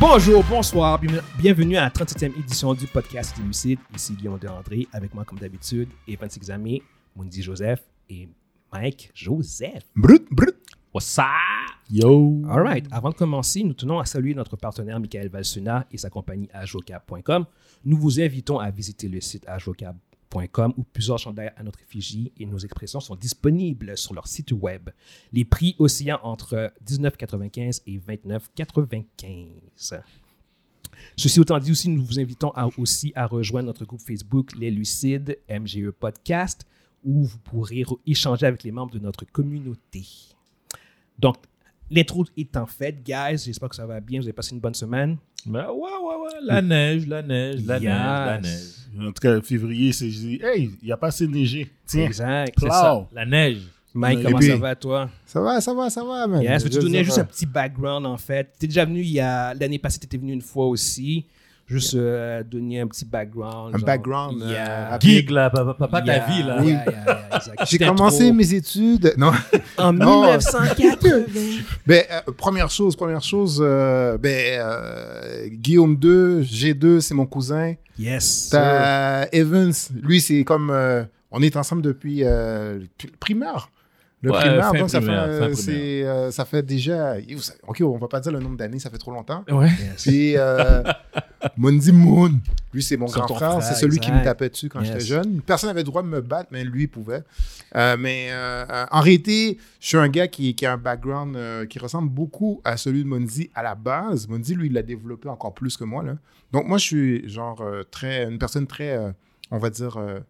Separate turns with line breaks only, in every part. Bonjour, bonsoir, bien- bienvenue à la 37e édition du podcast Lucide. Ici Guillaume Deandré, avec moi comme d'habitude, Evan Sexamé, Mundi Joseph et Mike Joseph.
Brut, brut.
What's up?
Yo.
All right, avant de commencer, nous tenons à saluer notre partenaire Michael Valsuna et sa compagnie ajocab.com. Nous vous invitons à visiter le site ajocab.com où plusieurs chandelles à notre effigie et nos expressions sont disponibles sur leur site web. Les prix oscillant entre 19,95 et 29,95. Ceci étant dit aussi, nous vous invitons à- aussi à rejoindre notre groupe Facebook Les Lucides MGE Podcast où vous pourrez re- échanger avec les membres de notre communauté. Donc, l'intro étant faite, guys, j'espère que ça va bien, vous avez passé une bonne semaine.
Mais ouais, ouais, ouais. Ah, La neige, la neige, la neige, la neige.
Yes.
En tout cas, février, c'est je dis, hey, il n'y a pas assez neigé. Tiens.
Exact, c'est ça.
Plow.
La neige.
Mike,
Et
comment
puis-
ça va toi?
Ça va, ça va, ça va, man.
Yes,
Je
veux-tu donner
sais
juste
pas.
un petit background en fait? Tu es déjà venu il y a l'année passée, tu étais venu une fois aussi. Juste euh, donner un petit background.
Un
genre-
background, euh,
Yeah.
rapide.
Gig, là, papa, papa
Yeah,
ta vie, là.
yeah, yeah, yeah,
Ah,
exact.
J'ai
J'étais
commencé Oh.
trop-
mes études. Non.
en
Non.
1980.
Ben, euh, première chose, première chose, euh, ben, euh, Guillaume 2, G2, c'est mon cousin.
yes.
T'as Evans, lui, c'est comme. euh, on est ensemble depuis euh, le primaire. Le
Ouais,
primaire,
fin
donc ça fait,
primaire, fin
euh, c'est, euh, ça fait déjà. you, ça- Ok, on va pas dire le nombre d'années, ça fait trop longtemps.
Ouais.
Yes.
Puis euh, Mondi Moon, lui c'est mon
C'est
grand
ton
frère,
frère,
c'est celui qui
exact.
me tapait dessus quand
Yes.
j'étais jeune. Personne n'avait le droit de me battre, mais lui il pouvait. Euh, mais euh, euh, en réalité, je suis un gars qui, qui a un background euh, qui ressemble beaucoup à celui de Mondi à la base. Mondi, lui, il l'a développé encore plus que moi. Là. Donc moi, je suis genre euh, très, une personne très, euh, on va dire, euh,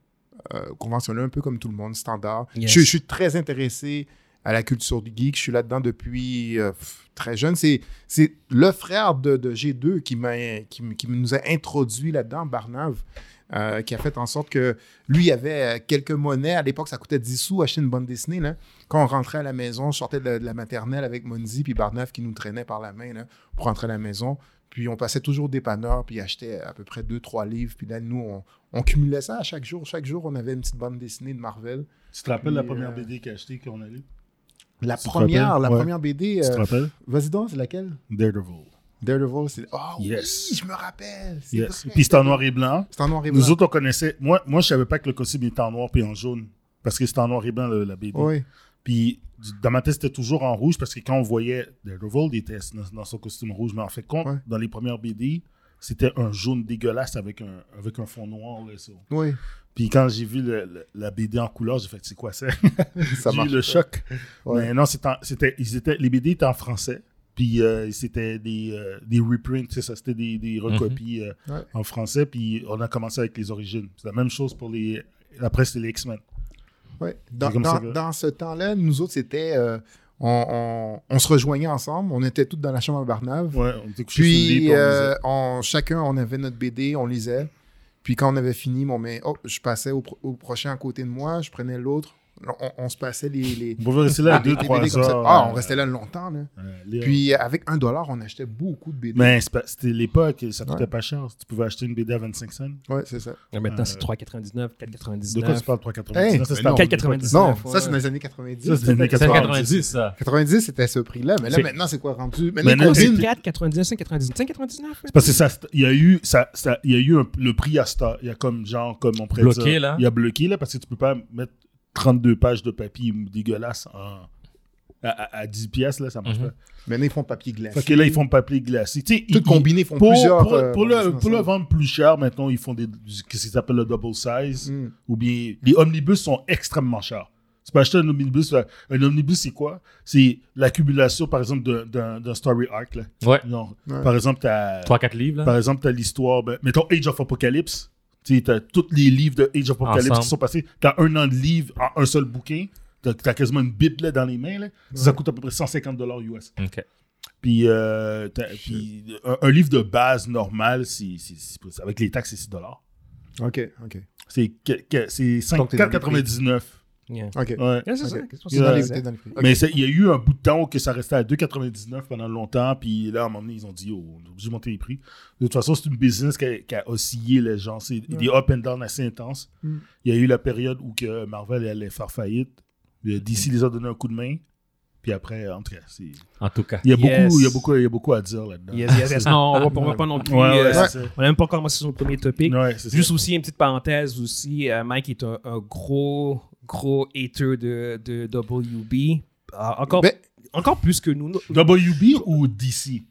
euh, conventionnelle, un peu comme tout le monde, standard.
Yes.
Je, je suis très intéressé à la culture du geek. Je suis là-dedans depuis euh, pff, très jeune. C'est, c'est le frère de, de G2 qui, m'a, qui, m- qui nous a introduit là-dedans, Barnave, euh, qui a fait en sorte que lui il avait euh, quelques monnaies. À l'époque, ça coûtait 10 sous acheter une bande dessinée. Là. Quand on rentrait à la maison, je sortais de la, de la maternelle avec Monzi puis Barnave qui nous traînait par la main là, pour rentrer à la maison. Puis on passait toujours au dépanneur, puis achetait à peu près 2-3 livres. Puis là, nous, on, on cumulait ça à chaque jour. Chaque jour, on avait une petite bande dessinée de Marvel.
Tu te rappelles la
Puis,
première
euh,
BD qu'a acheté qu'on a lu
La
Tu te
première,
rappelles?
la
Ouais.
première BD.
Tu
euh,
te rappelles
Vas-y donc, c'est laquelle
Daredevil.
Daredevil, c'est. Oh
Yes.
oui, je me rappelle. c'est
Yes.
vrai.
Puis c'était en noir et blanc.
C'est en noir et blanc.
Nous autres, on connaissait. Moi, moi je savais pas que le costume était en noir puis en jaune. Parce que c'était en noir et blanc, le- la BD.
Oui.
Puis dans ma tête, c'était toujours en rouge parce que quand on voyait Daredevil, il était dans, dans son costume rouge. Mais en fait, compte,
Ouais.
dans les premières BD, c'était un jaune dégueulasse avec un, avec un fond noir. Là, ça.
Oui.
Puis quand j'ai vu le- le- la BD en couleur, j'ai fait, c'est quoi ça?
Ça
j'ai eu
marche.
le choc.
Ouais.
Mais non, c'était en- c'était, ils étaient, les BD étaient en français. Puis euh, c'était des, euh, des reprints, c'est ça, c'était des, des recopies euh,
Ouais.
en français. Puis on a commencé avec les origines. C'est la même chose pour les. Après, c'était les X-Men.
Ouais. Dans,
C'est comme
dans-
ça que-
dans ce temps-là, nous autres, c'était. euh, on, on- on se rejoignait ensemble. On était tous dans la chambre à Barnave.
Ouais, on était couchés sur le lit,
Puis,
puis on
euh,
lisait.
on- chacun, on avait notre BD, on lisait. Puis, quand on avait fini, mon mais, oh, je passais au, pro- au prochain à côté de moi, je prenais l'autre. On, on se passait les, les,
On pouvait rester là
les
2-3
comme ça.
heures.
Ah, on
euh,
restait là longtemps. là.
euh, lire.
Puis, avec un dollar, on achetait beaucoup de BD.
Mais c'est pas- c'était l'époque, ça coûtait
Ouais.
pas cher. Tu pouvais acheter une BD à 25 cents.
Ouais, c'est ça.
Et Maintenant, Ah, c'est
Euh,
3,99,
De quoi tu
4,99.
parles 3,99
Hey,
Ça,
mais
c'était
non.
en
4,99.
2014.
Non,
19,
ça, c'est
ouais.
dans les années 90.
Ça, c'est dans les années
C'est
90.
90, ça.
90, c'était ce prix-là. Mais là,
C'est-
maintenant, c'est quoi rendu
Maintenant,
Maintenant,
c'est-
combine-
4, 99, 99, 99.
Parce que ça, il y a eu, ça, ça- il y a eu un- le prix à Star. Il y a comme, genre, comme on pourrait
Bloqué,
dire,
là.
Il y a bloqué, là, parce que tu peux pas mettre 32 pages de papier dégueulasse en- à, à- à 10 pièces, là, ça marche
Mhm.
Maintenant, ils font papier
pas.
glace.
Fait que là, ils font papier glacé. Tu sais, ils-
Tout combiné, ils font
ils- Pour,
plusieurs.
pour,
euh,
pour le,
bandes
pour le
dessinées
vendre plus cher, maintenant, ils font des, du- qu'est-ce qu'ils appellent le double size.
ensemble. Mm.
ou bien les omnibus sont extrêmement chers. Tu peux acheter un omnibus. euh, Un omnibus, c'est quoi? C'est l'accumulation, par exemple, d'un- d'un d'un story arc. Là.
Ouais.
Non.
Ouais.
Par exemple, t'as
3-4 livres, là.
par exemple, t'as l'histoire, ben, mettons Age of Apocalypse. Tu as tous les livres de Age of Apocalypse
Ensemble.
qui sont passés. T'as un an de livres en un seul bouquin. T'as as quasiment une Bible là, dans les mains. Là. Ça coûte à peu près 150 US.
Ok.
Puis, euh, t'as- puis un, un livre de base normal, c'est c'est- c'est- avec les taxes, c'est 6 dollars.
Ok, ok.
C'est que- que- c'est
Donc, t'es dans les prix.
4,99.
Yeah.
Ok.
Ouais. Euh,
Yeah, c'est
Ok.
ça,
C'est dans les-
4,99.
c'est dans les prix. Ok.
Mais c'est- il y a eu un bout de temps où que ça restait à 2,99 pendant longtemps. Puis là, à un moment donné, ils ont dit, oh, on est obligé de monter les prix. De toute façon, c'est une business qui a, qui a oscillé les gens. C'est des up and down assez intenses.
Mm.
Il y a eu la période où que Marvel allait faire faillite. Euh, DC les a donné un coup de main. Puis après, en tout cas, c'est-
En tout cas.
il y, a
Yes.
beaucoup, il, y a beaucoup, il y a beaucoup à dire là-dedans.
Yes, yes, yes. Non, on va, on va pas non plus.
Ouais, ouais,
euh,
c'est ça.
on n'a même pas commencé son premier topic.
Ouais, c'est ça.
Juste aussi, une petite parenthèse aussi, euh, Mike est un, un gros, gros hater de, de WB. Ah, encore,
Ben,
encore plus que nous. nous-
WB ou DC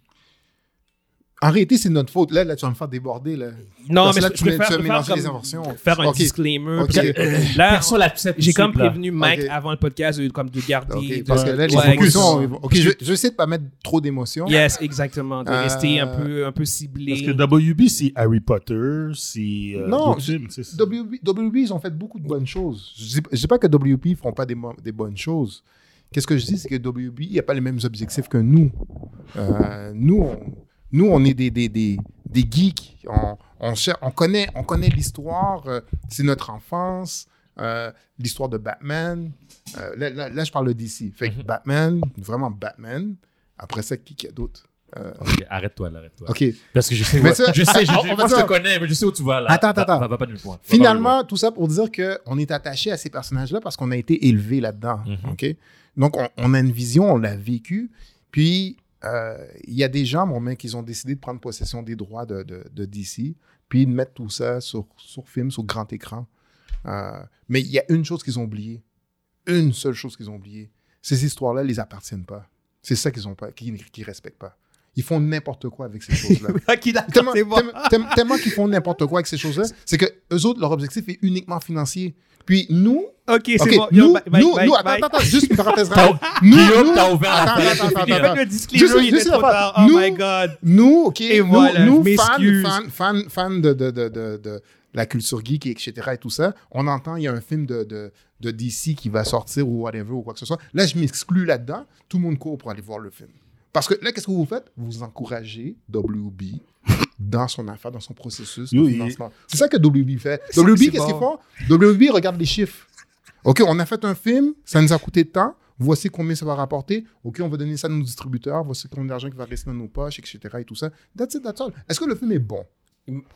en réalité, c'est notre faute. Là, là, tu vas me faire déborder. Là.
Non,
Parce
mais
que là,
je,
tu
je
mets-
préfère
tu as
je
mélangé
préfère
les
comme
informations.
faire un
Ok.
disclaimer.
Ok.
parce que là,
Personne l'accepte.
j'ai comme
ce type-là.
prévenu Mike
Ok.
avant le podcast de, comme, de garder.
Ok,
de-
parce que là, les
Ouais,
émotions.
exactement.
Ok, je, je vais essayer de pas mettre trop d'émotions.
Yes, exactement. De
Euh,
rester un peu, un peu ciblé.
Parce que WB, c'est Harry Potter, c'est. euh,
Non,
d'autres films, tu sais, c'est-
WB, WB, ils ont fait beaucoup de bonnes choses. Je dis, je dis pas que WB ne font pas des, mo- des bonnes choses. Qu'est-ce que je dis, c'est que WB, il n'y a pas les mêmes objectifs que nous. Euh, nous, on, nous, on est des, des, des, des geeks. On, on, cher- on connaît, on connaît l'histoire. euh, c'est notre enfance. euh, l'histoire de Batman. Euh, là, là- là, je parle de DC. Fait que
Mhm.
Batman, vraiment Batman. Après ça, qui qu'il y a d'autre?
Ok, Arrête-toi, là, arrête-toi.
OK.
Parce que je sais,
Mais
où-
ça-
je sais, je,
on- on va
moi, je
dire-
te connais, mais je sais où tu vas là.
Attends, attends,
Va-
attends.
Va, va pas nulle part. Va pas nulle part.
Finalement, tout ça pour dire qu'on est attaché à ces personnages-là parce qu'on a été élevé là-dedans.
Mhm.
ok? Donc, on, on a une vision, on l'a vécu. Puis, euh, il y a des gens, mon mec, qui ont décidé de prendre possession des droits de, de, de DC, puis de mettre tout ça sur, sur film, sur grand écran. Euh, mais il y a une chose qu'ils ont oubliée. Une seule chose qu'ils ont oubliée. Ces histoires-là ne les appartiennent pas. C'est ça qu'ils ont pas, qu'ils ne respectent pas. Ils font n'importe quoi avec ces choses-là
Qui d'accord,
tellement,
c'est bon.
tellement- tellement- tellement qu'ils font n'importe quoi avec ces choses-là, c'est que eux autres, leur objectif est uniquement financier. Puis nous,
Ok, c'est
ok,
bon. Yo,
nous,
Mike, Mike,
nous,
Mike,
nous, attends,
Mike.
attends, attends, juste une parenthèse rapide. Nous,
Guillaume,
nous-
t'as ouvert la
attends,
fenêtre.
attends, attends,
Il a
attends.
fait le disclaimer,
Juste-
il était
juste
trop
la
tard. Oh
fin.
my
Nous-
god.
Nous, ok,
Et
nous,
voilà,
nous,
je
fans,
m'excuse.
fans, fans, fans de, de, de, de, de la culture geek, et etc. et tout ça, on entend, il y a un film de, de, de DC qui va sortir ou whatever ou quoi que ce soit. Là, je m'exclus là-dedans. Tout le monde court pour aller voir le film. Parce que là, qu'est-ce que vous faites Vous encouragez WB dans son affaire, dans son processus de
Oui.
financement. C'est ça que WB fait.
C'est-
WB,
c'est
qu'est-ce qu'ils
bon.
font WB regarde les chiffres. OK, on a fait un film, ça nous a coûté tant, voici combien ça va rapporter. OK, on va donner ça à nos distributeurs, voici combien d'argent qui va rester dans nos poches, etc. et tout ça. That's it, that's all. Est-ce que le film est bon?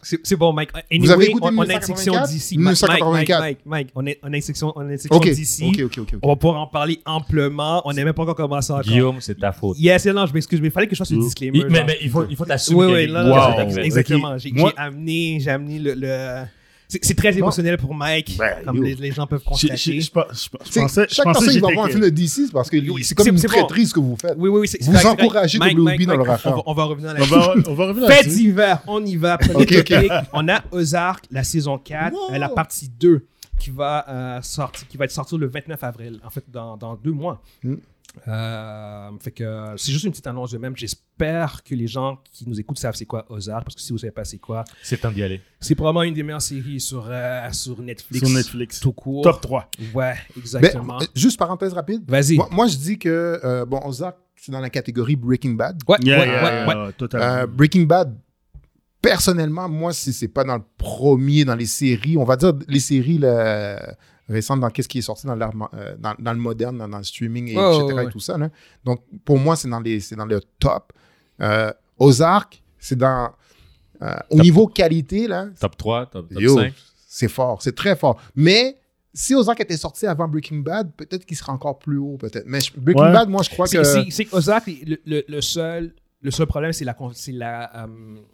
C'est c'est bon, Mike. Anyway,
avez écouté
on, on a une
1984?
section d'ici. Mike, Mike, Mike,
1984.
Mike, Mike, on est- on a une section, on a une section
OK,
d'ici.
OK, OK, OK.
On va pouvoir en parler amplement. On n'est même pas encore commencé encore.
Guillaume, c'est ta faute.
Yes, non, je m'excuse, mais il fallait que je fasse le
Il-
disclaimer.
Il- mais,
genre.
mais il faut, il faut t'assumer.
Oui,
qu'il y a
oui,
des-
non,
Wow.
non,
Wow.
c'est-
Ok,
exactement. J'ai
moi-
j'ai amené, j'ai amené le. le- C'est c'est très émotionnel pour Mike,
Ben,
comme
yo.
les, les gens peuvent
Je-
constater.
Je je pense- je pense- je
Tu sais,
pensais. je
chaque
pensais
personne qui va
j'étais
voir un
que-
film de DC, c'est parce que
Oui, c'est-
c'est comme
c'est-
une
c'est bon.
traîtrise que vous faites.
Oui, oui, oui. c'est- c'est
Vous
correct, c'est correct.
encouragez
Mike,
WB
Mike,
dans
Mike,
leur affaire.
On va, on va revenir
On
là-dessus.
va, on va revenir
Fait
là-dessus.
d'hiver, on y va. Premier
Ok, ok.
topic. On a Ozark, la saison 4,
Wow.
euh, la partie 2, qui va, euh, sortir, qui va être sortie le 29 avril, en fait, dans, dans deux mois.
Mm.
Euh, fait que c'est juste une petite annonce de même. J'espère que les gens qui nous écoutent savent c'est quoi Ozark, parce que si vous ne savez pas c'est quoi,
C'est temps d'y aller.
c'est probablement une des meilleures séries sur, euh, sur Netflix.
Sur Netflix.
Tout court.
Top 3.
Ouais,
Ben,
exactement.
euh, juste parenthèse rapide.
Vas-y.
Moi, moi, je dis que, euh, bon, Ozark, c'est dans la catégorie Breaking Bad.
Ouais,
Yeah,
ouais,
yeah,
ouais,
yeah,
ouais.
yeah,
Euh,
totalement.
Breaking Bad, personnellement, moi, si c'est pas dans le premier, dans les séries, on va dire les séries là, récentes, dans qu'est-ce qui est sorti dans, l'art mo- euh, dans, dans le moderne, dans, dans le streaming, et,
Ouais, ouais,
etc.
ouais.
et tout ça. là. Donc, pour moi, c'est dans, les- c'est dans le top. Euh, Ozark, c'est dans. euh, au
Top.
niveau qualité, là,
Top 3, top, top
Yo,
5.
c'est fort, c'est très fort. Mais. Si Ozark était sorti avant Breaking Bad, peut-être qu'il serait encore plus haut, peut-être. Mais je- Breaking
Ouais.
Bad, moi, je crois
C'est
que...
c'est- c'est que Ozark, le, le- le seul, le seul problème, c'est la, con- c'est la, euh,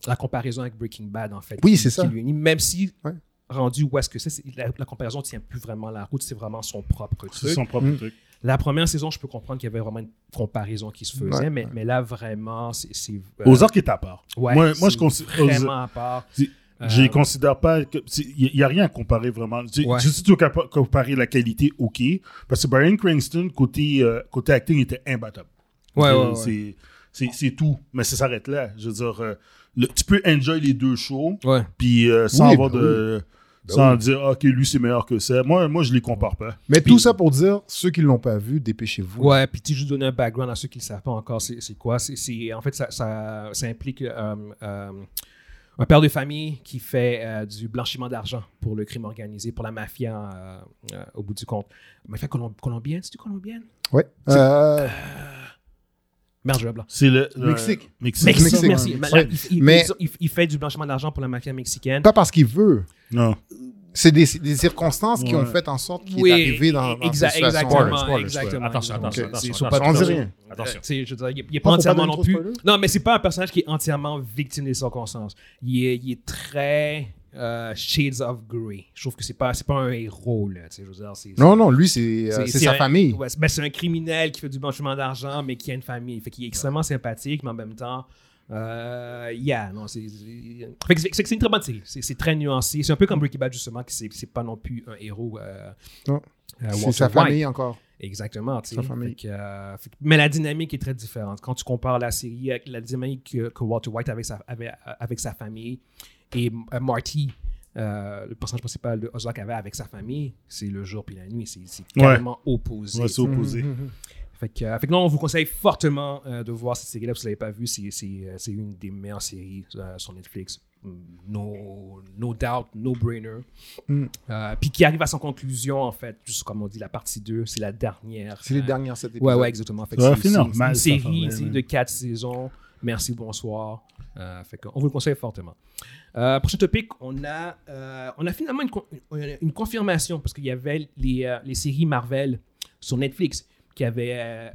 la comparaison avec Breaking Bad, en fait.
Oui,
qui-
c'est ça.
qui l'unit, même si,
Ouais.
rendu où est-ce que c'est, c'est- la, la comparaison ne tient plus vraiment la route, c'est vraiment son propre
C'est
truc.
son propre
Mm.
truc.
La première saison, je peux comprendre qu'il y avait vraiment une comparaison qui se faisait,
Ouais,
mais, mais là, vraiment, c'est. c'est, euh,
Ozark est à part.
ouais,
moi, moi,
c'est
je considère.
Vraiment à part.
C'est-
Euh,
Je les considère pas. Il n'y a rien à comparer vraiment. Tu-
Ouais.
Si tu veux compa- comparer la qualité, OK. Parce que Brian Cranston, côté, euh, côté acting, était imbattable.
Ouais,
Euh,
ouais, ouais.
c'est- c'est- C'est tout. Mais ça s'arrête là. Je veux dire, euh, le- tu peux enjoy les deux shows,
Ouais.
puis euh, sans
Oui,
avoir
ben
de.
Ben
sans dire, Ah, OK, lui, c'est meilleur que ça. Moi, moi je les compare pas.
Mais
Puis-
tout ça pour dire, ceux qui ne l'ont pas vu, dépêchez-vous.
Ouais, puis tu sais, juste donner un background à ceux qui ne le savent pas encore, c'est c'est quoi? C'est- c'est- en fait, ça, ça, ça implique euh, euh, un père de famille qui fait euh, du blanchiment d'argent pour le crime organisé, pour la mafia euh, euh, au bout du compte. Mafia colom- colombienne, c'est-tu colombienne?
Ouais. Euh,
Merde, je vais blanc.
C'est le, le-
Mexique.
Mexique.
Mexique,
Mexique,
merci.
ouais.
Ma- la- il, il-
Mais-
il- il fait du blanchiment d'argent pour la mafia mexicaine.
pas parce qu'il veut.
Non.
C'est des, des circonstances qui ont
Ouais.
fait en sorte qu'il
Oui,
est arrivé dans, dans
exa-
cette situation.
exactement,
Spoiler, spoiler,
exactement.
spoiler.
Attention, attention,
Donc, c'est-
attention,
c'est
attention.
pas
On dit
tout-
rien.
Attention.
Euh, tu sais, je veux dire, il est- il est
Ah,
pas
faut
entièrement
donner
non
trop
plus.
de spoilers?
Non, mais c'est pas un personnage qui est entièrement victime des circonstances. Il est, il est très euh, Shades of Grey. Je trouve que c'est pas, c'est pas un héros, là. tu sais, Je veux dire, c'est- c'est-
Non, non, lui, c'est euh,
c'est-
c'est
c'est
sa
un-
famille.
ouais, c'est- ben, c'est un criminel qui fait du blanchiment d'argent, mais qui a une famille. Fait qu'il est extrêmement sympathique, mais en même temps. Euh, yeah, non, c'est. c'est- fait que C'est c'est que c'est une très bonne série. C'est c'est très nuancé. C'est un peu comme Breaking Bad, justement, qui c'est c'est pas non plus un héros. euh,
Non.
euh,
C'est
Walter
sa
White.
famille encore.
Exactement. tu sais.
Sa famille.
Fait que, euh, fait que- mais la dynamique est très différente. Quand tu compares la série avec la dynamique que, que Walter White avait sa- avait, euh, avec sa famille et euh, Marty, euh, le personnage principal de Ozark avait avec sa famille, c'est le jour puis la nuit. C'est c'est
Ouais.
carrément opposé.
Ouais, c'est opposé.
Mhm.
Fait que, euh, fait que non, on vous conseille fortement euh, de voir cette série-là. Si vous ne l'avez pas vue, c'est- c'est euh, c'est une des meilleures séries euh, sur Netflix. Mm, No, no doubt, no brainer.
Mm.
Euh, Puis qui arrive à son conclusion, en fait, juste comme on dit, la partie 2, c'est la dernière.
C'est les
Euh,
dernières sept épisodes.
Ouais, ouais, exactement. Fait que
Ouais,
c'est-
c'est
c'est-
normal,
c'est une
cette affaire-là,
série tu sais,
man.
de quatre saisons. Merci, bonsoir. Euh, fait que on vous le conseille fortement. Euh, prochain topic, on a, euh, on a finalement une, con- une- une confirmation parce qu'il y avait les, euh, les séries Marvel sur Netflix qui, avaient, euh,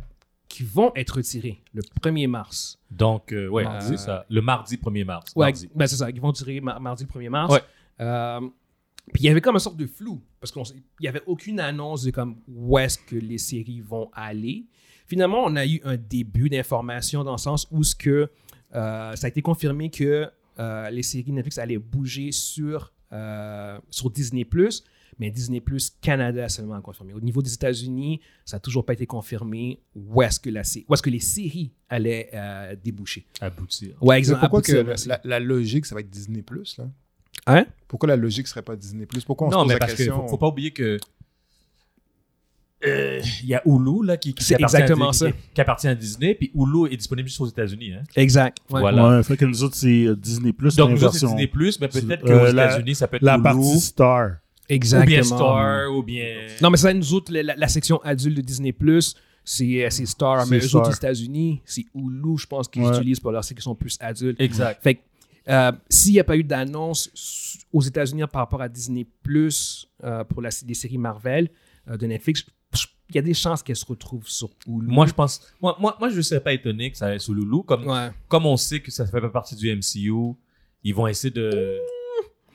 qui vont être retirées le 1er mars.
Donc, euh, ouais,
Mardi.
c'est ça. Le mardi 1er mars.
Ouais,
Mardi.
ben c'est ça, ils vont tirer mar- mardi le 1er mars.
Ouais.
Euh, puis il y avait comme une sorte de flou, parce qu'il n'y avait aucune annonce de comme où est-ce que les séries vont aller. Finalement, on a eu un début d'information dans le sens où ce que, euh, ça a été confirmé que euh, les séries Netflix allaient bouger sur, euh, sur Disney+, mais Disney+, Canada seulement a confirmé. Au niveau des États-Unis, ça n'a toujours pas été confirmé où est-ce que, la, sé- où est-ce que les séries allaient euh, déboucher.
Aboutir.
Ouais,
Mais Pourquoi que
aboutir,
la,
merci.
la- la logique, ça va être Disney Plus là
Hein?
Pourquoi la logique serait pas Disney Plus Pourquoi on se
non,
pose
mais
la
parce qu'il
question
faut, faut pas oublier que. euh, Il y a Hulu là, qui, qui
C'est
appartient à
exactement
Disney-
ça.
qui appartient à Disney, puis Hulu est disponible juste aux États-Unis. Hein.
Exact. ouais.
Voilà.
Ouais, fait que nous autres, c'est euh, Disney Plus.
Donc,
mais
nous autres, c'est
version-
Disney, mais peut-être
Euh,
qu'aux
la-
États-Unis, ça peut être
La
Hulu,
partie Star.
ou bien
Exactement.
Star, ou bien.
Non, mais ça, nous autres, la, la- la section adulte de Disney, c'est euh, c'est Star,
C'est
mais eux
Star.
autres, les États-Unis, c'est Hulu, je pense, qu'ils
Ouais.
utilisent pour leurs séries qui sont plus adultes.
Exact.
Fait que, euh, s'il n'y a pas eu d'annonce s- aux États-Unis par rapport à Disney, euh, pour la, les séries Marvel euh, de Netflix, je- il y a des chances qu'elles se retrouvent sur Hulu.
Moi, je pense. Moi, moi, moi je ne serais pas étonné que ça aille sous Loulou. Comme,
Ouais.
comme on sait que ça fait pas partie du MCU, ils vont essayer de.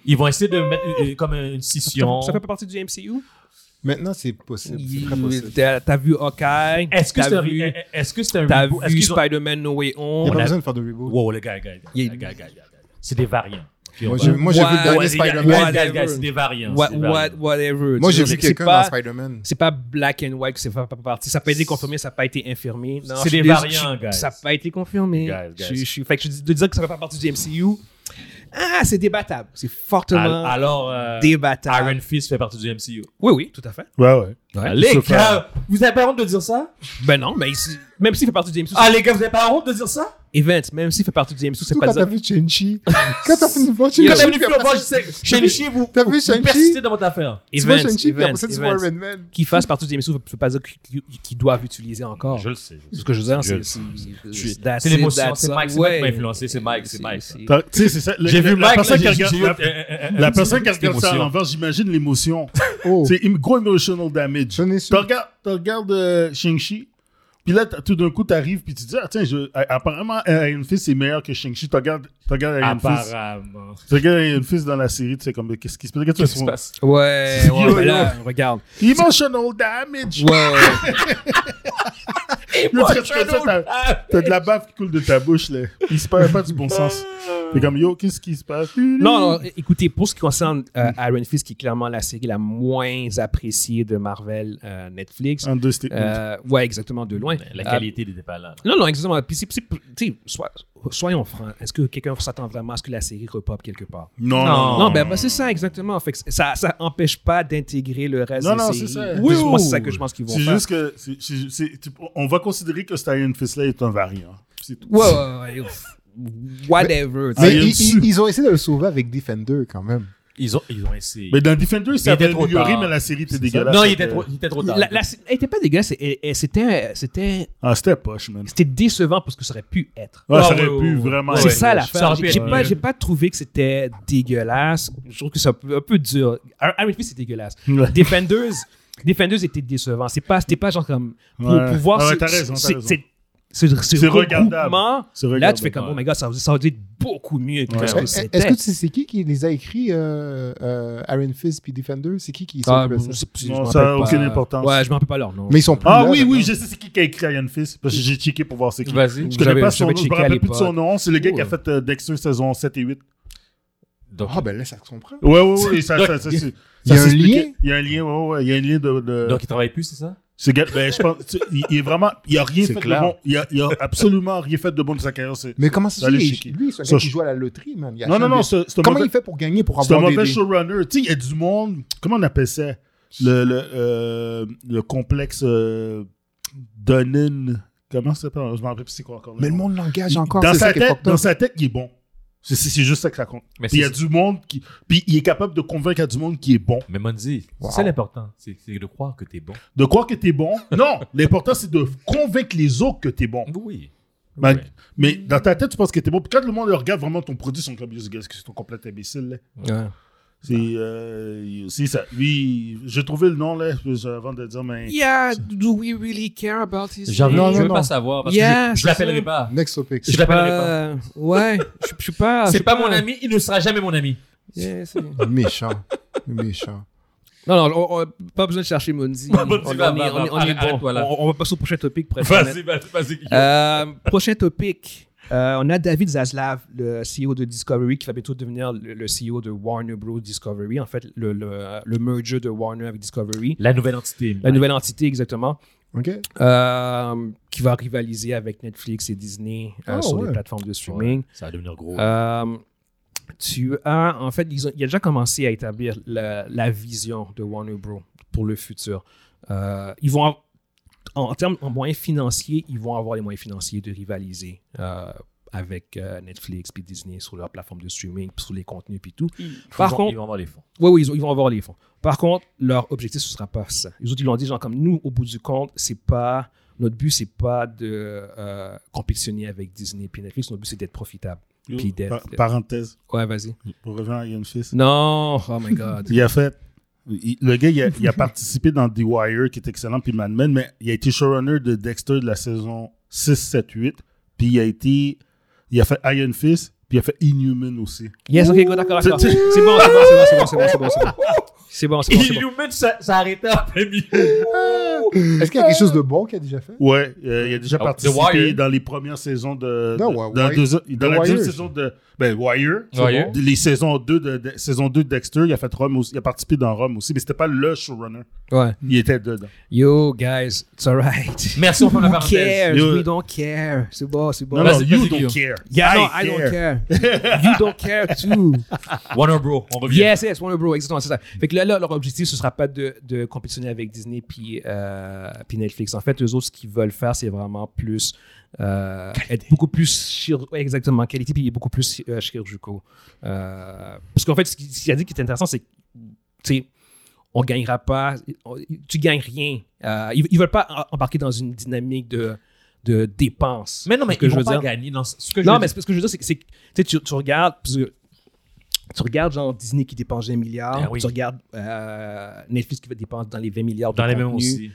Ils vont essayer de mettre une- une- comme une scission.
Ça fait pas partie du MCU?
Maintenant, c'est possible. C'est très possible.
Il- T'as t'as vu Hawkeye?
Est-ce que
t'as
c'est un,
vu-
est-ce que c'est un
T'as
reboot? Est-ce
vu
qu'ils ont-
Spider-Man No Way
Il n'y a
Home?
pas
a-
besoin de faire de reboot.
Wow, le gars, gars, gars,
Il-
gars, gars, gars, gars. C'est des variants. Ok, on
Moi,
va-
j'ai moi, j'ai vu
Ouais,
le
ouais,
dernier
les gars,
Spider-Man.
les gars, les gars,
Whatever.
C'est des variants.
What-
c'est des variants.
what- whatever.
Moi,
Tu
j'ai
sais,
vu
c'est
quelqu'un
pas-
dans Spider-Man.
C'est pas black and white que c'est pas, pas parti. Ça n'a pas été confirmé, ça n'a pas été infirmé. Non,
C'est
je suis
des
désolé,
variants,
je-
guys.
Ça n'a pas été confirmé.
Guys, guys.
Je, je suis- fait que je dis- de dire que ça ne fait pas partie du MCU, ah, c'est débattable. C'est fortement
Al- Alors, euh,
débattable.
Iron Fist fait partie du MCU.
Oui, oui, tout à fait.
Ouais, ouais.
les
Ça fait-
gars, vous avez pas honte de dire ça
Ben non, mais ici- même s'il fait partie du MCU,
Ah, les gars, vous avez pas honte de dire ça
Event, même s'il fait partie du MCU, c'est
Surtout
pas
quand t'as
ça.
vu Shang-Chi. Quand t'as fini de voir
Quand
Shang-Chi,
t'as venu
puis
plus au
après,
bord, je sais. Shang-Chi, vous
T'as vu
vous
Shang-Chi
persistez dans votre affaire.
tu vois
Event,
Shang-Chi, puis
event,
après ça, tu vois
event.
Iron Man.
Qu'il fasse partie du MCU, ça ne veut pas dire qu'ils qu'ils doivent utiliser encore.
le sais.
Ce que je veux dire,
Je-
c'est- c'est.
je-
that's it,
c'est l'émotion,
that's
c'est
it.
Mike, c'est Mike qui m'a
Ouais.
influencé, c'est Mike, c'est Mike, ça.
T'as- Tu sais, c'est ça. le-
J'ai
le-
vu
La
Mike,
personne qui
là, j'ai- j'ai eu
regarde- la-
un- un- un- un
la
petit-
personne qui
petite
regarde ça à
émotion.
l'envers, j'imagine l'émotion.
Oh,
C'est im- gros emotional damage.
je n'ai su.
Tu regardes, tu regardes euh, Shang-Chi, puis là, t'as- tout d'un coup, t'arrives, puis tu dis, ah tiens, je- a- apparemment, euh, Iron Fist est meilleur que Shang-Chi. Tu regardes, tu regardes Iron Fist.
Apparemment.
Tu regardes Iron Fist dans la série, tu sais, comme, qu'est-ce qui se passe? Qu'est-ce
Qu'est-ce
que
qui se passe
Ouais, ouais,
Yo,
ben
yo.
là, regarde.
Emotional damage!
Ouais, ouais, ouais.
Yo, tu restes comme ça, t'as-
Ah,
T'as de la bave qui coule de ta bouche, là. Il se perd pas du bon sens. T'es comme, yo, qu'est-ce qui se passe?
Non, non, é- écoutez, pour ce qui concerne euh, Iron Fist, qui est clairement la série la moins appréciée de Marvel euh, Netflix,
En deux statements.
euh, ouais, exactement, de loin.
La Ah.
Euh,
qualité n'était pas là.
non, non, exactement. Puis c'est- c'est- tu sais, sois- soyons francs, est-ce que quelqu'un s'attend vraiment à ce que la série repop quelque part?
non,
non,
non, ben, ben, c'est ça, exactement. Fait que c'est- ça ça empêche pas d'intégrer le reste
Non,
des
non,
séries.
c'est ça.
Moi,
Oui,
moi, c'est
oui.
ça que je pense qu'ils vont
C'est
faire.
juste que. c'est- c'est- c'est- tu- on va considérer que Stalin Fist là est un variant. C'est tout.
Ouais, ouais, ouais, ouf. Whatever. tu sais.
il y
Mais
a
ils,
dessus.
ils- ils ont essayé de le sauver avec Defender quand même.
Ils ont, ils ont essayé.
Mais dans Defender, ça
était
avait
trop
amélioré,
tard.
mais la série était
C'est
dégueulasse.
ça. Non,
fait
il était
que-
trop, il était trop tard.
La, la- elle était pas dégueulasse, elle- elle- c'était, c'était,
Ah, c'était poche, man.
c'était décevant parce que ça aurait pu être.
Ouais, ça
Ouais,
aurait
ouais,
pu
ouais.
vraiment.
Ouais.
C'est
être
ça
poche.
Ça
l'affaire.
aurait
J'ai
pu
j'ai
être
pas,
mieux.
j'ai pas trouvé que c'était dégueulasse. Je trouve que c'est un peu, un peu dur. Ar- Iron Fist, c'est dégueulasse.
Ouais.
Defenders, Defenders était décevant. C'est pas, c'était pas genre comme pour
Ouais.
pouvoir
Ah ouais,
ce-
t'as raison,
ce-
t'as raison.
c'est- ce- ce
C'est
regroupement.
regardable.
Là, tu fais
C'est regardable.
comme,
ouais.
oh my god, ça, ça aurait dû être beaucoup mieux que
Ouais.
ce
Euh,
que
Est-ce
c'était.
que tu sais c'est qui qui les a écrits, euh, euh, Iron Fist puis Defender C'est qui qui
Ah,
s'occupe de
bon,
ça
c'est- c'est-
Non,
je m'en
ça a
rappelle
aucune
pas.
importance.
Ouais, je m'en rappelle pas leur nom.
Mais ils sont plus
Ah
là,
oui, oui,
maintenant.
je sais c'est qui qui a écrit Iron Fist, parce que j'ai checké pour voir c'est qui.
Vas-y.
Je connais
J'avais-
pas son
j'avais
nom, je me
checké à
rappelle plus de son
l'époque.
nom. C'est le gars qui a
Ouh.
fait euh, Dexter saison 7 et 8.
Donc,
Ah ben là, ça se comprend.
Ouais, ouais, ouais. ça, ça, ça, c'est-
Il y a
ça
un
s'expliquait.
lien
Il y a un lien, ouais, ouais. Il y a un lien de. de...
donc, il travaille plus, c'est ça?
Ce gars, ben, je pense, tu- il, il est vraiment, il a rien
C'est
fait
clair.
de bon. Il a, il a absolument rien fait de bon de sa carrière. c'est-
Mais comment ça se
Allez,
fait
checker.
Lui, c'est un
Ça,
gars qui
je-
joue à la loterie, man. Il
Non,
achète
non, non,
des-
c'est c'est un
Comment
mauvais,
il fait pour gagner, pour
c'est un
avoir des...
mauvais
des-
showrunner. Tu sais, il y a du monde, comment on appelle ça? Le, le, euh, le complexe euh, Donin. Comment ça s'appelle? Je m'en rappelle plus c'est quoi encore.
Mais le monde l'engage encore,
dans
c'est ça
sa,
qui est
tête,
fucked
dans
up.
sa tête, il est bon. C'est c'est- c'est juste ça que ça compte.
Mais
Puis il y a
c'est-
du monde qui. Puis il est capable de convaincre à du monde qui est bon.
Mais Monzi,
Wow.
c'est l'important. C'est c'est de croire que t'es bon.
De croire que t'es bon. Non, l'important, c'est de convaincre les autres que t'es bon.
Oui.
Bah,
Ben,
Ouais.
Mais dans ta tête, tu penses que t'es bon. Puis quand le monde regarde vraiment ton produit, ils sont comme, Yo, qu'est-ce que c'est ton complet imbécile, là?
Ouais.
C'est euh, c'est ça. Lui, j'ai trouvé le nom, là, avant de dire, mais.
Yeah, do we really care about his
J'en veux,
Non,
je
non,
veux
non.
pas savoir parce
Yeah,
que je- je,
c'est
l'appellerai
ça.
pas.
Next topic.
Je l'appellerai pas.
euh, ouais, je je suis pas. je
C'est
suis
pas mon ami, il ne sera jamais mon ami.
Yeah, c'est-
Méchant. Méchant.
non, non, on- on- pas besoin de chercher Monzi. on,
Monzi,
on
va,
est-
va,
on est-
va.
on est
Arrête,
bon.
arrête-toi là.
On, on va passer au prochain topic. pour être honnête.
Vas-y, vas-y, vas-y.
Euh, prochain topic. Euh, on a David Zaslav, le CEO de Discovery, qui va bientôt devenir le, le CEO de Warner Bros. Discovery. En fait, le, le, le merger de Warner avec Discovery.
La nouvelle entité.
La nouvelle entité, exactement,
OK
euh, qui va rivaliser avec Netflix et Disney euh,
Ah,
sur
ouais.
les plateformes de streaming.
Ça va devenir gros.
Euh, tu as, en fait, ils ont, il a déjà commencé à établir la, la vision de Warner Bros. pour le futur. Euh, ils vont, av- en, en termes en moyens financiers, ils vont avoir les moyens financiers de rivaliser euh, avec euh, Netflix puis Disney sur leur plateforme de streaming, puis sur les contenus puis tout. Par
Ils vont-
contre-
ils vont avoir les fonds.
Oui, oui, ils, ont- ils vont avoir les fonds. Par contre, leur objectif, ce sera pas ça. Les autres, ils l'ont dit, genre, comme nous, au bout du compte, c'est pas. Notre but, c'est pas de euh, compétitionner avec Disney puis Netflix. Notre but, c'est d'être profitable. Puis d'être-
Par- parenthèse,
Ouais, vas-y.
pour revenir à Ian Fist.
Non, oh my god.
Il a fait. il- le gars, il a, il a participé dans The Wire, qui est excellent, puis Mad Men, mais il a été showrunner de Dexter de la saison 6, 7, 8. Puis il a été. Il a fait Iron Fist, puis il a fait Inhuman aussi.
Yes, ok, go, d'accord, d'accord. C'est bon, c'est bon, c'est bon, c'est bon, c'est bon, c'est bon. C'est bon, c'est bon, c'est bon.
Illumin, ça ça a arrêté en plein milieu.
Est-ce qu'il y a quelque chose de bon qu'il a déjà fait
Ouais, euh, il a déjà
Oh,
participé
The Wire.
dans les premières saisons de.
Non,
de-
ouais,
dans la
Wire.
deuxi- dans
The
la deuxième
Wire.
saison de. Ben, Wire. c'est
Wire.
bon. Les saisons 2 de, de- saison 2 de Dexter, il a, fait Rome aussi, il a participé dans Rome aussi, mais c'était pas le showrunner.
Ouais.
Il était dedans.
Yo, guys, it's alright.
Merci, on ferme la
Who
parenthèse.
cares?
Yo.
We don't care. C'est bon, c'est bon.
Non,
Là,
non,
c'est
you
pas
don't
Guillaume.
care.
Yeah, no, I don't care. You don't care too.
Warner Bro, on revient.
Yes, yes, Warner Bros. Exactement, c'est ça. Fait que là, là, leur objectif, ce sera pas de, de compétitionner avec Disney puis, euh, puis Netflix. En fait, eux autres, ce qu'ils veulent faire, c'est vraiment plus. euh, être beaucoup plus chir- ouais, exactement qualité puis beaucoup plus euh, chirurgicaux Euh, parce qu'en fait ce qu'il ce qu'il a dit qui est intéressant c'est que, tu sais on gagnera pas on- tu gagnes rien Euh, ils, ils veulent pas em- embarquer dans une dynamique de de dépenses
Mais non, mais
C'est ce
ils vont pas gagner. dans ce ce que je
non,
veux
mais
dire.
c'est- ce que je veux dire, c'est que c'est que, tu, sais, tu, tu regardes. Tu, tu regardes genre Disney qui dépense 20 milliards,
Ah oui.
tu regardes euh, Netflix qui dépense dans les 20 milliards. de
dans les mêmes
contenus.
aussi.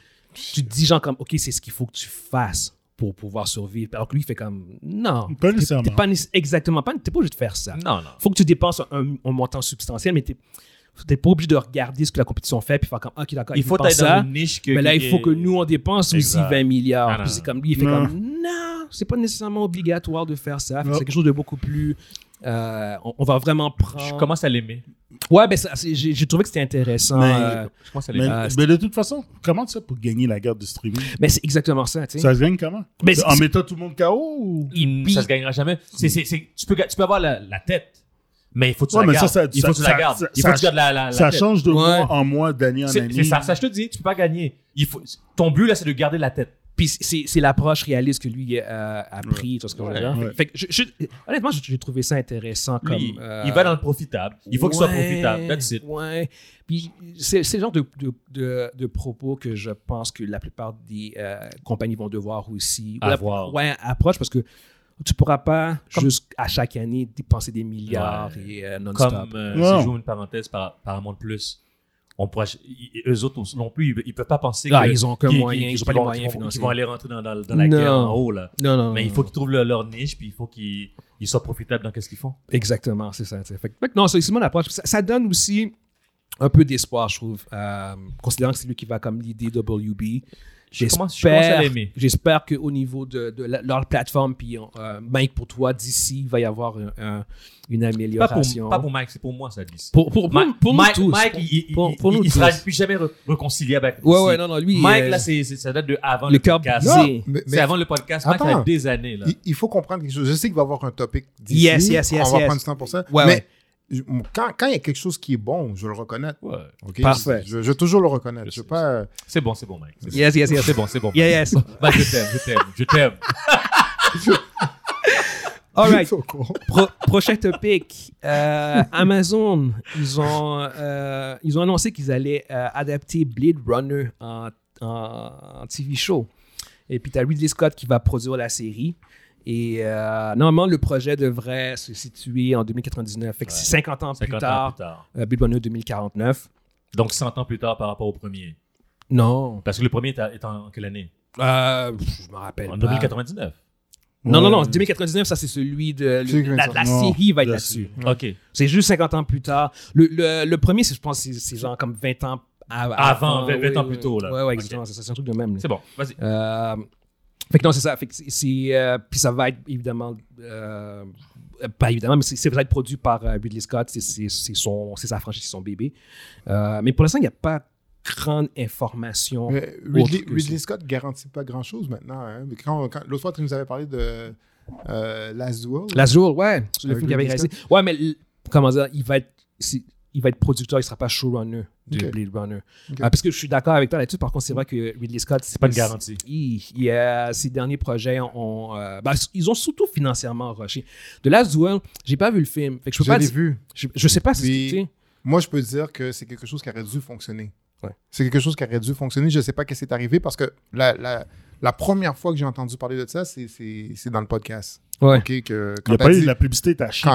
Tu te dis genre comme, OK, c'est ce qu'il faut que tu fasses pour pouvoir survivre. Alors que lui, il fait comme, non.
Pas
T'es-
nécessairement.
t'es pas nécess- exactement, pas, t'es pas obligé de faire ça.
Non, non.
faut que tu dépenses un, un montant substantiel, mais t'es t'es pas obligé de regarder ce que la compétition fait puis faire comme, OK, d'accord,
Il faut
dépense
être
ça.
dans une niche que.
Mais là,
qui
il faut
est-
que nous, on dépense aussi
Exact.
20
Ah,
milliards.
non,
Puis c'est
non.
comme lui, il fait
Non.
comme non, c'est pas nécessairement obligatoire de faire ça. Fait que
Non.
C'est quelque chose de beaucoup plus. euh, on, on va vraiment prendre.
Je commence à l'aimer.
Ouais, ben ça, c'est- j'ai j'ai trouvé que c'était intéressant.
Mais-
euh,
Je commence à
Mais,
l'aimer.
Ah,
mais de toute façon, comment tu fais pour gagner la guerre du streaming
mais c'est exactement ça, tu sais.
Ça se gagne comment
Mais c'est-
En mettant tout le monde KO ou...
Il-
puis-
ça se gagnera jamais. C'est- c'est- c'est- tu, peux, ga- tu peux avoir la, la tête, mais il faut que tu
Ouais,
la
mais ça,
gardes.
ça-
il faut que tu
ça-
la gardes.
ça-
il faut que
ça-
tu gardes la, la, la
Ça
tête.
change de
Ouais.
mois en mois, d'année en
C'est
année.
c'est ça, ça, je te dis, tu peux pas gagner. Il faut, ton but là, c'est de garder la tête.
Puis c'est c'est l'approche réaliste que lui euh, a pris, tout ce que je veux dire.
Ouais.
Fait que je- je- honnêtement, j'ai- j'ai trouvé ça intéressant. Comme,
Lui,
euh,
il va dans le profitable. Il faut qu'il soit
Ouais,
profitable. That's it.
Ouais. Puis c'est c'est le genre de, de, de- de propos que je pense que la plupart des euh, compagnies vont devoir aussi ou la-
Avoir.
ouais, approche parce que tu pourras pas
Comme-
juste à chaque année dépenser des milliards
Ouais.
et euh, non-stop.
Comme, euh,
Non.
si j'ouvre une parenthèse par, par Paramount Plus, on pourra, ils- ils- eux autres non plus, ils, ne peuvent pas penser
Ah,
que-
ils ont aucun
qu'ils-
moyen,
qu'ils-
ils ont
qu'ils
pas les
vont-
moyens
qu'ils vont- qu'ils
financiers.
vont aller rentrer dans, dans- dans la
Non.
guerre en haut, là.
Non, non,
Mais il faut qu'ils trouvent leur, leur niche, puis il faut qu'ils ils soient profitables dans ce qu'ils font.
Exactement, c'est ça. tu sais. Fait que- fait que non, c'est c'est mon approche. Ça, ça donne aussi un peu d'espoir, je trouve, euh, considérant que c'est lui qui va comme l'idée WB.
Je commence- je commence à
J'espère-
l'aimer.
J'espère qu'au niveau de, de la- leur plateforme, puis euh, Mike, pour toi, d'ici, il va y avoir un- un- une
Pas pour,
amélioration.
pas pour Mike, c'est pour moi, ça, dit.
pour, pour, pour-
Mike,
pour nous
Mike,
tous.
Mike, il, il-
Pour-
il-
pour nous
il sera
tous.
plus jamais re- réconciliable avec
ouais,
si-
ouais, non, non, lui.
Mike,
euh,
là, c'est- c'est- ça date de avant
le
le,
cœur
podcast.
brisé.
Non,
C'est-
mais- mais
C'est avant le podcast. Mike, ça
Attends.
a des années, là.
il, il faut comprendre quelque chose. Je sais qu'il va y avoir un topic d'ici.
Yes, yes, yes,
On va
yes.
prendre du temps pour ça.
Ouais,
mais
ouais.
je- quand, quand il y a quelque chose qui est bon, je le reconnais.
Ouais.
ok?
Parfait.
Je, je vais toujours le reconnaître.
Je
Je
sais,
vais pas. euh,
C'est bon, c'est bon, Mike. C'est bon.
Yes, yes, yes.
C'est bon, c'est bon.
Yeah, yes.
Mike, je t'aime, je t'aime, je t'aime.
All right.
Au courant.
Pro- prochain topic. Euh, Amazon, ils ont, euh, ils ont annoncé qu'ils allaient euh, adapter Blade Runner en, en- en TV show. Et puis, tu as Ridley Scott qui va produire la série. Et euh, normalement, le projet devrait se situer en 2099. Fait que
Ouais.
c'est 50 ans
50
plus
ans
tard,
plus tard.
euh, Blade Runner 2049.
Donc 100 ans plus tard par rapport au premier.
Non.
Parce que le premier est, à- est en quelle année
Euh, pff, je me rappelle.
En
pas.
2099.
Non, non, non.
Ouais.
2099, ça, c'est celui de.
C'est
le- la, la
ça. Non,
série va être
la
là-dessus.
Ok.
C'est juste 50 ans plus tard. Le, le, le premier, c'est- je pense, c'est- c'est genre comme 20 ans av-
Avant, 20
ouais,
ans
ouais.
plus tôt, là.
Ouais, ouais,
Ok.
exactement. c'est- C'est un truc de même. là.
C'est bon, vas-y.
Euh, fait que non, c'est ça. Fait que c'est- c'est, euh, puis ça va être évidemment. euh, pas évidemment, mais c'est- ça va être produit par euh, Ridley Scott. C'est- C'est c'est son- c'est sa franchise, c'est son bébé. Euh, mais pour l'instant, il n'y a pas grande information.
Mais
Autre
Ridley,
que
Ridley Scott garantit pas grand-chose maintenant. hein. Mais Quand, quand- L'autre fois, tu nous avais parlé de euh, Last Duel.
L'Azur, ouais. C'est le
Avec
film qu'il avait
Ridley
réalisé. Ouais, mais l- comment dire, il va être, c'est- il va être producteur, il ne sera pas showrunner de
Ok.
Blade Runner.
Ok.
Ah, parce que je suis d'accord avec toi là-dessus. Par contre, c'est vrai que Ridley Scott, c'est
Pas de garantie.
Il, il, euh, ses derniers projets ont. euh, ben, ils ont surtout financièrement rushé. De Last Duel, j'ai pas vu le film. Fait que je peux
Je
pas
l'ai
dire-
vu.
Je, je sais pas si
Puis-
c'est- tu sais.
Moi, je peux dire que c'est quelque chose qui aurait dû fonctionner.
Ouais.
C'est quelque chose qui aurait dû fonctionner. Je ne sais pas qu'est-ce qui est arrivé parce que la, la, la première fois que j'ai entendu parler de ça, c'est- c'est c'est dans le podcast.
Ouais.
OK, que,
Il n'y
quand
a
tu as,
pas eu de la publicité, t'as chier.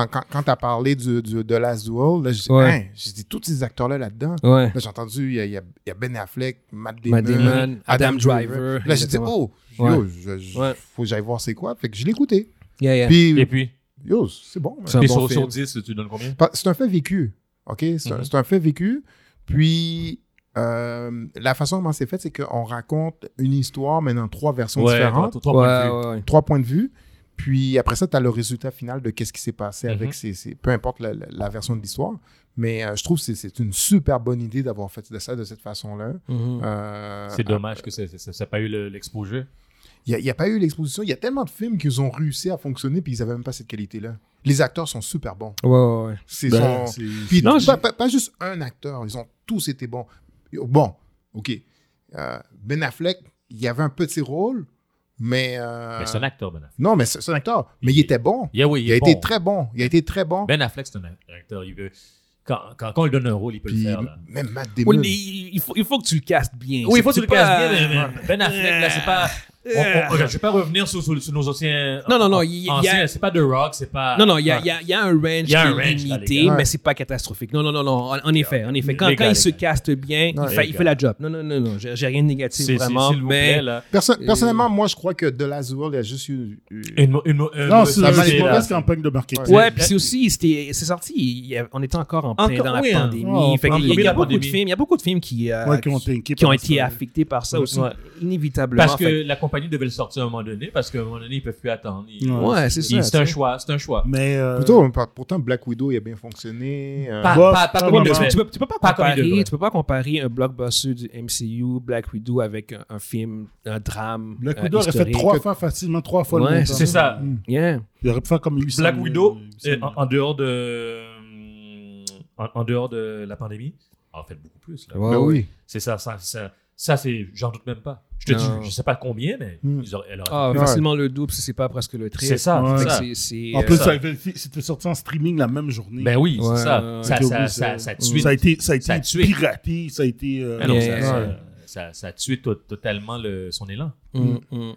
parlé du, du- de Last Duel, là, j'ai dit,
Ouais.
Hein, j'ai dit, tous ces acteurs-là là-dedans.
Ouais.
Là, j'ai entendu, il y, a- il y a- il y a Ben Affleck, Matt Damon,
Matt Damon, Adam,
Driver.
Driver.
Là, j'ai dit,
exactement.
oh,
Ouais.
yo, je- je-
Ouais.
faut que j'aille voir c'est quoi. Fait que je l'ai écouté.
Yeah, yeah.
Puis,
Et puis
yo, c'est bon. man.
C'est un
Et
bon
sur,
film.
sur 10, tu donnes combien
Pa- C'est un fait vécu. OK? C'est un-
Mm-hmm.
Mhm.
c'est un, fait vécu. Puis, euh, la façon dont c'est fait, c'est qu'on raconte une histoire, mais dans trois versions différentes,
trois- trois points de vue.
Ouais, ouais, ouais.
trois points de vue. Puis après ça, tu as le résultat final de qu'est-ce qui s'est passé
Mhm.
avec ces, ces- Peu importe la, la- la version de l'histoire. Mais euh, je trouve que c'est- c'est une super bonne idée d'avoir fait de ça de cette façon-là.
Mhm.
Euh,
C'est dommage que ça- ça n'a pas eu le- l'exposure.
Il n'y a, pas eu l'exposition. Il y a tellement de films qu'ils ont réussi à fonctionner, puis ils n'avaient même pas cette qualité-là. Les acteurs sont super bons.
Ouais, ouais, ouais.
C'est
Ben,
son-
c'est-
Puis
Non,
pas-
j'ai-
pas, pas juste un acteur, ils ont tous été bons. Bon, OK. Euh, ben Affleck, il avait un petit rôle, mais. euh,
Ah.
Mais c'est un acteur, Ben Affleck.
Non, mais c'est c'est un acteur. Mais il
Il-
était bon.
Yeah, oui,
Il,
est
a
bon.
été très bon. Il a été très bon.
Ben Affleck, c'est un acteur. Il veut... quand, quand, quand on lui donne un rôle, il peut
Puis
le faire. Là.
même Matt Damon.
Oui, mais il il faut, il faut que tu le castes bien.
Oui, il faut que
C'est
tu le
pas- Euh.
casses bien. mais- mais Ben Affleck, là, c'est pas. on- on- regarde, je vais pas revenir sur, sur- sur nos anciens.
Non, non, non,
an-
il y a-
anciens, C'est pas The Rock, c'est pas.
Non, non, il y a,
Ah, Ouais.
il y a- il y a un range
Il y a un
qui est
range, là, les
limité,
gars.
mais c'est pas catastrophique. Non, non, non, non. En, en effet, en effet. Quand,
Les
quand
gars,
il
les
se
gars.
caste bien,
Non,
il,
les
fait, il
gars.
fait la job. Non, non, non, non. J'ai j'ai rien de
C'est-
négatif
c'est-
vraiment,
s'il vous
mais
plaît, là.
Perso-
Et-
Personnellement, moi, je crois que De La Duel, il y a juste eu. eu-
Une, une, une
Non,
mauvaise
c'est
ça
c'est
m'a
une
idée, là.
mauvaise campagne de marketing.
Ouais.
Ouais, puis c'est aussi, c'était- c'est sorti, il y a- on était encore en plein
Encore,
dans la
oui, hein.
pandémie.
Ouais,
Fait qu'il y a- il,
en
y
plein
a
milieu de la
beaucoup de
pandémie.
films, il y a beaucoup de films qui, euh,
Ouais, qui ont
qui-
été
qui ont été affectés par ça aussi,
Ouais.
inévitablement.
Parce que
Fait
la compagnie devait le sortir à un moment donné, parce qu'à un moment donné, ils peuvent plus attendre. Ils-
Ouais.
ouais, Ah, c'est
ils-
ça.
C'est un
tu sais.
choix, c'est un choix.
Mais. euh,
Plutôt, par- pourtant, Black Widow, il a bien fonctionné. euh,
Pas,
Ouais,
pas, pas
pas
comme
vraiment.
le-
Tu peux, tu peux pas
Pas comme il
comparer,
devrait.
tu peux pas comparer un blockbuster du MCU, Black Widow, avec un, un film, un drame.
Black
euh,
Widow aurait fait
historique.
trois fois facilement, trois fois
Ouais,
le montant.
C'est ça.
Mm.
Yeah.
Il aurait pu faire comme 800.
Black
euh,
Widow,
800.
euh, en, en dehors de. euh, En, en dehors de la pandémie, en fait beaucoup plus. là.
Ouais,
ben
ouais.
oui.
C'est ça, ça, ça, ça c'est, j'en doute même pas. Je te
Non.
dis, je sais pas combien, mais
Hmm.
ils auraient- elle aurait-
Ah,
Ouais.
facilement le double si c'est pas presque le triple.
C'est ça,
Ouais.
Fait
c'est
que
ça.
c'est- c'est,
En
euh,
plus,
ça-
ça avait- c'était sorti en streaming la même journée.
Ben oui,
Ouais,
c'est ça.
ouais,
ça,
J'ai
ça,
oublié
ça, ça, tue.
Ça a été, ça a été
Ça a tué.
piraté, ça a été. euh,
Ah non,
Yeah.
ça, ça, ça, ça a tué to- totalement le- son élan.
Mm, mm.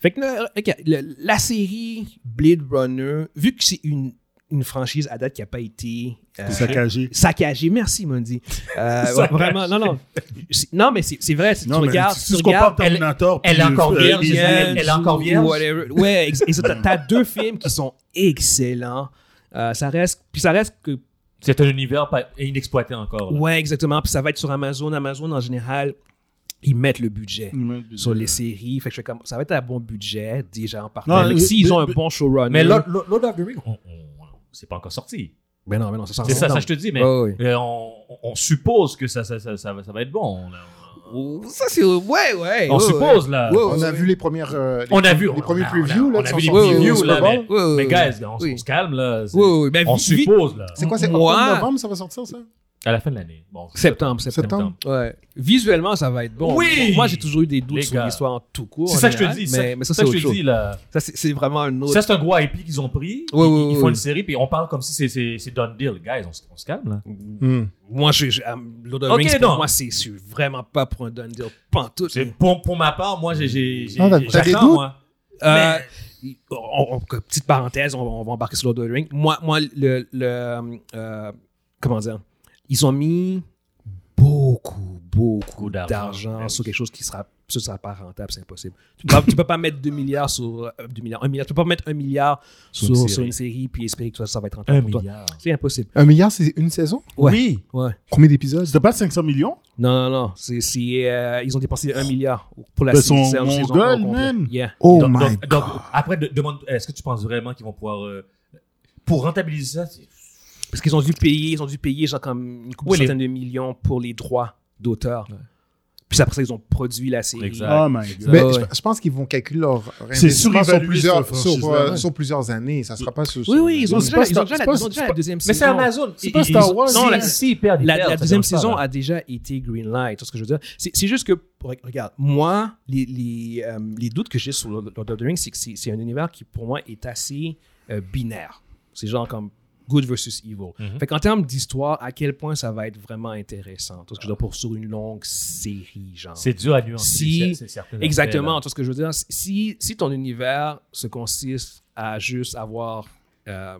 Fait que là, ok, le- la série Blade Runner, vu que c'est une, une franchise à date qui n'a pas été euh,
saccagé.
saccagée, merci Mondi. Euh, ouais,
Saccagée.
vraiment, non, non. C'est- Non, mais c'est c'est vrai, si
Non,
tu
mais
regardes.
si
tu
tu compares
regardes
Terminator,
elle-
puis,
elle est encore
euh,
vierge,
les-
elle- elle est encore
ou
vierge?
whatever. Ouais, ex- et ça, t'as t'as deux films qui sont excellents. Euh, ça reste, puis ça reste que
C'est un univers pas- inexploité encore. là.
Ouais, exactement. Puis ça va être sur Amazon. Amazon, en général, ils mettent le budget sur les séries. Fait que je fais comme, ça va être un bon budget, déjà, en partant.
Non,
Fait que
mais-
s'ils ont
mais-
un bon showrunner...
Mais Lord, Lord- Lord of the Rings, on- on- on- c'est pas encore sorti.
Mais Ben non, mais non, ça
Ah,
s'en
C'est ça,
rend
ça
compte.
je te dis, mais
Ouais, ouais.
euh, on, on- on suppose que ça, ça, ça, ça va, ça va être bon. là.
Oh, Ça, c'est... Ouais, ouais.
On
ouais,
suppose, là.
Ouais, ouais,
On a
ouais.
vu les premières. euh, les
On a
pre-
vu.
Les
on-
premiers
on a-
previews,
on a-
là.
On
qui
a
sont
vu les
sortis au
previews,
Super
là.
Bowl.
Mais,
Ouais, ouais,
mais
ouais.
guys, on,
Oui.
on se calme, là. C'est-
Ouais, ouais, ouais. Ben,
on
vi- vi-
suppose, là.
C'est quoi, c'est
Moi-
octobre, novembre, ça va sortir, ça?
À la fin de l'année. Bon,
Septembre, septembre.
Septembre?
Ouais. Visuellement, ça va être bon.
Oui!
Moi, j'ai toujours eu des doutes
Les
sur
gars.
l'histoire en tout court.
C'est
en
ça que je te
général,
dis.
Mais,
ça,
mais ça,
ça
c'est
que
autre
je te
chose.
dis, là.
Ça, c'est c'est vraiment un autre...
Ça, c'est un gros IP qu'ils ont pris.
Ouais,
ils,
ouais,
ils
ouais,
font
ouais.
une série, puis on parle comme si c'est- c'est c'est done deal. Guys, on, se- on se calme, là.
Ah,
Moi, je, je, um, Lord of the
Ok,
Rings, pour
non.
moi, c'est je suis vraiment pas pour un done deal pantoute.
C'est- Pour, pour ma part, moi, j'ai- j'ai- j'ai-
Ah, t'as- t'as des
j'attends,
doutes?
moi.
Euh,
Mais-
on- on- petite parenthèse, on, on va embarquer sur Lord of the Rings. Moi, moi le, le, euh, comment dire, ils ont mis beaucoup, beaucoup
Beaucoup d'argent.
d'argent
Ben
sur
oui.
quelque chose qui sera, ce sera pas rentable, c'est impossible. Tu peux, pas- tu peux pas mettre 2 milliards sur euh, 2 milliards, 1 milliard, tu peux pas mettre 1 milliard sur,
Sur
sur
une
une, série.
série.
puis espérer que ça, ça va être rentable
Un
pour toi.
milliard.
C'est impossible.
Un milliard, c'est une saison?
Ouais.
Oui.
Ouais.
Combien d'épisodes?
C'était pas 500 millions?
Non, non, non. C'est, c'est, euh, ils ont dépensé 1 milliard pour la
Ben,
saison.
son
saison
Mongol,
au complet.
man.
Yeah.
Oh
donc,
my
donc- donc,
god.
après, de- demande, est-ce que tu penses vraiment qu'ils vont pouvoir. euh, pour rentabiliser ça, c'est-
Parce qu'ils ont dû payer, ils ont dû payer genre comme une couple
Oui,
de
les-
centaines de millions pour les droits d'auteur. Puis après ça, ils ont produit la série.
Exact.
Oh my god.
Mais
Ouais.
ben, je, je pense qu'ils vont calculer leur
C'est
investissement sur
surévalué,
plusieurs,
cette
sur,
franchise-là,
euh,
ouais.
sur plusieurs années. Ça sera pas sur.
Oui, oui, ils ont
Non, c'est
déjà,
pas
ils ont
Star-
déjà
c'est
la,
pas-
ils ont déjà
c'est
la
pas-
deuxième
Mais c'est
saison.
Amazon.
C'est pas Star Wars,
non,
Non,
la-
la, si, ils perdent, ils
La, la
perdent, ça
deuxième
donne ça,
saison
là.
a déjà été green light. Tu vois ce que je veux dire? C'est c'est juste que, re- regarde, moi, les, les, euh, les doutes que j'ai sur Lord Lord of the Rings, c'est que c'est c'est un univers qui, pour moi, est assez euh, binaire. C'est genre comme good versus evil.
Mhm.
Fait qu'en termes d'histoire, à quel point ça va être vraiment intéressant? Tu vois ce que je veux dire? Pour sur une longue série, genre.
C'est dur à nuancer.
Si-
c'est- c'est certain, après,
Exactement,
là.
tu vois ce que je veux dire. Si, si ton univers se consiste à juste avoir euh,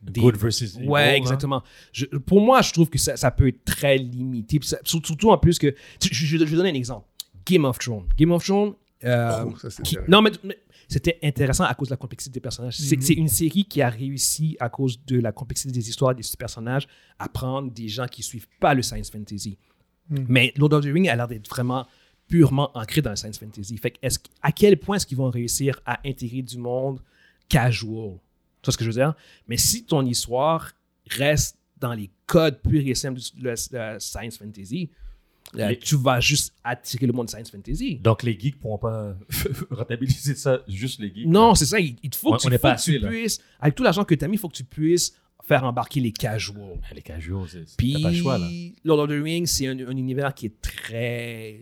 des...
Good versus evil, hein.
Ouais,
là.
exactement. Je- pour moi, je trouve que ça, ça peut être très limité. Puis ça- surtout, surtout en plus que... tu- Je, je- je vais donner un exemple. Game of Thrones. Game of Thrones... euh,
Oh, ça, c'est
qui-
intéressant.
non, mais, mais c'était intéressant à cause de la complexité des personnages. C'est c'est une série qui a réussi, à cause de la complexité des histoires des personnages, à prendre des gens qui suivent pas le science fantasy. Mais Lord of the Rings a l'air d'être vraiment purement ancré dans le science fantasy. Fait que est-ce, à quel point est-ce qu'ils vont réussir à intégrer du monde casual? Tu vois ce que je veux dire? Mais si ton histoire reste dans les codes purs et simples du le- le science fantasy, euh,
Les-
tu vas juste attirer le monde science fantasy.
Donc, les geeks pourront pas rentabiliser ça, juste les geeks.
Non, c'est ça. Il, il te faut
On-
que tu,
on n'est
faut
pas
que tu
assez, là.
puisses, avec tout l'argent que tu as mis, il faut que tu puisses faire embarquer les casuals.
Les casuals, c'est-
Puis,
t'as pas le choix, là.
Lord of the Rings, c'est un, un univers qui est très,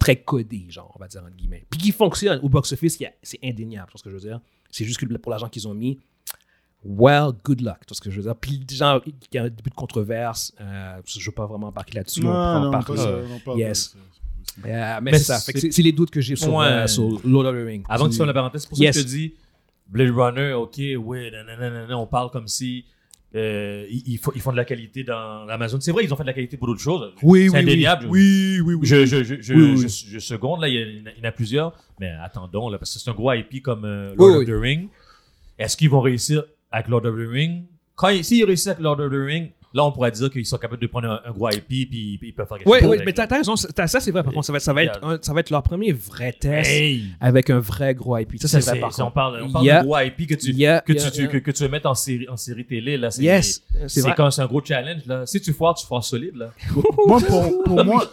très codé, genre, on va dire, entre guillemets. Puis qui fonctionne au box-office, il y a- c'est indéniable, tu vois ce que je veux dire. C'est juste que pour l'argent qu'ils ont mis, well, good luck, tu vois ce que je veux dire. Puis, genre, il y a un début de controverse, euh, je ne veux pas vraiment embarquer là-dessus, on
Non,
pourra en
non,
parler.
pas ça, non, pas
Yes.
ça.
Euh, mais
Mais
c'est ça, Fait que
c'est-
c'est c'est les doutes que j'ai sur,
Ouais.
euh, sur Lord of the Rings.
Avant que
Puis-
tu fasses la parenthèse, c'est pour
Yes.
ça que je te dis Blade Runner, ok, ouais, nanana, nanana, on parle comme si euh, ils, ils font, ils font de la qualité dans l'Amazon. C'est vrai, ils ont fait de la qualité pour d'autres choses.
Oui, oui,
C'est
oui.
indéniable.
Oui, oui, oui.
Je, je, je, je,
Oui, oui.
je- je seconde, là, il y, en a- il y en a plusieurs, mais attendons, là, parce que c'est un gros IP comme euh, Lord
Oui,
of the Ring. Est-ce qu'ils vont réussir avec Lord of the Ring Quand ils- S'ils réussissent avec Lord of the Ring, là, on pourrait dire qu'ils sont capables de prendre un, un gros IP puis ils- ils peuvent faire quelque
Oui,
chose.
oui,
avec.
mais t'as t'as raison, c'est- t'as- ça c'est vrai. Par contre, ça va, être- ça, va être un- ça va être leur premier vrai test
Hey!
avec un vrai gros IP. Ça,
Ça,
c'est vrai,
c'est-
par
on
contre.
parle, on parle
Yeah.
de gros IP que tu,
Yeah,
que,
yeah,
tu,
yeah.
que, que tu veux mettre en série, en série télé. Là, c'est,
Yes, Euh, c'est
c'est,
vrai.
quand c'est un gros challenge. Là. Si tu foires, tu foires solide. Là.
Moi, pour, pour moi,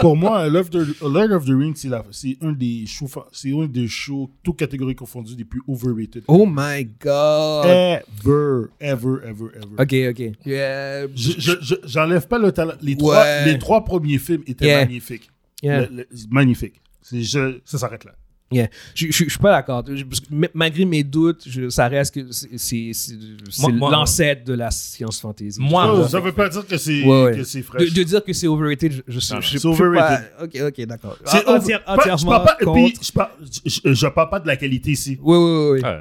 pour moi, Lord of the, Lord of the Rings, c'est la- c'est un des shows, fa- c'est un des shows, toutes catégories confondues, des plus overrated.
Oh my god!
Ever, ever, ever, ever.
Ah Ok, ok. Yeah.
Je- je- je- J'enlève pas le talent. Les, trois, les trois premiers films étaient
Yeah.
magnifiques.
Yeah.
Le- le- magnifiques. C'est je- ça s'arrête là.
Je, je, je suis pas d'accord. Je- parce que m- Malgré mes doutes, je- ça reste que c'est- c'est c'est- c'est
moi-
l'ancêtre de la science fantasy.
Moi,
Je
Oh,
trouve.
ça veut pas dire que c'est
Ouais, ouais.
que c'est frais.
de, de dire que c'est overrated, je, je, je,
non,
je
c'est
peux pas- Ok, ok, d'accord. En- entière- entièrement contre.
je parle, je, je parle pas de la qualité ici.
Oui, oui, oui.
Ouais.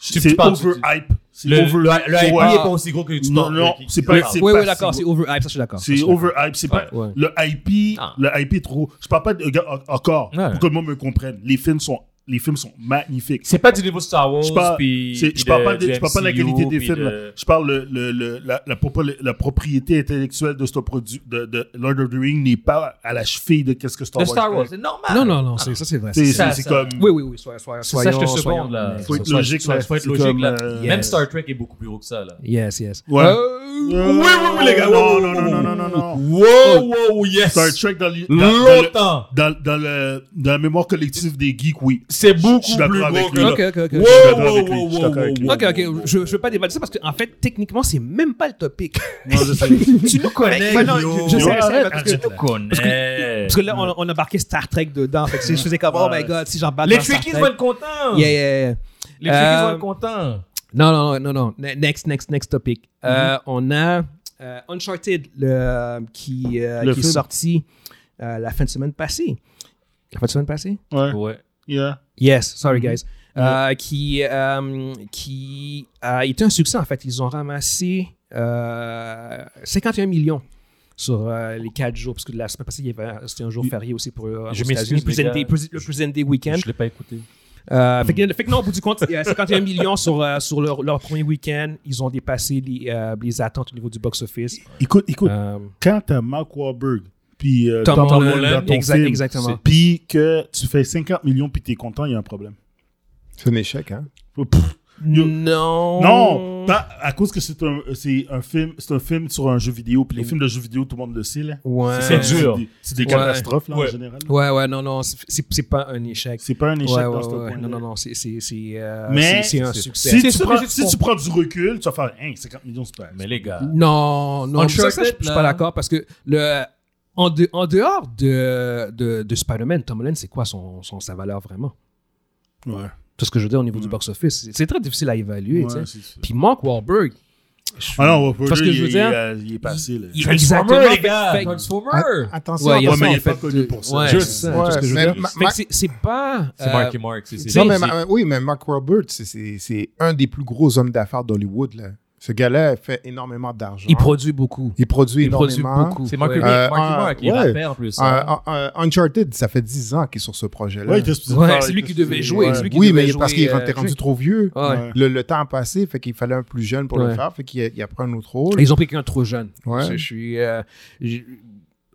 Tu- tu
C'est
penses- tu-
overhype. C'est
Le-
overhype.
Le
Ouais.
IP
Ah.
est pas aussi gros que tu
Non,
penses, euh,
non,
qui- qui-
c'est
qui-
pas-
parle.
c'est-
Oui, oui,
pas
d'accord,
si
c'est overhype, ça je suis d'accord. Ça, je
C'est
suis d'accord.
overhype. C'est pas
Ouais.
le IP.
Ah.
Le IP est trop. Je parle pas de regarde, en- encore
Ouais.
pour que le monde me comprenne. Les films sont les films sont magnifiques.
C'est pas du niveau Star Wars.
Je parle,
puis-
c'est-
puis
je parle
de-
pas de,
du
je parle pas de la
MCU,
qualité des
puis
films.
de-
là. Je parle le, le- le- la, la propo- la propriété intellectuelle de, ce produit, de, de Lord of the Rings n'est pas à la cheville de qu'est-ce que Star
De
Wars.
Star
fait.
Wars, c'est normal. Ah.
Non, non, non, c'est- ça c'est vrai.
C'est,
ça,
c'est,
c'est-
c'est
ça, ça.
comme.
Oui, oui, oui, soyons, soyons,
Ça, je te
soyons-
seconde, là.
mais-
Faut être
Soyons-
logique,
soyons-
là.
Faut être
C'est
logique,
comme,
là.
euh,
Même
yes.
Star Trek est beaucoup plus gros que ça, là.
Yes, yes.
Ouais.
Euh,
oui, oui, oui, les gars. Oh, Non, non, non, non, non, non, non.
Wow, wow, yes!
Oh. Star Trek dans, les- dans- dans le-
Longtemps!
dans, dans le, dans la mémoire collective des geeks, oui.
C'est beaucoup
Je suis d'accord
plus
avec
gros que
lui, là.
ça.
Ok, ok, ok.
Wow,
suis d'accord
wow,
avec lui, je
wow,
suis d'accord avec
wow,
lui.
wow,
Ok, ok,
wow,
je,
wow.
je veux pas débattre ça parce qu'en fait, techniquement, c'est même pas le topic.
Tu nous
Mais-
connais,
mais Bah non,
yo.
je- je sais,
Yo,
je sais,
arrête,
parce que-
Tu nous connais.
Parce que là, on, on a marqué Star Trek dedans. Fait que c'est- je faisais comme, oh my god, si j'en parle.
Les
dans Star
Twinkies
Trek.
vont être contents!
Yeah, yeah, yeah.
Les Twinkies vont
Euh,
être contents!
Non, non, non, non, non. Ne- Next, next, next topic. Euh,
Mm-hmm.
on a euh, Uncharted le- qui, euh,
Le
qui est
film.
sorti euh, la fin de semaine passée. La fin de semaine passée?
Ouais.
Ouais.
Yeah.
Yes,
Mm-hmm.
sorry guys. Euh, qui euh, qui a été un succès en fait. Ils ont ramassé euh, 51 millions sur euh, les 4 jours, parce que la semaine passée, il y avait- c'était un jour férié aussi pour euh, aux
Mm. Je
États-Unis,
m'excuse,
le
les
President
gars.
Day- Pres- le President Day Weekend.
Je Mm. l'ai pas écouté.
Euh, fait, que, fait que non, au bout du compte, il y a 51 millions sur, euh, sur leur, leur premier week-end. Ils ont dépassé les, euh, les attentes au niveau du box-office.
Écoute, écoute,
Euh,
quand t'as Mark Wahlberg puis euh,
Tom
Tom,
Holland,
Holland dans ton
exact-
film,
exactement.
c'est- puis que tu fais 50 millions puis t'es content, il y a un problème.
C'est un échec, hein?
Pff, Yo.
non. Oh.
Non, pas- à cause que c'est un, c'est un film, c'est un film sur un jeu vidéo, puis les films de jeux vidéo, tout le monde le sait là.
Ouais.
C'est dur.
des- C'est des
Mm. Ouais.
catastrophes là
Ouais.
en général.
Ouais, ouais, non, non, c'est- c'est c'est pas un échec.
C'est pas un échec
Ouais,
dans
ouais,
ce
ouais,
point.
Non, non, non, c'est c'est- c'est, euh,
Mais-
c'est- c'est un
c'est-
succès.
Si,
C'est
tu
sûr
prends,
que j'ai
si
tout
tu prends du recul, tu vas faire Hein, 50 millions, c'est pas.
Mais les gars.
Non, non, ça,
Uncharted,
ça, je, je suis pas
là.
d'accord parce que le, en, de- en dehors de, de, de Spider-Man, Tom Holland, c'est quoi son, son- sa valeur vraiment?
Ouais.
Tout ce que je veux dire au niveau du
Ouais.
box-office, c'est- c'est très difficile à évaluer. tu sais.
Ouais, c'est sûr.
Puis Mark Wahlberg,
Ah non,
Parce
Parce
que je
que
veux
il,
dire,
il, euh, il est passé là.
il-
Transformer,
Exactement,
les gars!
fait-
Transformer!
Attention,
Ouais, il y a
Ouais,
ça,
mais
en
il est
fait,
pas connu
de-
pour ça.
ouais,
Juste.
c'est ça, c'est ce que je veux
mais
dire.
Ma-
Fait que
Ma-
c'est- c'est pas.
C'est
euh,
Marky Mark. c'est- c'est-
Non,
Non,
T'sais,
mais,
c'est-
ma- oui, mais Mark Wahlberg, c'est- c'est c'est un des plus gros hommes d'affaires d'Hollywood. là. Ce gars-là fait énormément d'argent.
il produit beaucoup.
Il produit
Il produit
énormément.
beaucoup.
C'est Marky
Ouais.
Mark,
Euh,
Marky
un-
Mark, il est
ouais.
rappeur en plus. hein.
Euh, euh, euh, Uncharted, ça fait 10 ans qu'il est sur ce projet-là.
Ouais, il était supposé
Ouais,
faire-
c'est lui qui devait
ouais.
jouer, c'est lui qui
oui,
devait
mais parce
jouer,
qu'il
euh,
était rendu
Drake.
trop vieux.
Ouais.
Ouais.
Le, le temps a passé, fait qu'il fallait un plus jeune pour
Ouais.
le faire, fait qu'il a- il a pris un autre rôle.
Ils ont pris quelqu'un de trop jeune.
Ouais.
Je, je suis. euh, je,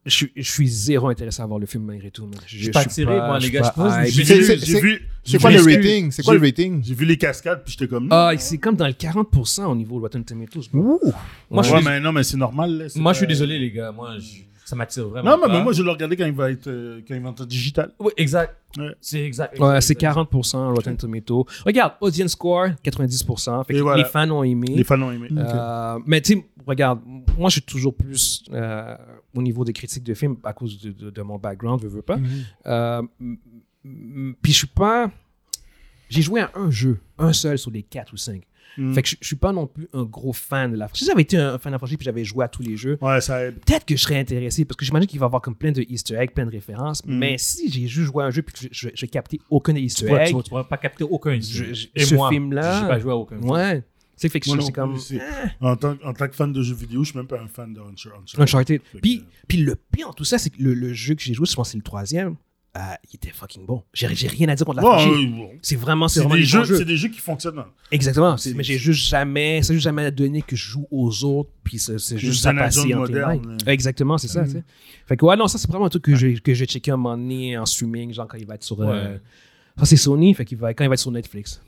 je suis- je suis zéro intéressé à voir le film malgré tout. man. Je,
suis pas attiré,
pas-
moi,
je
les
suis
gars, je
pas
pense que
hype.
J'ai
C'est-
vu-
c'est-
j'ai
c'est-
vu- j'ai
C'est quoi le
vu-
rating? C'est quoi
j'ai-
le rating?
J'ai vu les cascades, puis j'étais comme.
Ah, c'est comme dans le 40% au niveau de Rotten Tomatoes. bro.
Ouh!
Moi, je
ouais,
suis
mais non, mais c'est normal. là, c'est
Moi,
pas-
je suis désolé, les gars. Moi, je- ça m'attire vraiment.
Non, mais, mais
pas.
moi, je vais le regarder quand il va être, euh, quand il va être digital.
Oui, exact.
Ouais.
C'est exact.
Ouais,
exact,
c'est
exact.
40% Rotten Tomatoes. Regarde, audience score, 90%. Fait que
Et voilà.
Les fans ont aimé.
Les fans l'ont aimé.
Euh, mais tu sais, regarde, moi je suis toujours plus euh, au niveau des critiques de films à cause de, de- de mon background, je veux pas.
Mhm.
Euh, m- m- Puis je suis pas. J'ai joué à un jeu, un seul sur les quatre ou cinq.
Mm.
Fait que je je suis pas non plus un gros fan de la franchise. Si j'avais été un fan de la franchise puis j'avais joué à tous les jeux,
Ouais, ça aide.
peut-être que je serais intéressé parce que j'imagine qu'il va y avoir comme plein de Easter eggs, plein de références.
Mm.
Mais si j'ai juste joué à un jeu puis que je- je je captais aucun
Tu
Easter
pourrais, tu
egg,
pourrais- tu pourrais pas capter aucun.
Je- je-
Et
ce
moi,
film-là-
J'ai pas joué à aucun.
ouais. C'est fait que
Moi
je-
non
c'est comme.
plus, c'est- en, tant, en tant que fan de jeux vidéo, je suis même pas un fan de Hunter. Hunter.
Uncharted.
Fait que-
Puis, puis le pire en tout ça, c'est que le, le jeu que j'ai joué, je pense que c'est le troisième, euh, il était fucking bon. J'ai j'ai rien à dire contre la
Ouais,
franchise.
ouais, ouais.
C'est vraiment, c'est
C'est
vraiment Euh,
des,
des bons
jeux-
jeux.
c'est des jeux qui fonctionnent.
Exactement. c'est-
c'est-
Mais j'ai juste jamais, c'est juste jamais donné que je joue aux autres, puis c'est c'est juste à
Indiana
passer
Jones
en
moderne, là.
Exactement, c'est ça. tu sais. Fait que ouais, non, ça c'est vraiment un truc que j'ai que j'ai checké un moment donné en streaming, genre quand il va être sur. euh,
Ouais.
ça c'est Sony, fait qu'il va quand il va être sur Netflix.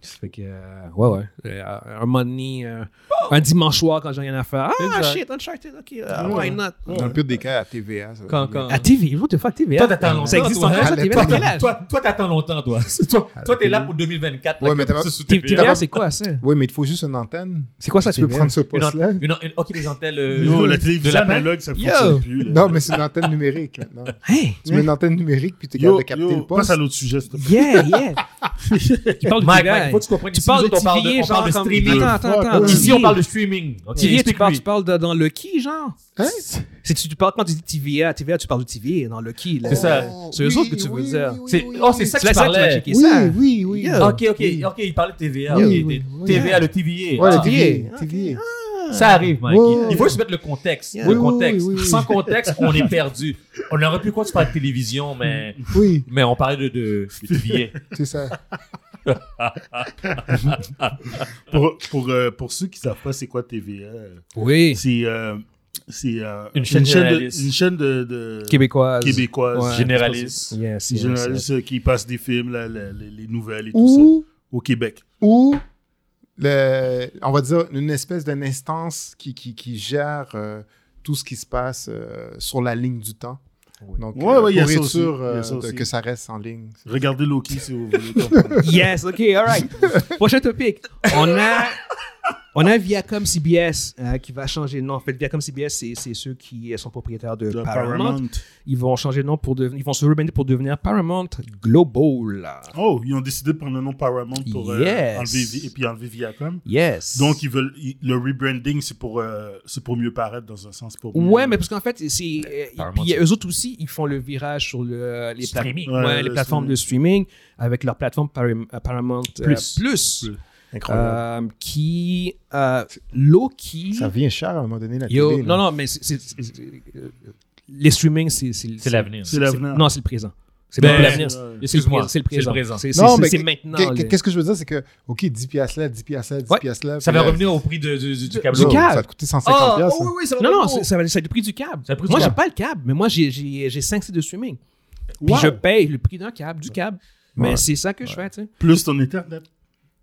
Fait que euh, ouais ouais, Euh, un moment donné, euh, Un dimanche soir, quand j'ai rien à faire. Ah,
Exact.
shit, Uncharted, ok, uh, why not?
Dans le pire des cas, à TVA. ça va
Quand-
bien.
quand-
À TV, what the fuck, TVA?
Toi, t'attends longtemps,
Ça existe
toi,
encore,
hein?
ça, TVA?
Toi,
Quel âge?
Toi, toi, t'attends longtemps, toi. toi, toi, t'es là pour 2024. là,
Ouais, mais
comme
t'as-
ça, sous tes pieds.
TVA, c'est quoi, ça?
Oui, mais il te faut juste une antenne.
C'est quoi ça,
Tu peux
TVA?
prendre ce
Une
poste-là.
une- une- ok, les antennes. euh,
Yo,
de
la
la
télévision
main.
analogue, ça
Yo.
fonctionne plus. là.
Non, mais c'est une antenne numérique maintenant.
Hey!
Tu mets une antenne numérique puis t'es capable
Yo,
de capter
yo,
le poste.
passe à l'autre sujet, s'il te plaît.
Yeah, yeah! tu parles de
Mike,
TVA.
Mike, faut que tu comprennes.
tu
ici, nous
parles de
autres, on parle
TVA,
on parle
genre
de
comme...
streaming.
Attends, attends, attends.
Ici, on
TVA.
parle de streaming. Ok,
TVA, Oh, tu
explique-lui.
parles, tu parles de- dans le qui, genre?
Hein?
C'est tu, tu parles quand tu dis TVA, TVA, tu parles de TVA dans Lucky. là.
C'est ça.
C'est eux autres que tu veux dire.
C'est- oh, c'est ça
C'est
que
là ça que tu m'as
tu parlais.
checké ça.
oui, oui.
Yeah.
Ok, ok, ok, il parlait de TVA.
Oui,
ok,
oui,
des-
oui.
TVA, le TVA.
Ouais,
Ah,
le TVA.
ok.
TVA.
Ça arrive, Mike.
Ouais.
Il faut se mettre le contexte.
Yeah.
Le
Oui, oui,
contexte.
oui, oui, oui.
Sans contexte, on est perdu. On aurait pu quoi tu parles de télévision, mais,
Oui,
mais on parlait de, de, de TVA.
c'est ça.
Pour, pour, euh, pour ceux qui savent pas c'est quoi TVA, euh,
Oui.
c'est euh, c'est, euh,
Une chaîne
de,
généraliste.
une chaîne de, de-
Québécoise.
québécoise.
Ouais.
Généraliste.
Yes,
C'est
yes,
généraliste euh, qui passe des films, là, la- la- les, nouvelles et tout
Ou,
ça, au Québec.
ou le, on va dire une espèce d'une instance qui, qui, qui gère euh, tout ce qui se passe euh, sur la ligne du temps.
Oui.
Donc,
Ouais,
euh,
ouais, il y a
pour
ça
être
aussi.
sûr
Il y a
euh,
ça
de-
aussi.
que ça reste en ligne.
Regardez Loki si vous voulez comprendre.
yes. Yes, ok, all right. Prochain topic. On a, on a Viacom CBS euh, qui va changer de nom. En fait, Viacom CBS, c'est c'est ceux qui sont propriétaires de
Le
Paramount. Ils vont changer de nom pour devenir, ils vont se rebranding pour devenir Paramount Global.
Oh, ils ont décidé de prendre le nom Paramount pour euh,
Yes.
enlever Vi- et puis enlever Viacom.
Yes.
Donc, ils veulent, ils- le rebranding, c'est pour, euh, c'est pour mieux paraître dans un sens. Pour mieux-
Ouais, mais parce qu'en fait, c'est euh, et
Paramount,
puis eux autres aussi, ils font le virage sur le, euh, les, pla-
Streaming.
ouais,
Ouais,
les
le
plateformes de streaming avec leur plateforme Param- euh, Paramount euh,
Plus.
Plus,
Plus.
Incroyable.
euh, qui euh, Loki.
ça vient cher à un moment donné, la
Yo,
télé. là.
non, non, mais c'est- c'est- c'est- c'est- euh, les streaming, c'est
C'est l'avenir.
C'est l'avenir.
Non, c'est le présent. C'est
Ben,
pas l'avenir. c'est-
Ouais.
Excuse-moi.
c'est le présent. C'est
Non,
c'est-
mais
c'est
qu'est-
maintenant.
Qu'est-
le-
Qu'est-ce que je veux dire, c'est que, OK, 10 piastres là, 10 piastres là, 10
Ouais.
piastres là.
Ça
puis
va
là,
revenir au prix de, du, du, du câble.
Du
oh,
câble.
Ça te coûtait
Ah,
150
oh,
piastres. hein.
oui, oui, ça va
Non, non,
revenir au-
c'est- ça va c'est le prix du câble.
C'est le prix du
Moi, j'ai
câble.
pas le câble, mais moi, j'ai- j'ai j'ai cinq sites de streaming. Puis
Wow.
je paye le prix d'un câble, du câble. Mais
Ouais.
c'est ça que je fais, tu sais.
Plus ton Internet.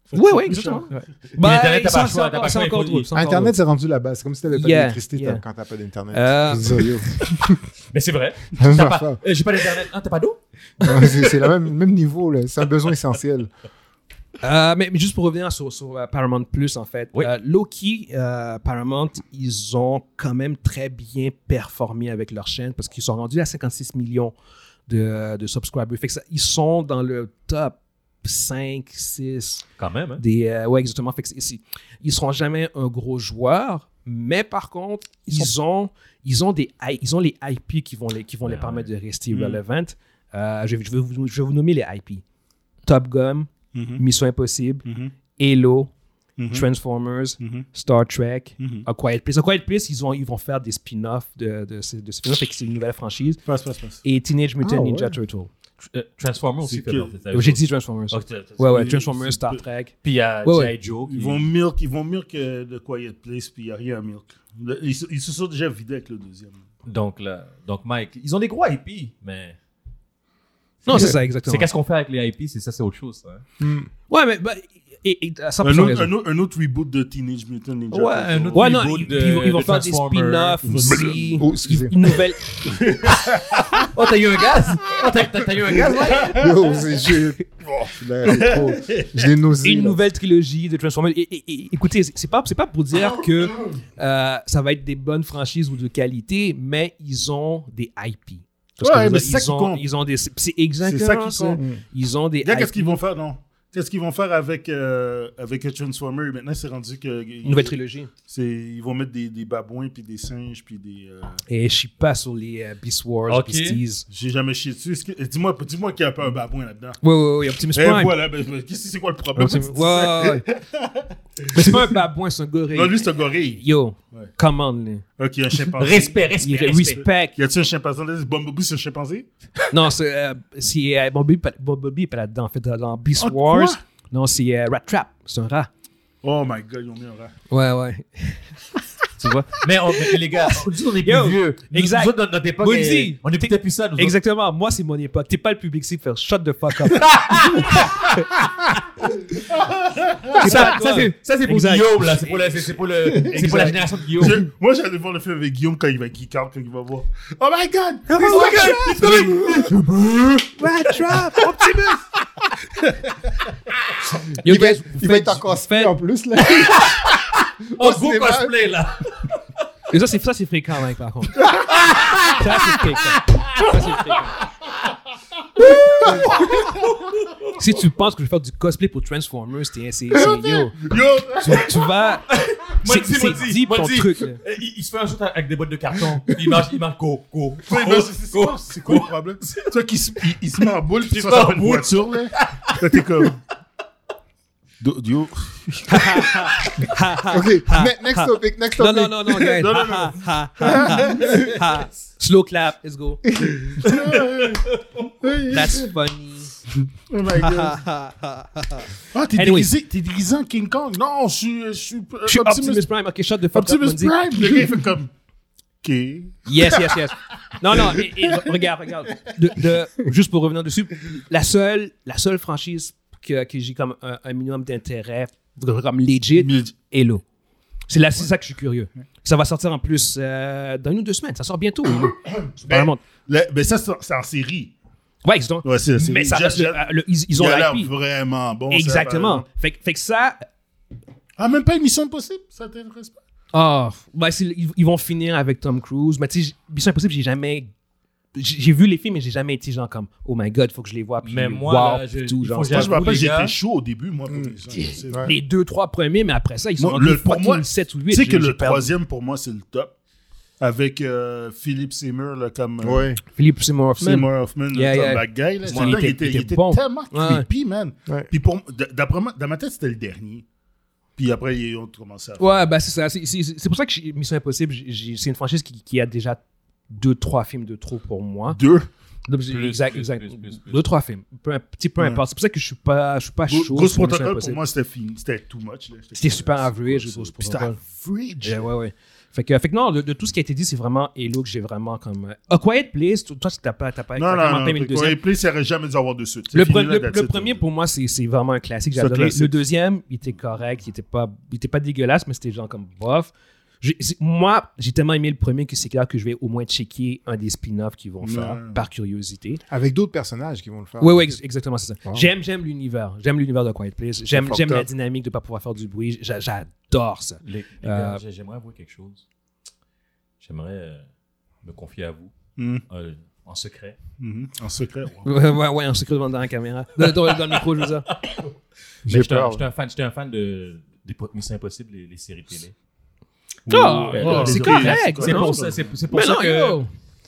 Fait que
Oui,
ça
oui,
coûte
exactement.
cher.
Ouais. Ben, Bah,
Internet, t'as
ça,
pas le
c'est
choix,
encore-
t'as pas le
c'est
choix,
encore
il faut-
drôle, c'est encore
Internet, c'est rendu la base. C'est comme si t'avais pas
oh. Yeah,
d'électricité
yeah.
t'as- quand t'as pas d'Internet.
Euh,
Je veux dire, yo,
Mais c'est vrai.
la même
T'as pas-
affaire.
euh, J'ai pas d'internet. Ah, t'as pas d'eau?
Non, C'est c'est le même, même niveau, là. C'est un besoin essentiel.
drôle. Euh, mais, mais juste pour revenir sur, sur, euh, Paramount Plus, en fait,
Oui.
euh, Loki, euh, Paramount, ils ont quand même très bien performé avec leur chaîne parce qu'ils sont rendus à 56 millions de, de subscribers. Fait que ça- ils sont dans le top 5, 6
Quand même, hein.
Des, euh, ouais, exactement. Fait que c'est- c'est- ils seront jamais un gros joueur, mais par contre, ils, ont, ils, ont des, I- ils ont les IP qui vont les, qui vont les
Ah
permettre de rester
Mm.
relevant. Euh, je, vais- je vais vous, je vais vous nommer les IP. Top Gun,
Mhm,
Mission Impossible,
mhm,
Halo,
mhm,
Transformers,
mhm,
Star Trek,
mhm.
A Quiet Place. A Quiet Place, ils, ont, ils vont faire des spin-offs de, de, ces- de ces films, fait que c'est une nouvelle franchise.
Passe, passe, passe.
Et Teenage Mutant
Ah, ouais.
Ninja Turtle.
Euh, Transformers aussi.
C'est
fait
que-
partie de ça.
J'ai dit Transformers.
Ok, t'as- t'as-
Ouais, ouais,
Euh, oh, c'est-
Transformers,
c'est-
Star Trek.
Puis il y a
Ouais,
G.I.
ouais.
Joe. qui-
Ils vont milk, ils vont milk euh, de Quiet Place, puis il n'y a rien à milk. Le- ils, se- ils se sont déjà vidés avec le deuxième.
Donc, là, donc, Mike, ils ont des gros IP, mais.
Non, c'est ça, exactement.
C'est qu'est-ce qu'on fait avec les IP, c'est ça, c'est autre chose. ça, hein.
Hmm.
Ouais, mais bah, et, et, à 100%
Un autre,
raison.
un, autre, un autre reboot de Teenage Mutant Ninja
Ouais,
Turtles.
un autre-
Ouais, non,
reboot
ils,
euh,
de-
ils vont- ils vont
de
faire des
Transformers.
spin-offs aussi.
Oh, excusez.
Une nouvelle.
Oh, t'as eu un gaz? Oh, t'as t'as- t'as eu un gaz, ouais?
Yo, c'est- je- oh, là, c'est trop. Je l'ai nausé.
une nouvelle trilogie de Transformers. Et, et- et- écoutez, c'est c'est pas, c'est pas pour dire que euh, ça va être des bonnes franchises ou de qualité, mais ils ont des IP. Tu vois ce que
Ouais,
je veux
mais
dire?
c'est ça qui
ils ont,
compte.
ils ont des. C'est
C'est
exactement
ça qui
Mm.
ça.
compte.
Ils ont des.
Regarde qu'est-ce
IP.
qu'ils vont faire, non? Qu'est-ce qu'ils vont faire avec, euh, avec le Transformer? Maintenant, c'est rendu que...
Une nouvelle trilogie.
c'est- Ils vont mettre des, des babouins, puis des singes, puis des... euh,
Et je suis pas sur les euh, Beast Wars,
Ok.
Beasties.
J'ai jamais chié dessus. Est-ce que- euh, Dis-moi dis-moi qu'il y a pas un babouin là-dedans.
Ouais, ouais, ouais, Optimus
Eh,
Prime.
voilà, ben, ben, qu'est-ce que c'est quoi le problème?
Optimus- ouais, ouais, ouais. mais c'est pas un babouin, c'est un gorille.
Non, lui, c'est un gorille.
Yo,
Ouais.
come on, là.
Ok, un chimpanzé.
Respect,
Il
respect, respect.
respect.
Y a-t-il un chimpanzé? Bumblebee, c'est un chimpanzé?
Non, c'est. Euh, c'est euh, Bumblebee, pas- Bumblebee est pas là-dedans. En fait, dans Beast
Ah, quoi?
Wars. Non, c'est euh, Rat Trap. C'est un rat.
Oh my god, ils ont mis un rat.
Ouais, ouais. tu vois.
Mais, on- mais les gars, nous autres, on est plus
Yo,
vieux. Nous,
exact.
nous autres, dans notre époque,
Bundy.
eh, on écoutait plus ça. Nous autres.
Exactement, moi c'est mon époque. T'es pas le public cible, faire shut the fuck up. C'est pas- ça, c'est- ça, c'est pour Zach.
Guillaume, là, c'est pour, la- c'est- c'est pour, le- c'est pour la génération de Guillaume.
Je- moi, j'allais voir le film avec Guillaume quand il va geek out, quand il va voir. Oh my god!
Oh my God,
It's coming!
Rat trap, Optimus!
Il,
Yo,
va,
guys,
être-
vous
il va
faites
être en
du-
cosplay
faites-
en plus. Là.
Oh,
Au
gros
cinéma.
cosplay, là.
Et ça, c'est, ça, c'est fréquent, mec, par contre. ça, c'est fréquent. Ça, c'est fréquent. si tu penses que je vais faire du cosplay pour Transformers, t'es c'est, c'est- yo.
Yo!
Tu, tu vas.
Moi,
c'est,
dis, moi,
c'est
dis,
deep
moi,
ton
dis.
truc. là.
Eh, Il, il se fait un shoot avec des boîtes de carton. Il marche, il marche, go, go.
Toi, il va- c'est- c'est quoi- C'est quoi le problème? Toi qui se- il, il se met en boule, puis Oh. tu
Il se met
vas
en
dans une
boule.
voiture, là. Là, t'es comme. Do- Yo.
OK, ne- next topic, next
Non,
topic.
non, non, non, guys.
Non, non, non.
Ha, ha, ha, ha, ha. Slow clap, let's go. That's funny.
Oh my
Ha,
god.
ha, ha, ha, ha.
Ah, t'es
Anyway.
déguisé, t'es déguisé en King Kong? Non, je suis. Je suis
Je suis Optimus Prime, ok, shot de fuck up,
Optimus
Bundy.
Prime! Le gars, il fait comme. Ok.
Yes, yes, yes. Non, non, et- et re- regarde, regarde. De, de- juste pour revenir dessus, la seule, la seule franchise que, que j'ai comme un, un minimum d'intérêt, comme legit, Hello. C'est là, c'est ça que je suis curieux. Ça va sortir en plus euh, dans une ou deux semaines. Ça sort bientôt, Hello. C'est pas
Ben,
un monde.
Le- mais ça, c'est en- c'est en série.
Ouais, ils ont,
Ouais, c'est la série.
mais ça
Jeff-
reste le- euh,
Jeff-
le- ils, ils ont
il a l'air
l'IP.
vraiment bon. ça, par
Exactement.
exemple.
Fait, que- fait que ça,
Ah, même pas une mission possible? Ça t'intéresse pas?
Ah, ben, c'est- ils, ils vont finir avec Tom Cruise. Mais tu sais, j- Mission Impossible, j'ai jamais. J'ai j'ai vu les films, mais j'ai jamais été genre comme Oh my god, faut que je les vois. Puis
Mais
wow,
moi, là, je-
puis tout,
il
genre,
faut que
c'est pas-
Moi, je
J'avoue,
me rappelle,
les gars.
j'étais chaud au début, moi.
Mm.
pour les gens, c'est vrai.
les deux, trois premiers, mais après ça, ils sont
Moi,
rendus
le- pour
fucking
moi,
sept ou
Tu
huit.
sais que
J'ai- j'ai
le
perdu.
troisième, pour moi, c'est le top. Avec euh, Philippe Seymour, là, comme. euh,
Ouais.
Philip Seymour Hoffman.
Seymour Hoffman,
Yeah,
le
yeah.
comeback guy. Là,
Ouais,
C'est un
il
gars, il
était-
était,
il
il
était
était
bon.
tellement
Ouais.
creepy, man.
Ouais.
Puis pour, d- d'après moi, dans ma tête, c'était le dernier. Puis après, ils ont commencé à.
Ouais, ben c'est ça. C'est- C'est c'est pour ça que j'ai- Mission Impossible, j'ai- j'ai- c'est une franchise qui, qui a déjà deux, trois films de trop pour moi.
Deux.
Donc, j'ai-
Plus,
exact,
plus,
exact.
plus, plus, plus.
Deux, trois films. Peu, imp- petit peu
Ouais.
importe. C'est pour ça que je suis pas, je suis pas
Gros-
Ah, chaud.
Grosse
sur Mission
protocole, pour
Impossible.
moi, c'était fini. C'était too much. là. J'étais
C'était
comme,
super
c'est
average,
quoi ça?
Grosse
Puis
Protocol.
C'était
Ouais,
average.
ouais, ouais. Fait que, fait que non, de, de tout ce qui a été dit, c'est vraiment Hello que j'ai vraiment comme. euh, A Quiet Place, to- toi, t'as pas, t'as pas,
Non,
t'as
non,
vraiment
non.
pas aimé le
Le
deuxième.
Play, ça aurait jamais dû avoir de suite.
Le,
C'est
pre-
fini, là,
le-
that's
le
it.
premier, pour moi, c'est c'est vraiment un classique. J'ai
C'est un
adoré.
classique.
Le deuxième, il était correct. Il était pas, il était pas dégueulasse, mais c'était genre comme bof. J'ai- c'est- Moi, j'ai tellement aimé le premier que c'est clair que je vais au moins checker un des spin-offs qu'ils vont faire
Ouais. Ah.
par curiosité.
Avec d'autres personnages qui vont le faire.
Oui, oui, ex- exactement, c'est ça.
Wow.
J'aime, j'aime l'univers. J'aime l'univers de Quiet Place. J'aime,
fucked
j'aime la
up.
dynamique de pas pouvoir faire du bruit. J'a- J'adore ça.
Les, les
Euh,
gars, j'ai- j'aimerais avouer quelque chose. J'aimerais euh, me confier à vous
Mhm,
euh, en secret.
mhm. En secret. ouais.
Ouais, ouais, ouais, un secret devant dans la caméra. Dans, dans- dans le micro, je veux dire.
J'ai
Mais J'étais un,
peur.
j'étais un fan, j'étais un fan de, des po- Mission Impossible, les, les séries télé.
Ah,
Ouais,
oh,
ouais,
c'est
les-
correct,
les-
c'est
C'est
Non,
pour
non.
ça, c'est c'est pour
Mais
ça
non,
que.
yo!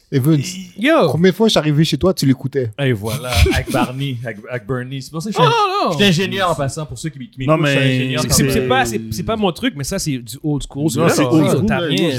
Evans,
Yo!
combien de fois je suis arrivé chez toi, tu l'écoutais
Et voilà, avec Barney, avec, avec Bernie. C'est pour ça que je
Oh,
suis, un-
non,
je
non!
suis ingénieur en passant, pour ceux qui m'écoutent.
Non,
je suis
mais
ingénieur
C'est-
par-
C'est c'est
Euh,
pas, c'est c'est pas mon truc, mais ça, c'est du old school.
Non, c'est old school, là, yo,
C'est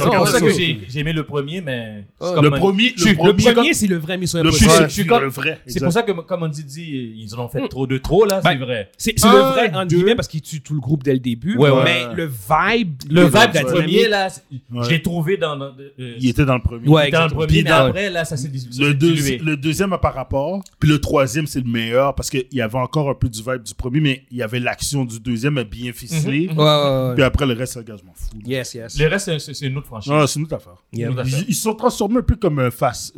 pour
Regarde
ça
ça.
que j'ai j'ai aimé le premier, mais. c'est comme
Le
un-
premier,
Le
le premier.
premier, c'est le vrai Mission
Le
Impossible.
premier,
je
c'est
suis comme-
le vrai.
C'est pour ça que, comme on dit, dit, ils en ont fait trop de trop, là, c'est
Ben,
vrai.
C'est c'est le
Un,
vrai, entre guillemets, parce qu'il tue tout le groupe dès le début.
Ouais, ouais.
Mais le vibe.
Le vibe
de la
du premier,
dynamique-
là, c'est- je l'ai trouvé dans. dans- euh,
Il était dans le
Ouais,
premier.
dans le
exactement.
premier,
Puis
mais
dans-
après, là, ça s'est dis- ça s'est
Le, deuxi-
dilué.
le deuxième a par rapport, puis le troisième c'est le meilleur parce qu'il y avait encore un peu du vibe du premier, mais il y avait l'action du deuxième à bien ficelé.
Mhm. Ouais, ouais, ouais.
Puis après le reste, le gars, je m'en fous.
Yes, yes.
Le reste, c'est- c'est c'est une autre franchise.
Non, c'est une autre affaire.
Yeah.
Une autre affaire.
Ils, ils sont transformés un peu comme euh, un face.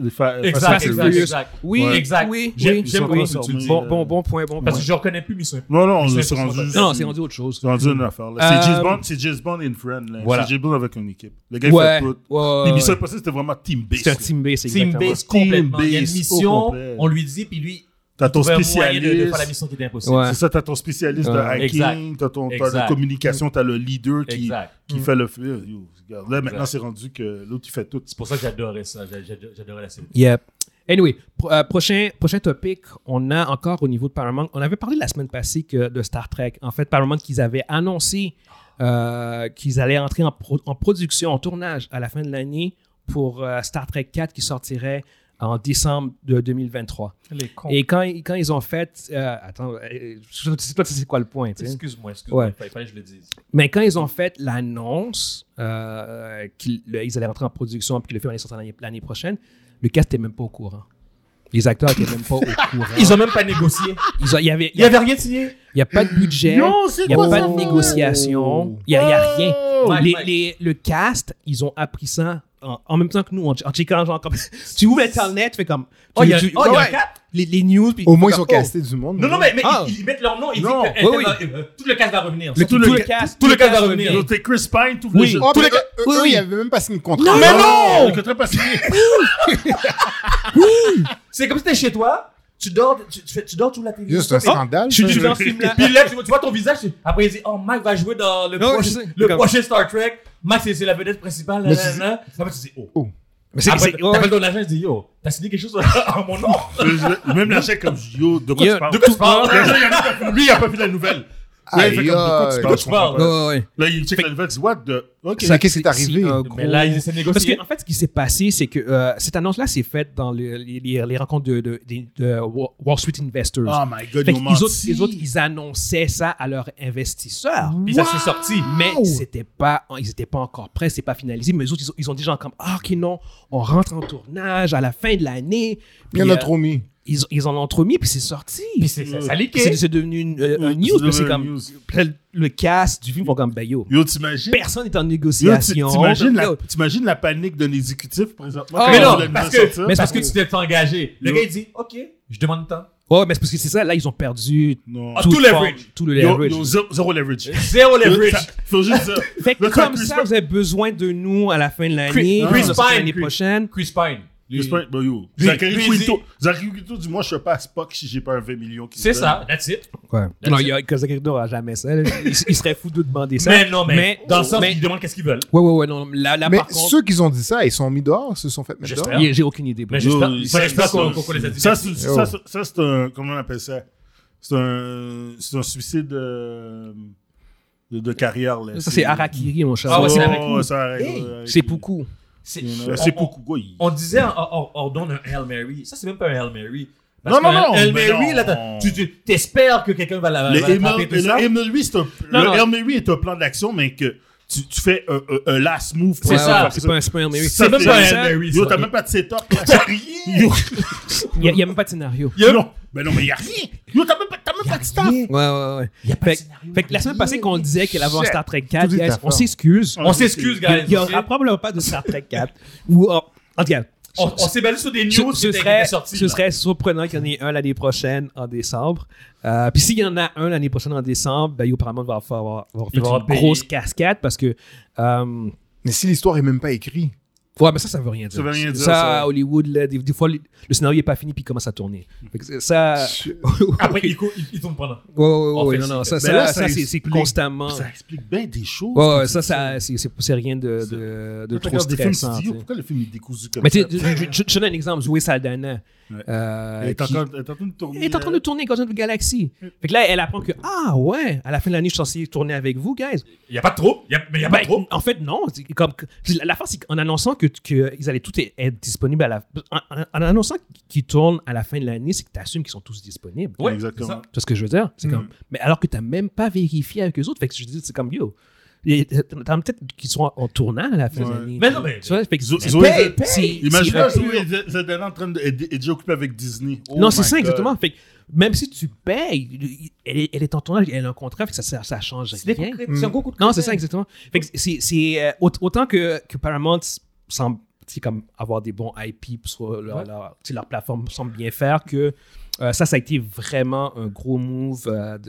Exact, exact,
Furious.
exact.
Oui,
Ouais. exact.
oui,
J'aime-
oui.
j'aime
oui.
comment ça, tu dis,
Bon,
euh,
bon, bon point, bon
Parce
point.
que je reconnais plus Mission
Non, non,
Ils
on
sont
s'est rendu.
transformés.
Non, non, c'est rendu autre chose.
C'est rendu une affaire. là. C'est
Euh,
James Bond, c'est James Bond in friend. là.
Voilà.
C'est James Bond avec une équipe. Le gars,
Ouais,
il
ouais.
fait tout.
ouais,
Les
ouais.
missions impossibles, c'était vraiment team-based.
C'est un
là.
team base,
Team
exactement.
base
Team
complètement. Il y a une
base au
mission,
complet.
on lui dit, puis lui,
T'as ton
trouve un moyen de- de
spécialiste.
faire la mission qui était impossible.
Ouais.
C'est ça, t'as ton spécialiste de
Ouais.
hacking,
Exact.
t'as ton- t'as
Exact.
la communication, t'as le leader qui,
Exact.
qui fait le fil. Yo, regarde, Là, maintenant, c'est rendu que l'autre, il fait tout.
C'est pour ça que j'adorais ça. J'a- j'a- J'adorais la série.
Yep. Anyway, pro- euh, prochain, prochain topic, on a encore au niveau de Paramount, on avait parlé la semaine passée que de Star Trek. En fait, Paramount, qu'ils avaient annoncé euh, qu'ils allaient entrer en, pro- en production, en tournage à la fin de l'année pour euh, Star Trek 4 qui sortirait en décembre de 2023.
Les cons.
Et quand, quand ils ont fait... euh, attends, euh, je sais pas si c'est quoi le point. tu sais.
Excuse-moi, excuse-moi.
Ouais.
Il fallait que je le dise.
Mais quand ils ont fait l'annonce euh, qu'ils le- ils allaient rentrer en production et que le film allait sortir l'année- l'année prochaine, le cast n'était même pas au courant. Les acteurs n'étaient même pas au courant.
Ils ont même pas négocié.
Ils ont- il n'y avait,
Il y avait rien signé.
il y a pas de budget, il n'y a pas de négociation, il n'y a, il y a rien.
Mike,
Les-
Mike.
les- le cast, ils ont appris ça en, en même temps que nous, en, en checkant genre comme... tu ouvres Internet, tu fais comme...
Oh, il y a,
tu-
oh, il y a
ouais.
quatre.
les, les news... puis-
Au moins, ils sont
Oh,
castés du monde.
Non, non, mais, mais
Ah.
ils, ils mettent leur nom. Ils
Non.
disent que
Oui,
euh, euh, tout le cast va revenir.
Le-
Surtout
oh, tout, le cast,
tout le cast va revenir.
revient.
C'était Chris Pine, tout
Oui.
le
Oh,
Tous
puis
les-
eux- eux,
oui,
eux,
oui.
ils n'avaient même pas signé le contrat.
Mais non!
Le contrat est pas signé.
C'est comme si t'es chez toi, tu dors, tu, tu, fais- tu dors tout la télévision.
Juste un scandale.
Ah, Je suis
ça.
je suis dans ce film-là.
Puis là, tu vois, tu vois ton visage. c'est- Après, il dit Oh, Mike va jouer dans le,
Non, je
prochain,
sais.
le
Comme-
prochain Star Trek. Mike, c'est- c'est la vedette principale.
Mais
Là, là,
tu-
là. Après, tu dis Oh.
Mais c'est-
Après,
Ah, c'est- ouais.
t'appelles ton agent, il dit Yo, t'as signé quelque chose en mon nom
Je- je- Même la chèque comme yo, de quoi
Yo,
tu parles?
de quoi tu parles?
Déjà, il y en a pas- Lui, il a pas vu la nouvelle. Là, il fait comme, de quoi
Aïe,
tu
aïe.
parles? Je comprends
Ouais,
pas.
Ouais, ouais.
Là, il check la nouvelle, il dit what the. Ok.
Ça, qu'est-ce qui est
C'est
arrivé?
un
Mais
euh, gros-
là, ils essaient de
Parce
négocier.
que, en fait, ce qui s'est passé, c'est que euh, cette annonce-là s'est faite dans le- les, les- les rencontres de, de- de- de Wa- Wall Street Investors.
Ah,
Oh my god,
Fait
ils ont
qu'ils autres- les, autres,
menti.
ils annonçaient ça à leurs investisseurs.
Puis ça s'est sorti.
Mais c'était pas, ils n'étaient pas encore prêts, c'est pas finalisé. Mais les autres, ils ont, ils ont dit genre comme Ah, ok, non, on rentre en tournage à la fin de l'année.
Il
Puis,
y en a
euh,
trop mis.
Ils, ils en ont trop mis, puis c'est sorti.
Puis c'est- ça, ça a leaké.
C'est c'est devenu une, euh,
Ouais,
une news.
c'est
puis C'est
devenu une
comme
news.
le, le cast du film, ils font comme ben, Bayo.
Yo, t'imagines?
Personne n'est en
Yo, tu-
négociation.
T'imagines la,
Yo,
t'imagines la panique d'un exécutif présentement?
Oh,
quand
Ah, mais
il
non,
voulait nous
parce
sortir?
que,
Mais
parce
c'est
que tu t'es engagé. Le
Yo.
gars, il dit Ok, je demande le temps.
Ouais, mais c'est parce que c'est ça, là, ils ont perdu
Non.
Ah, tout
le
leverage.
fond- Tout le
Yo,
leverage.
yo, zéro zéro leverage.
Zéro leverage.
Ça- Faut juste dire.
Fait que
Là, tu as
comme
Chris
ça,
Pine.
vous avez besoin de nous à la fin de l'année,
Chris-
puis
Chris
on va sortir
Pine,
l'année
Chris-
prochaine.
Chris Pine. lui-
Chris Pine, ben, yo.
Lui-
Zachary
lui,
Quinto. Zachary Quinto dit moi je fais pas à Spock si j'ai pas un 20 millions qui me
C'est
donne.
ça, that's it.
Ouais. Non, il y a Kazakh n'aura jamais ça. là. Il, il serait fou de demander ça.
Mais non, mais, dans le sens,
mais-
ils demandent qu'est-ce qu'ils veulent.
Ouais, ouais, ouais. Non, là, là
Mais
par contre,
ceux qui ont dit ça, ils sont mis dehors, se sont fait mettre
J'espère.
dehors.
il- j'ai aucune idée. bro.
Mais
Yo,
j'espère
ça,
j'espère
ça,
qu'on
ça,
qu'on les a dit.
Ça, c'est,
Yo.
ça, c'est- ça, c'est un. Comment on appelle ça? C'est un, c'est un suicide euh, de, de carrière. Là.
Ça, c'est Harakiri, mon cher.
Ah ouais, c'est
Oh,
Harakiri.
ça arrête,
Hey,
ouais,
C'est
Harakiri.
beaucoup.
C'est-
Ouais,
on-
C'est
on-
beaucoup, quoi. il-
On disait, on- on on donne un Hail Mary. Ça, c'est même pas un Hail Mary.
Non, non, non,
Hail
mais
Mary,
non.
là, t'as- tu tu- t'espères que quelqu'un va la
Le
va la
Hail-
taper, tout ça.
le Hail Mary, c'est un-
Non,
le
non.
Hail Mary est un plan d'action, mais que tu, tu fais un, un- un last move. pour
Ouais,
faire
ouais,
ça.
C'est pas un spoil, mais oui.
Ça
C'est même
fait-
pas un
ça-
spoil.
Yo, t'as même pas de setup. là. Yo,
Il y a- il y a même pas de scénario.
non. Ben non, mais y'a rien. Yo, t'as même pas, t'as même pas de staff.
Ouais, ouais, ouais.
Il y a pas de
Fait,
scénario.
fait que la semaine passée qu'on disait qu'elle avait un Star Trek 4,
Tout est
guys,
à
on
faire.
s'excuse.
On s'excuse, guys.
Il n'y aura
ok?
probablement pas de Star Trek 4. Ou, oh, en tout cas,
On on s'est basé sur des
ce,
news
ce
qui
serait,
étaient sorties.
ce
là.
serait surprenant qu'il y en ait un l'année prochaine en décembre. Euh, Puis s'il y en a un l'année prochaine en décembre, ben, Yo Paramount va faire, va faire
Il va
une
payer.
grosse cascade parce que. euh,
Mais si l'histoire est même pas écrite,
ouais, mais ça, ça veut rien dire.
Ça veut rien dire,
Ça,
ça.
à Hollywood, là, des, des fois, le, le scénario n'est pas fini puis il commence à tourner. Fait que ça.
Après, ils cou- ils ils tombent pendant.
Ouais, ouais, ouais, ouais,
fait,
non, non,
c'est-
ça, ça,
ben là, ça
ça, c'est- c'est
explique-
constamment.
Ça explique bien des choses.
Ouais, ouais, ça, ça, c'est- c'est c'est rien de, de, de
Quand tu
trop
regardes des films, tu
stressant.
te dis,
tu
Yo,
sais.
Pourquoi le film est décousu comme
Mais tu
ça? Euh,
sais, je, je- je donne un exemple, Zoé Saldana. euh,
Elle est
qui-
encore- elle est en train de tourner. euh,
Elle est en train
là.
de tourner Guardians of the Galaxy. Fait que là, elle apprend que, ah ouais, à la fin de l'année, je suis censé tourner avec vous, guys.
Il n'y a pas de trouble. il y a- Mais il n'y a pas de
Ben,
trouble.
en fait, non. C'est Comme, la, la farce, c'est qu'en annonçant que, que ils allaient tous être disponibles à la. En, en- en annonçant qu'ils tournent à la fin de l'année, c'est que tu assumes qu'ils sont tous disponibles.
Ouais,
Exactement.
c'est ça.
Tu vois ce que je veux dire? C'est
Mm.
comme, mais alors que tu n'as même pas vérifié avec les autres, fait que je dis, c'est comme, yo. et T'as peut-être qu'ils sont en, en tournant à la fin de
Ouais.
l'année.
Mais non, mais-
Tu vois, fait que
Zo-
c'est-
Zoé-
paye, paye.
Imagine
C'est-
Zadana en train de. Elle est déjà occupée avec Disney. Oh
non, c'est
my
ça,
God.
exactement. Fait que même si tu payes, elle est, elle est en tournage, elle a un contrat, fait que ça, ça, ça change
C'est des
rien.
coups de cri-
Mm.
c'est un gros coup de
Non,
cri-
c'est ça, exactement. Fait que c'est, c'est, euh, aut- autant que, que Paramount semble tu sais, comme avoir des bons IP sur leur,
Ouais.
leur- tu sais, leur plateforme semble bien faire que euh, ça, ça a été vraiment un gros move euh, de.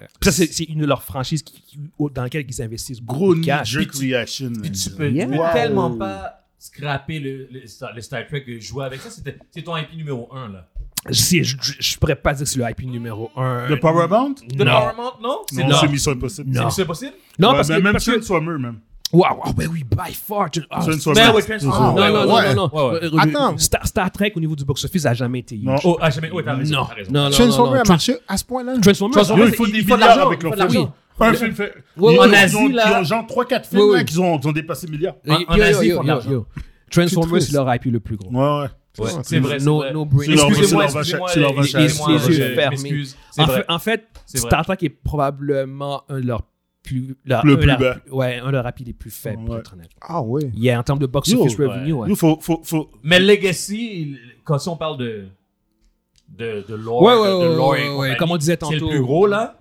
de- Puis ça, c'est, c'est une de leurs franchises qui- qui- au- dans laquelle ils investissent
Gros
beaucoup de cash.
knee-jerk reaction. là.
Puis tu peux, tu
Yeah.
peux
Wow.
tellement pas scraper le, le, Star- le Star Trek, euh, jouer avec ça. C'était c'est ton IP numéro 1, là.
C'est- je, je- je pourrais pas dire que c'est le IP numéro un.
De Paramount?
De
Non.
Paramount, non? C'est
Non,
non.
c'est Mission Impossible.
Non.
C'est possible?
Non,
Ouais,
parce que.
ben, même
parce que-
Sean Swimmer, même.
Waouh, wow, ben oui, by far. tu- ah,
Sean
Ben
Swimmer.
ouais, Prince-
non, non,
Ah, ouais,
non,
ouais.
non, non.
Ouais,
Euh, je-
Attends.
Star, Star Trek au niveau du box-office a jamais été huge.
Non.
Oh, ah, jamais. Oui, t'as raison.
non,
t'as raison.
non, non,
Chainsaw
non,
Man
non.
a marché à ce point-là.
Transformers,
Transformers,
Yo, il faut
il-
des
il faut de
milliards
l'argent,
avec
il faut
leur
de l'argent.
film. Un film fait.
Ouais,
Ils
ouais.
ont-
En Asie,
ils ont-
là.
Ils ont genre 3-4 films
Ouais,
là,
ouais.
qu'ils ont, ils ont dépassé le milliard.
Yo,
En- en
yo,
Asie,
yo,
pour
yo,
l'argent.
yo. Transformers,
triste.
c'est leur IP le plus gros.
Ouais, ouais.
C'est ça.
C'est vrai, c'est
No-
vrai.
no brain.
C'est leur-
Excusez-moi,
c'est leur
excusez-moi,
vache- c'est leur
les- les-
vache à-
excusez-moi,
les yeux
je
fermés.
m'excuse. C'est
En,
vrai.
fait, en fait,
C'est vrai.
Star Trek est probablement un de leurs plus. leur-
Le
un
plus
leur-
bas.
Ouais, un de leurs rapides les plus faibles, pour
Ouais.
être honnête.
Ah oui.
Il y a en termes de
Yo,
box-office
ouais.
revenue, ouais.
Il faut, faut, faut,
Mais Legacy, quand si on parle de, de, de lore,
Ouais, ouais,
de- de
ouais,
lore
ouais,
et
ouais,
compagnie,
comme on disait
C'est
tantôt.
le plus gros, là.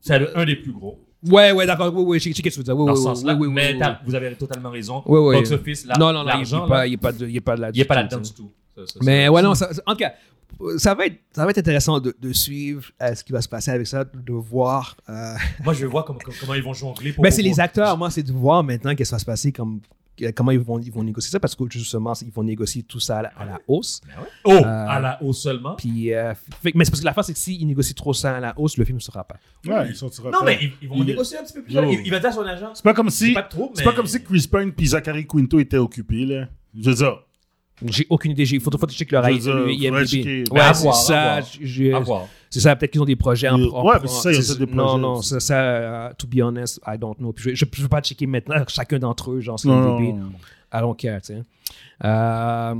C'est le- un des plus gros,
Ouais, ouais, d'accord. Oui, oui, je sais je sais ce que tu veux dire. Oui,
dans
oui,
ce
oui,
sens-là.
oui, oui,
mais
oui,
t'as- vous avez totalement raison.
Ouais, ouais.
Box office, là,
oui. Non, non, non, il
l'argent,
n'est pas,
là,
il est pas, de- il est pas de là
il n'est pas
tout,
là-dedans
tu sais.
du tout. Ça, ça,
Mais
ça.
ouais, non, ça, ça- en tout cas, ça va être, ça va être intéressant de, de suivre euh, ce qui va se passer avec ça, de voir. euh,
Moi, je veux voir comment, comment- comment ils vont jongler. Pour,
Ben, c'est
pour-
les acteurs, moi, c'est de voir maintenant qu'est-ce qui va se passer, comme, que- comment ils vont, ils vont négocier ça, parce que justement, ils vont négocier tout ça à la, à la hausse.
Oh, à la hausse seulement.
Euh, Puis, euh, fait- mais c'est parce que la fin, c'est que s'ils négocient trop ça à la hausse, le film ne sera pas.
ouais, ils sortira
Non,
pas.
mais ils, ils vont
Il-
négocier un petit peu plus.
Yo.
Oh.
tard. Il, il va dire à son agent.
C'est pas comme si,
Pas trop, mais.
c'est pas comme si Chris Pine puis Zachary Quinto étaient occupés, là. Je veux dire,
J'ai aucune idée. Il faut, faut que je check leur
Je veux dire,
le
faudrait
IMDb.
checker.
Ouais,
À
c'est
voir, à
ça.
voir.
j'ai-
À voir.
C'est ça, peut-être qu'ils ont des projets en
Euh,
en-
ouais,
en-
mais c'est ça, ils ont
c'est-
des projets
Non, non,
aussi.
ça, ça euh, to be honest, I don't know. Puis je ne veux pas checker maintenant chacun d'entre eux, genre, sur
non,
IMDb.
non.
I don't care, tu sais. Euh,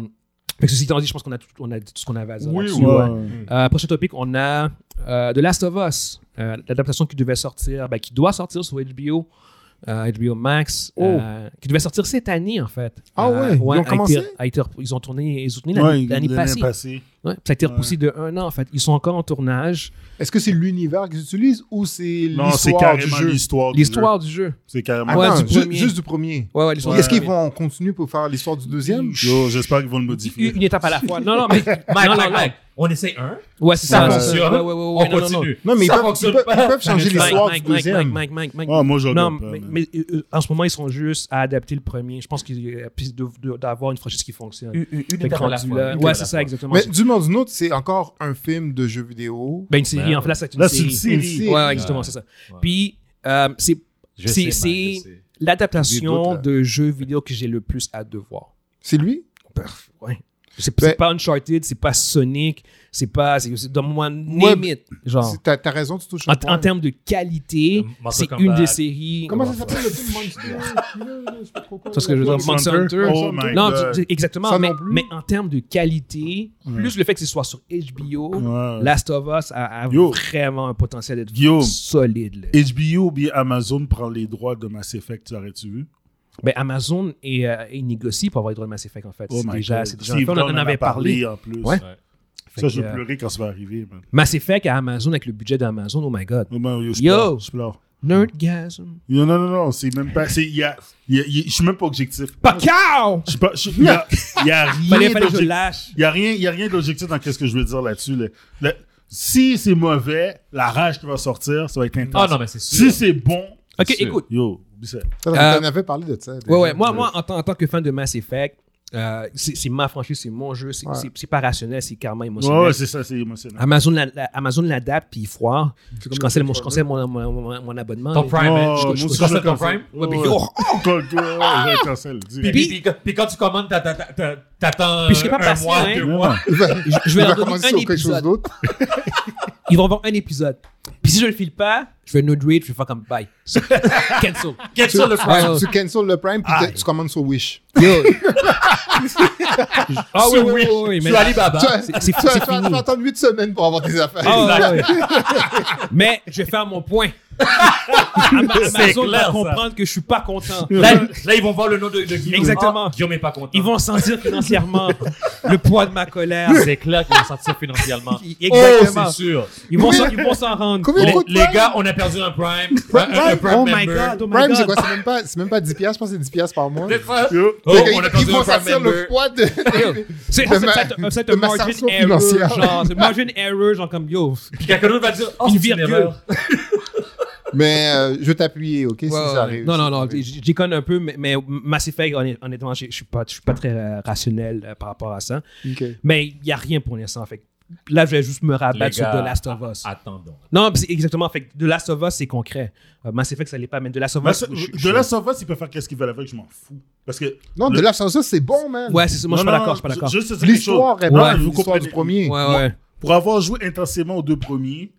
fait que ceci étant dit, je pense qu'on a, tout- on a dit tout ce qu'on avait à dire.
Oui,
là-dessus,
ouais.
ouais. Euh, prochain topic, on a euh, The Last of Us, euh, l'adaptation qui devait sortir, ben, qui doit sortir sur HBO, euh, HBO Max, euh, qui devait sortir cette année en fait.
Oh. Ah
Euh,
ouais, ils ont
a été-
commencé?
a été rep- ils ont tourné, ils ont tourné
Ouais,
l'année-
il-
l'année
l'année
passée.
passée.
Ouais, ça a été repoussé de un an en fait. Ils sont encore en tournage.
Est-ce que c'est l'univers qu'ils utilisent ou c'est
Non, c'est
l'histoire du
carrément
jeu? Ah,
l'histoire du jeu.
L'histoire du jeu.
C'est carrément.
Attends,
Ouais, du
ju-
premier.
juste du premier.
Ouais, ouais, l'histoire
Est-ce
du
qu'ils
jeu.
vont continuer pour faire l'histoire du deuxième?
Yo, j'espère qu'ils vont le modifier.
Une, une étape à la fois. Non, non, mais.
Mike,
non, non, non.
Mike, Mike, on essaie un.
Ouais, c'est
Ça
ça.
fonctionne.
Ouais, ouais, ouais, ouais,
On
ouais, non, non, non.
continue.
Non, mais ils
Ça
peuvent, ils
fonctionne
peuvent-
pas.
ils peuvent changer
Mike,
l'histoire du
Mike, Mike,
deuxième.
Mike, Mike, Mike, Mike.
Ah, moi, je
Non,
regarde pas.
mais,
mais-
mais, euh, euh, en ce moment, ils sont juste à adapter le premier. Je pense qu'ils euh, puis de- de- d'avoir une franchise qui fonctionne.
Une, une
Fait que
étape à la
rendu
fois.
là-
Une étape à
ouais,
la
c'est
fois.
ça, exactement.
Mais du monde d'une autre, c'est encore un film de jeu vidéo.
Ben, une série,
Ben,
en fait, là, c'est une
Là, c'est une
série.
Une
série.
série.
Ouais, ouais, exactement,
Ouais.
c'est ça.
Ouais.
Puis, euh, c'est
Je
C'est-
sais, Mike,
c'est-
je sais.
Des
l'adaptation
doutes, là.
de jeux vidéo que j'ai le plus hâte de voir.
C'est lui?
Ouais. C'est
Ben-
c'est pas Uncharted, c'est pas Sonic, c'est pas. C'est c'est dans moi,
Ouais,
name it, Genre,
C'est- T'as t'as raison, tu touches
en,
le
en
point.
termes de qualité,
Euh, Mortal
c'est une
Kombat.
des séries.
Comment ça
Ouais.
s'appelle le film Monster? Je sais pas trop quoi.
Tu vois ce que je veux dire?
Monster
Monster
Hunter?
Hunter.
Oh my
non,
God.
tu- tu- exactement.
Ça
Mais,
non plus.
mais en termes de qualité, plus le fait que ce soit sur HBO,
Ouais.
Last of Us a, a
Yo.
vraiment un potentiel d'être
Guillaume.
solide. là.
HBO ou bien Amazon prend les droits de Mass Effect, tu l'aurais-tu vu?
Ben, Amazon est, euh, est négocié pour avoir les droits de Mass Effect, en fait.
Oh
c'est
my
déjà,
God.
c'est déjà
Steve
un fait. On en
Brown en a
avait parlé.
en plus.
Ouais. Fait
Ça,
que,
je vais
euh,
pleurer quand ça va arriver. man.
Mass Effect à Amazon avec le budget d'Amazon, oh my god.
Oh, man, yo, je
Yo.
pleure, je pleure.
Nerdgasm.
Non, non, non, non, c'est même pas. c'est- il y a- il y a- il y a- je suis même pas objectif.
Pacao!
Je suis pas- je- Il n'y a, il y a
Fallait,
rien
fallait que je
d'objectif.
lâche.
Il y a rien, il y a rien d'objectif dans qu'est-ce que je veux dire là-dessus. là. Le- si c'est mauvais, la rage qui va sortir, ça va être intense.
Ah non, mais c'est sûr.
si c'est bon,
Ok,
sûr.
écoute.
yo, oublie ça.
T'en
Euh,
t'en avais parlé de ça.
Ouais,
déjà.
ouais. Moi, moi en, tant, en tant que fan de Mass Effect, euh, c'est c'est ma franchise, c'est mon jeu, c'est
Ouais.
c'est- c'est pas rationnel, c'est carrément émotionnel.
Ouais, ouais, c'est ça, c'est émotionnel.
Amazon la- la- Amazon l'adapte puis il foire. Je
comme
cancelle
le
mon, je
Transformer.
cancelle mon, mon, mon- mon abonnement.
Ton
là.
Prime, hein.
je-
moi
je-
aussi,
je
je
cancelle ton
cancelle.
Prime.
Ouais, puis-
Ouais, ouais, ouais, je cancelle,
Puis,
direct.
puis, puis, quand- puis quand tu commandes, t'as- t'as- t'as- t'attends
Puis je serais pas
un
patient,
mois,
hein.
deux
Ouais.
mois.
Je, je
Tu
vais
vas
leur donner
commencer
un
sur quelque chose
épisode.
d'autre.
Ils vont vendre un épisode. Puis si je le file pas, je vais no rate, je vais faire comme bye. Cancel.
Get
Tu,
sur le Prime.
ouais.
tu cancels le Prime puis
Ah.
t'as- tu commandes sur Wish.
Ah oui,
Sur
oui, oui,
Wish.
oui, oui, mais
Sur
là-
Alibaba.
tu vas
Ah, c'est- c'est-
tu vas-
c'est
tu vas-
fini.
tu vas attendre 8 semaines pour avoir tes affaires.
Ah, ouais, ouais. Mais je vais faire mon point. Ama-
C'est
Amazon
clair, ça.
va comprendre que je suis pas content.
Là, là, ils vont voir le nom de, de Guillaume.
Exactement.
Ah, Guillaume est pas content.
Ils vont sentir financièrement le poids de ma colère.
Ah, C'est clair qu'ils vont sentir financièrement.
Exactement.
Oh, c'est sûr.
ils vont s'en- ils vont s'en rendre.
Combien
compte.
Les,
coûte
les
Prime?
gars, on a perdu un Prime.
Prime,
un, un- un Prime
Oh my
member.
god, oh my
Prime, c'est
god.
quoi? C'est même pas, c'est même pas 10$, je pense que c'est 10$ par mois.
C'est ça.
Yo.
Oh,
Fait que
on a
ils-
perdu
ils vont
un Prime
sortir le
member.
poids de.
C'est
De ma-
c'est- c'est
de
un
ma
margin
sanction
error.
financière.
Genre, c'est margin error, genre comme yo.
Puis quelqu'un d'autre va dire oh,
Une
c'est
virgule.
erreur.
Mais euh, je vais t'appuyer, ok? si
Ouais, ouais,
ça arrive.
non,
si
non,
ça
non,
arrive.
j'y j'y connais un peu, mais, mais Mass Effect, honn- honnêtement, je je suis pas, je suis pas très euh, rationnel euh, par rapport à ça.
Ok.
Mais il n'y a rien pour l'instant. Fait que là, je vais juste me rabattre
Les gars,
sur The Last of Us.
Attendons.
Non, pis c'est exactement. Fait que The Last of Us, c'est concret. Euh, Mass Effect, ça l'est pas, mais The Last of
Mais
Us.
ça-
je-
De
je-
la Us, ils peuvent faire qu'est-ce qu'ils veulent avec, je m'en fous. Parce que.
Non,
Le-
de l'absence, ça, c'est bon, man.
Ouais, c'est ça. Moi, je suis
Non,
pas
non,
d'accord. Je suis pas d'accord.
juste te dire quelque
L'histoire
chose.
est
Ouais,
bonne,
vous
l'histoire
comprenez.
du premier.
Ouais, ouais.
Pour avoir joué intensément aux deux premiers,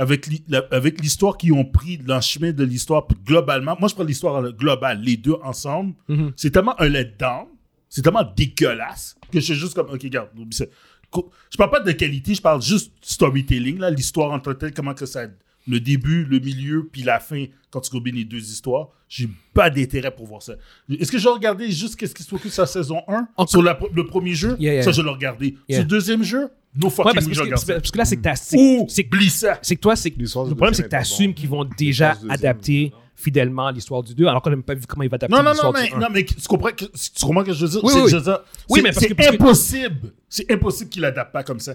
avec l'hi- la- avec l'histoire qu'ils ont pris de l'enchemin de l'histoire puis globalement, moi je prends l'histoire globale, les deux ensemble,
Mhm.
c'est tellement un letdown C'est tellement dégueulasse que je suis juste comme, OK, regarde, oublie ça. Co- Je parle pas de qualité, je parle juste storytelling, là, l'histoire entre telles, comment que ça. Le début, le milieu, puis la fin, quand tu combines les deux histoires, j'ai pas d'intérêt pour voir ça. Est-ce que je vais regarder juste qu'est-ce qui se focus sur la saison 1 Sur la pr- le premier jeu
Yeah, yeah.
Ça, je vais le regarder.
Yeah.
Sur le deuxième jeu No
Ouais,
fucking
parce,
way,
que,
je regarde
parce que-
ça.
parce que là, c'est que t'as- c'est-
Ouh,
c'est-
oublie ça
c'est que toi, c'est que
L'histoire du
le problème,
deuxième
c'est que
est pas
t'assumes
bon.
qu'ils vont déjà
du deuxième.
adapter fidèlement l'histoire du 2, alors qu'on n'a même pas vu comment ils vont adapter
Non, non, non,
l'histoire
mais,
du 1.
non, mais tu comprends, que, tu comprends que je veux dire?
Oui,
C'est-
oui,
je veux dire,
Oui,
c'est-
mais parce que-
c'est
parce que-
impossible. C'est impossible qu'il adapte pas comme ça.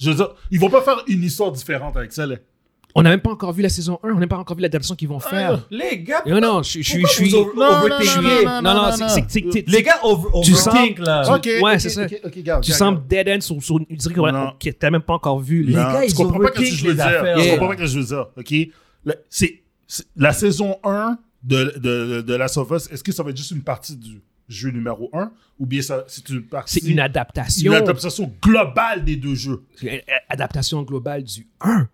Je veux dire, ils vont pas faire une histoire différente avec ça, là.
On n'a même pas encore vu la saison 1, on n'a même pas encore vu l'adaptation qu'ils
Ah.
vont faire.
Les gars,
Non, non, je je suis.
Pourquoi
je suis-
vous over-
Non,
overthinking?
non, non, non, c'est- c'est que t'es- t'es-
les gars, over,
Tu
overthink, là.
sens- tu- ouais, c'est ça.
ok, regarde,
Tu
regarde,
sembles dead end sur, sur une. Tu dirais qu'on
Non.
a- que t'as même pas regarde. même pas encore vu.
Non,
les-
gars,
tu
ils
comprends pas ce que
overthink
je veux
les
dire.
affaires.
Tu
Yeah.
comprends pas ce que je veux dire, OK? La- c'est- c'est- la saison 1 de, de, de, de Last of Us, est-ce que ça va être juste une partie du jeu numéro 1 ou bien ça, c'est une partie...
C'est une
une
adaptation.
adaptation globale des deux jeux.
Euh, Adaptation globale du 1.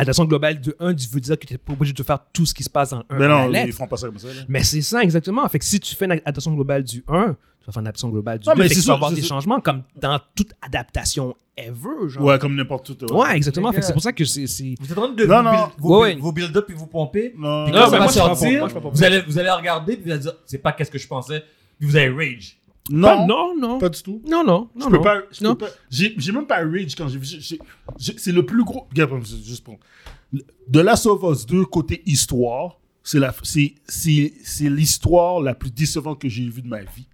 Adaptation globale du 1, tu veux dire que t'es pas obligé de faire tout ce qui se passe dans le 1.
Mais
à Euh, la
non,
lettre.
ils feront pas ça comme ça. là.
Mais c'est ça, exactement. Fait que si tu fais une adaptation globale du 1, tu vas faire une adaptation globale du
Non,
2.
mais
Fait que
c'est
tu vas
sûr,
avoir
c'est
des
sûr.
changements comme dans toute adaptation ever, genre.
Ouais, comme n'importe où.
Ouais, exactement.
Les
Fait que
gars.
c'est pour ça que c'est. c'est-
Vous êtes en train de
Non,
vous
non.
build- vous
Ouais,
build-
ouais.
vous build up puis vous pomper.
Non, non,
Puis quand
mais
ça va
moi, je suis pas pour.
sortir,
Moi, je suis pas pour.
vous allez, vous allez regarder puis vous allez dire, c'est pas qu'est-ce que je pensais. Puis vous allez rage.
Pas-
non,
non, non.
pas du tout.
Non, non.
Je
non,
peux
non.
pas. je
Non.
peux pas- J'ai j'ai même pas rage quand j'ai vu. j'ai- j'ai- j'ai- C'est le plus gros. Regarde, je- juste pour. De Last of Us 2, côté histoire, c'est la- c'est- c'est- c'est l'histoire la plus décevante que j'ai vue de ma vie.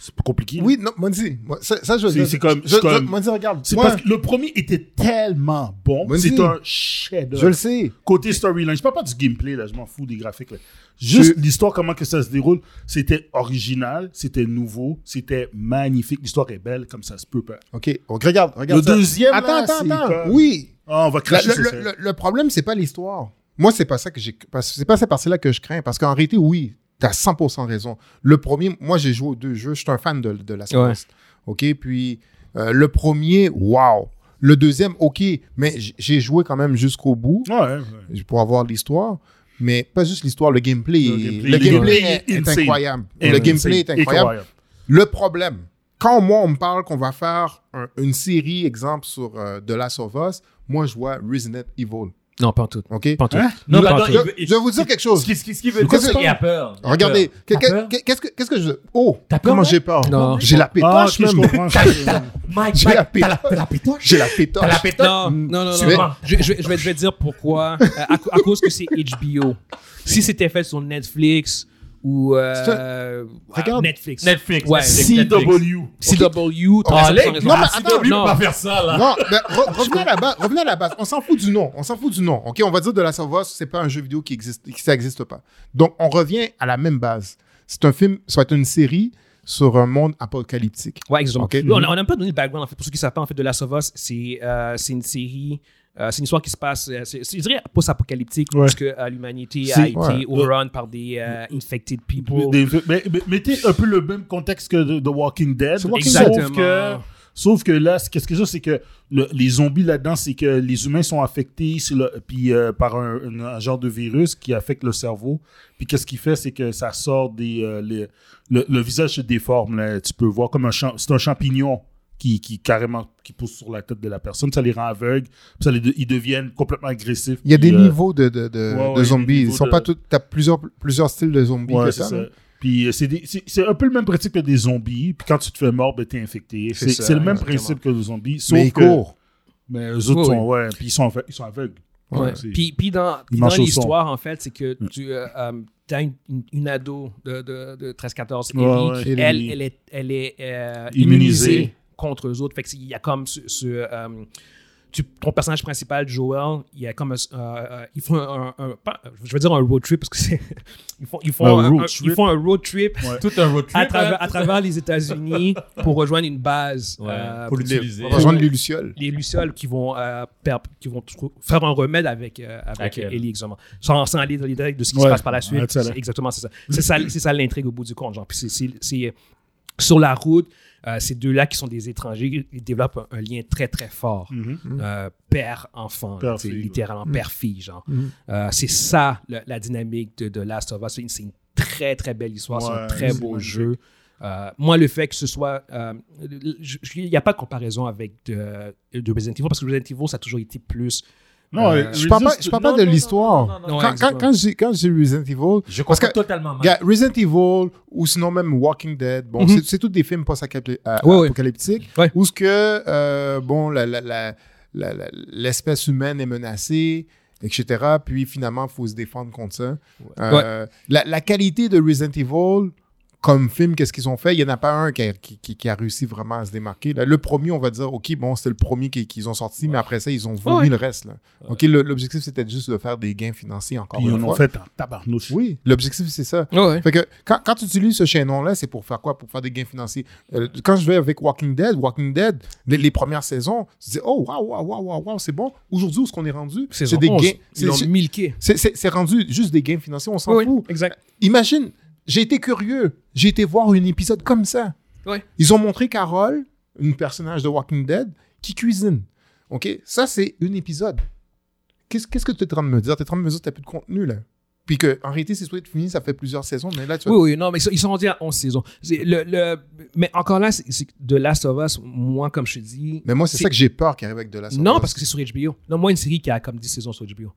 C'est pas compliqué.
Oui, non, Mondi, moi, ça, ça, je veux
C'est-
dire.
c'est comme-
je-
c'est comme-
je- Mondi, regarde.
C'est
moi,
parce que le premier était tellement bon.
Vas-y.
C'est un chef
Je le sais.
Côté storyline, je parle pas du gameplay, là, je m'en fous des graphiques. Là. Juste
Je-
l'histoire, comment que ça se déroule, c'était original, c'était nouveau, c'était magnifique. L'histoire est belle, comme ça se peut pas.
OK, on regarde, regarde.
Le
ça.
deuxième, là,
Attends,
c'est
attends, attends.
comme-
Oui.
Ah, on va
La-
cracher
le,
sur ça.
le- le- le problème, c'est pas l'histoire. Moi, c'est pas ça que j'ai. parce- C'est pas cette partie-là que je crains. Parce qu'en réalité, oui, t'as 100% raison. Le premier, moi, j'ai joué aux deux jeux. Je suis un fan de, de la
Ouais.
séquence. OK? Puis, euh, le premier, wow. Le deuxième, OK. Mais j- j'ai joué quand même jusqu'au bout
Ouais, ouais.
pour avoir l'histoire. Mais pas juste l'histoire, le gameplay.
Le
Le
gameplay- le
gameplay,
gameplay
est,
est
est
insane.
incroyable.
Et
le
c'est
gameplay est incroyable. Le problème, quand moi on me parle qu'on va faire un- une série, exemple, sur euh, The Last of Us, moi je vois Resident Evil.
Non, pas en tout.
OK?
Pas en tout.
Hein?
Non, pas en
attends,
tout.
Je,
il veut- il-
je vais vous dire quelque chose.
Ce qui, ce qui- ce qui veut dire,
Qu'est-ce
c'est
que-
qu'il a peur. Il a
Regardez,
peur.
que-
T'as
que-
peur?
que- qu'est-ce que, qu'est-ce que je. Oh!
T'as peur,
Comment
Mike?
j'ai peur?
Non.
J'ai la
Ah,
pétoche,
ok, je
même.
comprends.
Mike, Mike,
J'ai la
t'as la-
pétoche.
t'as la pétoche.
J'ai la pétoche.
T'as la pétoche.
Non, non, non,
Tu
non,
es-
non. Je, je vais, je vais- je vais te dire pourquoi. Euh, à, cou- à cause que c'est HBO. Si c'était fait sur Netflix ou euh,
C'est
ouais,
Regarde.
Netflix.
Netflix.
Ouais.
Netflix, Netflix.
CW.
CW, t'as
Ah,
raison,
les
t'as raison.
non, mais
gars,
attends,
CW,
non.
on va faire ça, là.
Non, ben, re- revenez à la base. Revenez à la base. On s'en fout du nom. On s'en fout du nom. OK, on va dire de la savoir, c'est pas un jeu vidéo qui existe, qui ça n'existe pas. Donc, on revient à la même base. C'est un film, soit une série sur un monde apocalyptique.
Ouais, exactement.
Ok.
Oui, On n'a même pas donné le background, en fait. Pour ceux qui ne savent pas, en fait, de Last of Us, c'est euh, c'est une série, euh, c'est une histoire qui se passe, euh, c'est, c'est- je dirais, post-apocalyptique,
Ouais.
parce que euh, l'humanité
C'est-
a été
ouais.
overrun par des euh, infected people.
Des- mais- mais- mettez un peu le même contexte que The Walking Dead.
C'est Walking
Dead.
sauf que, sauf que là, c'est- qu'est-ce que c'est, c'est que le- les zombies là-dedans, c'est que les humains sont affectés c'est le- puis, euh, par un, un- un genre de virus qui affecte le cerveau. Puis qu'est-ce qu'il fait, c'est que ça sort des. euh, les- le, le visage se déforme. là. Tu peux voir comme un, champ- c'est un champignon. Qui, qui carrément qui pousse sur la tête de la personne, ça les rend aveugles, puis ça les de- ils deviennent complètement agressifs.
Il y a des
puis, euh,
niveaux de,
ouais,
de, de,
ouais,
de
il y a des
zombies. Ils
niveaux
sont
de-
pas tous. T'as plusieurs, plusieurs styles de zombies.
Ouais,
que
c'est
t'as,
ça.
là.
Puis euh, c'est des- c'est- c'est un peu le même principe que des zombies. Puis quand tu te fais mordre, ben, t'es infecté.
C'est
C'est
ça,
c'est le même
exactement.
principe que les zombies. Sauf
Mais ils
que,
courent.
Mais eux autres
Oui,
sont, ouais, puis ils sont, aveu- ils sont aveugles.
Ouais.
Ouais, c'est-
Puis, puis dans,
Ils
dans
marchent au Mm.
l'histoire, en fait, c'est que tu as une, une- une ado de, de, de 13-14,
Ouais,
Ellie,
ouais.
elle, elle est, elle est euh,
Immunisée.
immunisée. contre eux autres. Fait que c'est- il y a comme ce... ce, euh, tu- ton personnage principal, Joel, il y a comme un- euh, euh, ils font un, un- un- pas- je veux dire un road trip parce que c'est ils font ils font
Un
un-
road
un-
trip.
ils font un road trip
Tout un road trip.
à,
hein.
travers- à travers les États-Unis pour rejoindre une base
Ouais,
euh,
Faut
pour-
l'utiliser.
On va rejoindre les Lucioles.
les lucioles qui vont, euh, per- qui vont trou- faire un remède avec, euh, avec
Avec elle.
Ellie, exactement. Sans, sans aller dans les détails de ce qui
Ouais,
se passe par la suite.
excellent.
C'est- Exactement, c'est ça. C'est ça, c'est ça l'intrigue au bout du compte. Genre. Puis c'est- c'est c'est, euh, sur la route, euh, ces deux-là qui sont des étrangers, ils développent un, un lien très, très fort. Euh, père-enfant,
Mm-hmm. Père-fille,
là, tu sais,
ouais.
littéralement, père-fille. genre. Euh, c'est ça le- la dynamique de, de Last of Us. C'est une, c'est une très, très belle histoire. c'est
Ouais,
un très
c'est
beau
magnifique.
jeu. Euh, moi, le fait que ce soit. euh, je- je- Il n'y a pas de comparaison avec de, de Resident Evil parce que Resident Evil, ça a toujours été plus.
Non,
Euh,
euh,
Je parle pas,
Resist-
je parle
non,
pas de
non, non,
l'histoire.
non, non,
Quand,
non,
quand, quand j'ai quand j'ai Resident Evil,
Je
Parce
comprends
que-
totalement mal.
gars, Resident Evil ou sinon même Walking Dead, bon,
Mhm.
c'est- c'est tous des films post-apocalyptiques
Ouais, ouais. Ouais.
où ce que euh, bon la- la- la- la- la- l'espèce humaine est menacée, etc. Puis finalement, faut se défendre contre ça. Euh, La, la qualité de Resident Evil comme film, qu'est-ce qu'ils ont fait? Il n'y en a pas un qui a, qui- qui- qui a réussi vraiment à se démarquer. là. le premier, on va dire, OK, bon, c'était le premier qui- qu'ils ont sorti, mais après ça, ils ont vomi
Ouais.
le reste. là. OK, le- l'objectif, c'était juste de faire des gains financiers encore
Puis ils
une
en ont
fois.
fait un tabarnouche.
Oui, l'objectif, c'est ça.
Ouais.
Fait que quand, quand tu utilises ce chaînon-là, c'est pour faire quoi? Pour faire des gains financiers. Euh, quand je vais avec Walking Dead, Walking Dead, les, les premières saisons, je dis, oh, waouh, waouh, waouh, waouh, waouh, c'est bon. Aujourd'hui, où est-ce qu'on est rendu? C'est
Saison
des
11,
gains.
Ils l'ont
c'est-
milqué.
C'est c'est- c'est rendu juste des gains financiers, on s'en
Oui,
fout.
exact.
Imagine, j'ai été curieux. J'ai été voir un épisode comme ça.
Ouais.
Ils ont montré Carole, une personnage de Walking Dead, qui cuisine. OK? Ça, c'est un épisode. Qu'est-ce qu'est-ce que tu es en train de me dire? Tu es en train de me dire que tu plus de contenu, là. Puis que, en réalité, c'est souhaité fini, ça fait plusieurs saisons, mais là, tu vois.
Oui, oui, non, mais ils sont- ils sont rendus à 11 saisons. C'est le- le- mais encore là, c'est c'est que The Last of Us, moi, comme je te dis.
Mais moi, c'est
C'est-
ça que j'ai peur qui arrive avec de la
Non, parce que c'est sur HBO. Non, moi, une série qui a comme 10 saisons sur HBO.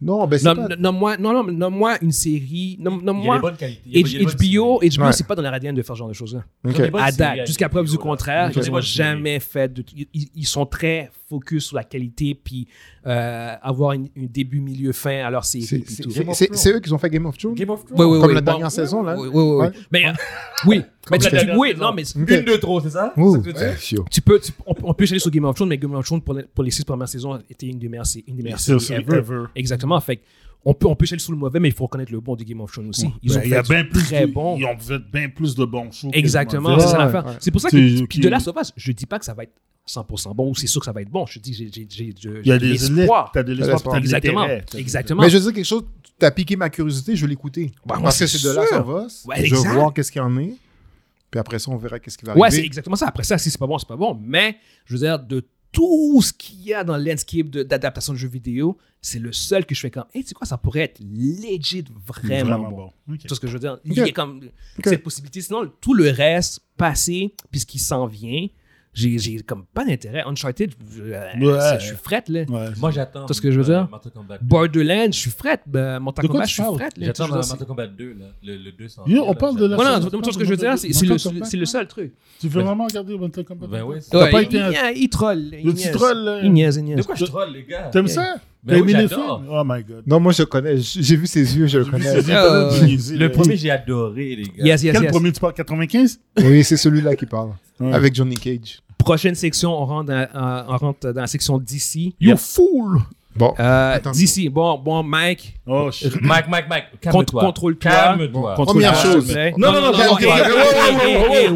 Non, ben, c'est
Non,
pas...
non, moi, non, non, mais non, moi, une série. Non, non,
Il y a des
moi,
bonnes qualités. Il y a des bonnes
HBO,
séries.
HBO
Ouais.
c'est pas dans leur ADN de faire ce genre de choses-là.
Ok.
Ils ont des bonnes
à
séries
date. Jusqu'à preuve du
HBO, là.
contraire,
ont
ils
des
n'ont
bonnes séries.
jamais fait de. Ils, ils sont très focus sur la qualité, puis euh, avoir une- un début, milieu, fin à leur série.
C'est-
puis
c'est-
tout.
c'est- c'est- C'est eux qui ont fait Game of Thrones?
Game of Thrones.
Ouais, ouais,
Comme
ouais.
la
Bon,
dernière saison, là?
Oui, oui, oui.
Ouais.
Mais, euh, oui, mais tu,
la
tu-
dernière
oui,
saison.
non, mais tu
Une, deux, trop, c'est ça?
Ouh,
C'est ce que tu veux
ben,
dire?
chiot.
tu peux, tu- on, on peut aller sur Game of Thrones, mais Game of Thrones pour, les- pour les six premières saisons était une des meilleures, sé- une des meilleures
C'est
séries
aussi
ever.
ever.
Exactement. Fait que on peut, on peut chialer sur le mauvais, mais il faut reconnaître le bon de Game of Thrones aussi. Ils
Ben,
ont
il y a
fait
bien
du
plus
très
de-
bon.
Ils ont fait bien plus de bons shows. que de
Exactement,
mauvais.
c'est ça
Ouais,
l'affaire.
ouais.
C'est pour ça que
C'est-
puis de la sauvage, je dis pas que ça va être 100% bon ou c'est sûr que ça va être bon. Je dis j'ai j'ai j'ai j'ai-
Il y a
j'ai
des élites,
espoir.
t'as de
l'espoir.
l'espoir, t'as de
Exactement.
l'intérêt.
Exactement.
Mais je veux dire quelque chose, tu as piqué ma curiosité, je vais l'écouter.
Bah, moi,
Parce que
c'est
c'est de là ça
sûr.
va.
Ouais,
je vais
exact.
voir qu'est-ce qu'il y en est. Puis après ça, on verra qu'est-ce qui va
Ouais, c'est
arriver.
exactement ça. Après ça, si c'est pas bon, c'est pas bon. Mais je veux dire, de tout ce qu'il y a dans le landscape de- d'adaptation de, jeux vidéo, c'est le seul que je fais comme, hey, tu sais quoi, ça pourrait être legit
C'est
vraiment, bon.
Ok.
Tu vois ce que je veux dire? Il y a
Ok.
comme cette possibilité. Sinon, tout le reste, passé, puis ce qui s'en vient, j'ai j'ai comme pas d'intérêt. Uncharted, je,
Ouais.
ça, je suis frette, là.
Ouais.
Moi, j'attends.
Tu vois ce que je veux dire?
Mortal Kombat.
Borderlands, je suis frette. Ben, Mortal
De quoi
Kombat,
tu
je suis
parles?
frette. là.
J'attends
Tu vois,
Mortal
c'est-
Kombat 2, là. Le, le 200.
Yo, on parle de la-
Voilà, tu
Mortal
vois ce que je veux dire? C'est c'est le,
Kombat.
c'est le seul truc.
Tu veux vraiment regarder Mortal Kombat?
Ben oui.
T'as
Ouais,
pas
il,
été un-
il- il troll.
Le
Il
petit
niaise.
troll, euh, là.
Il niaise, il niaise.
De quoi je trolle, les gars?
T'aimes ça?
Ben
T'as
oui,
aimé le film?
j'adore.
Oh my god.
Non, moi, je connais. J- J'ai vu ses yeux, je le connais.
yeux. Euh,
Ah,
Le premier, j'ai adoré, les gars.
Yes, yes,
Quel
yes.
premier tu parles? 95?
oui, c'est celui-là qui parle.
Ouais.
Avec Johnny Cage.
Prochaine section, on rentre dans, euh, on rentre dans la section d'ici.
You fool!
Bon.
Euh,
Attends.
d'ici, bon, bon, Mike,
Oh shit.
Mike, Mike, Mike,
Contre-
calme-toi.
contrôle-toi.
Calme-toi.
Ah. Première
contrôle-toi,
chose.
Ah, s'il te plaît.
Non, non, non,
non,
non,
non, non,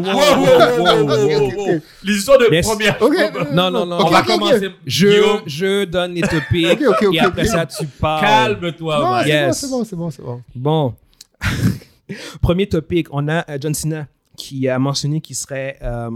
Les histoires de
Yes.
première.
OK.
Non, non, non.
Ok,
On va
ok, ok.
commencer.
Je,
Guillaume,
je donne les topics.
Ok, ok, ok,
et après
ok.
ça, tu
Ah.
parles.
Non,
calme-toi, Mike.
yes.
c'est bon, c'est bon, c'est bon,
Bon. Premier topic, on a euh, John Cena qui a mentionné qu'il serait, euh,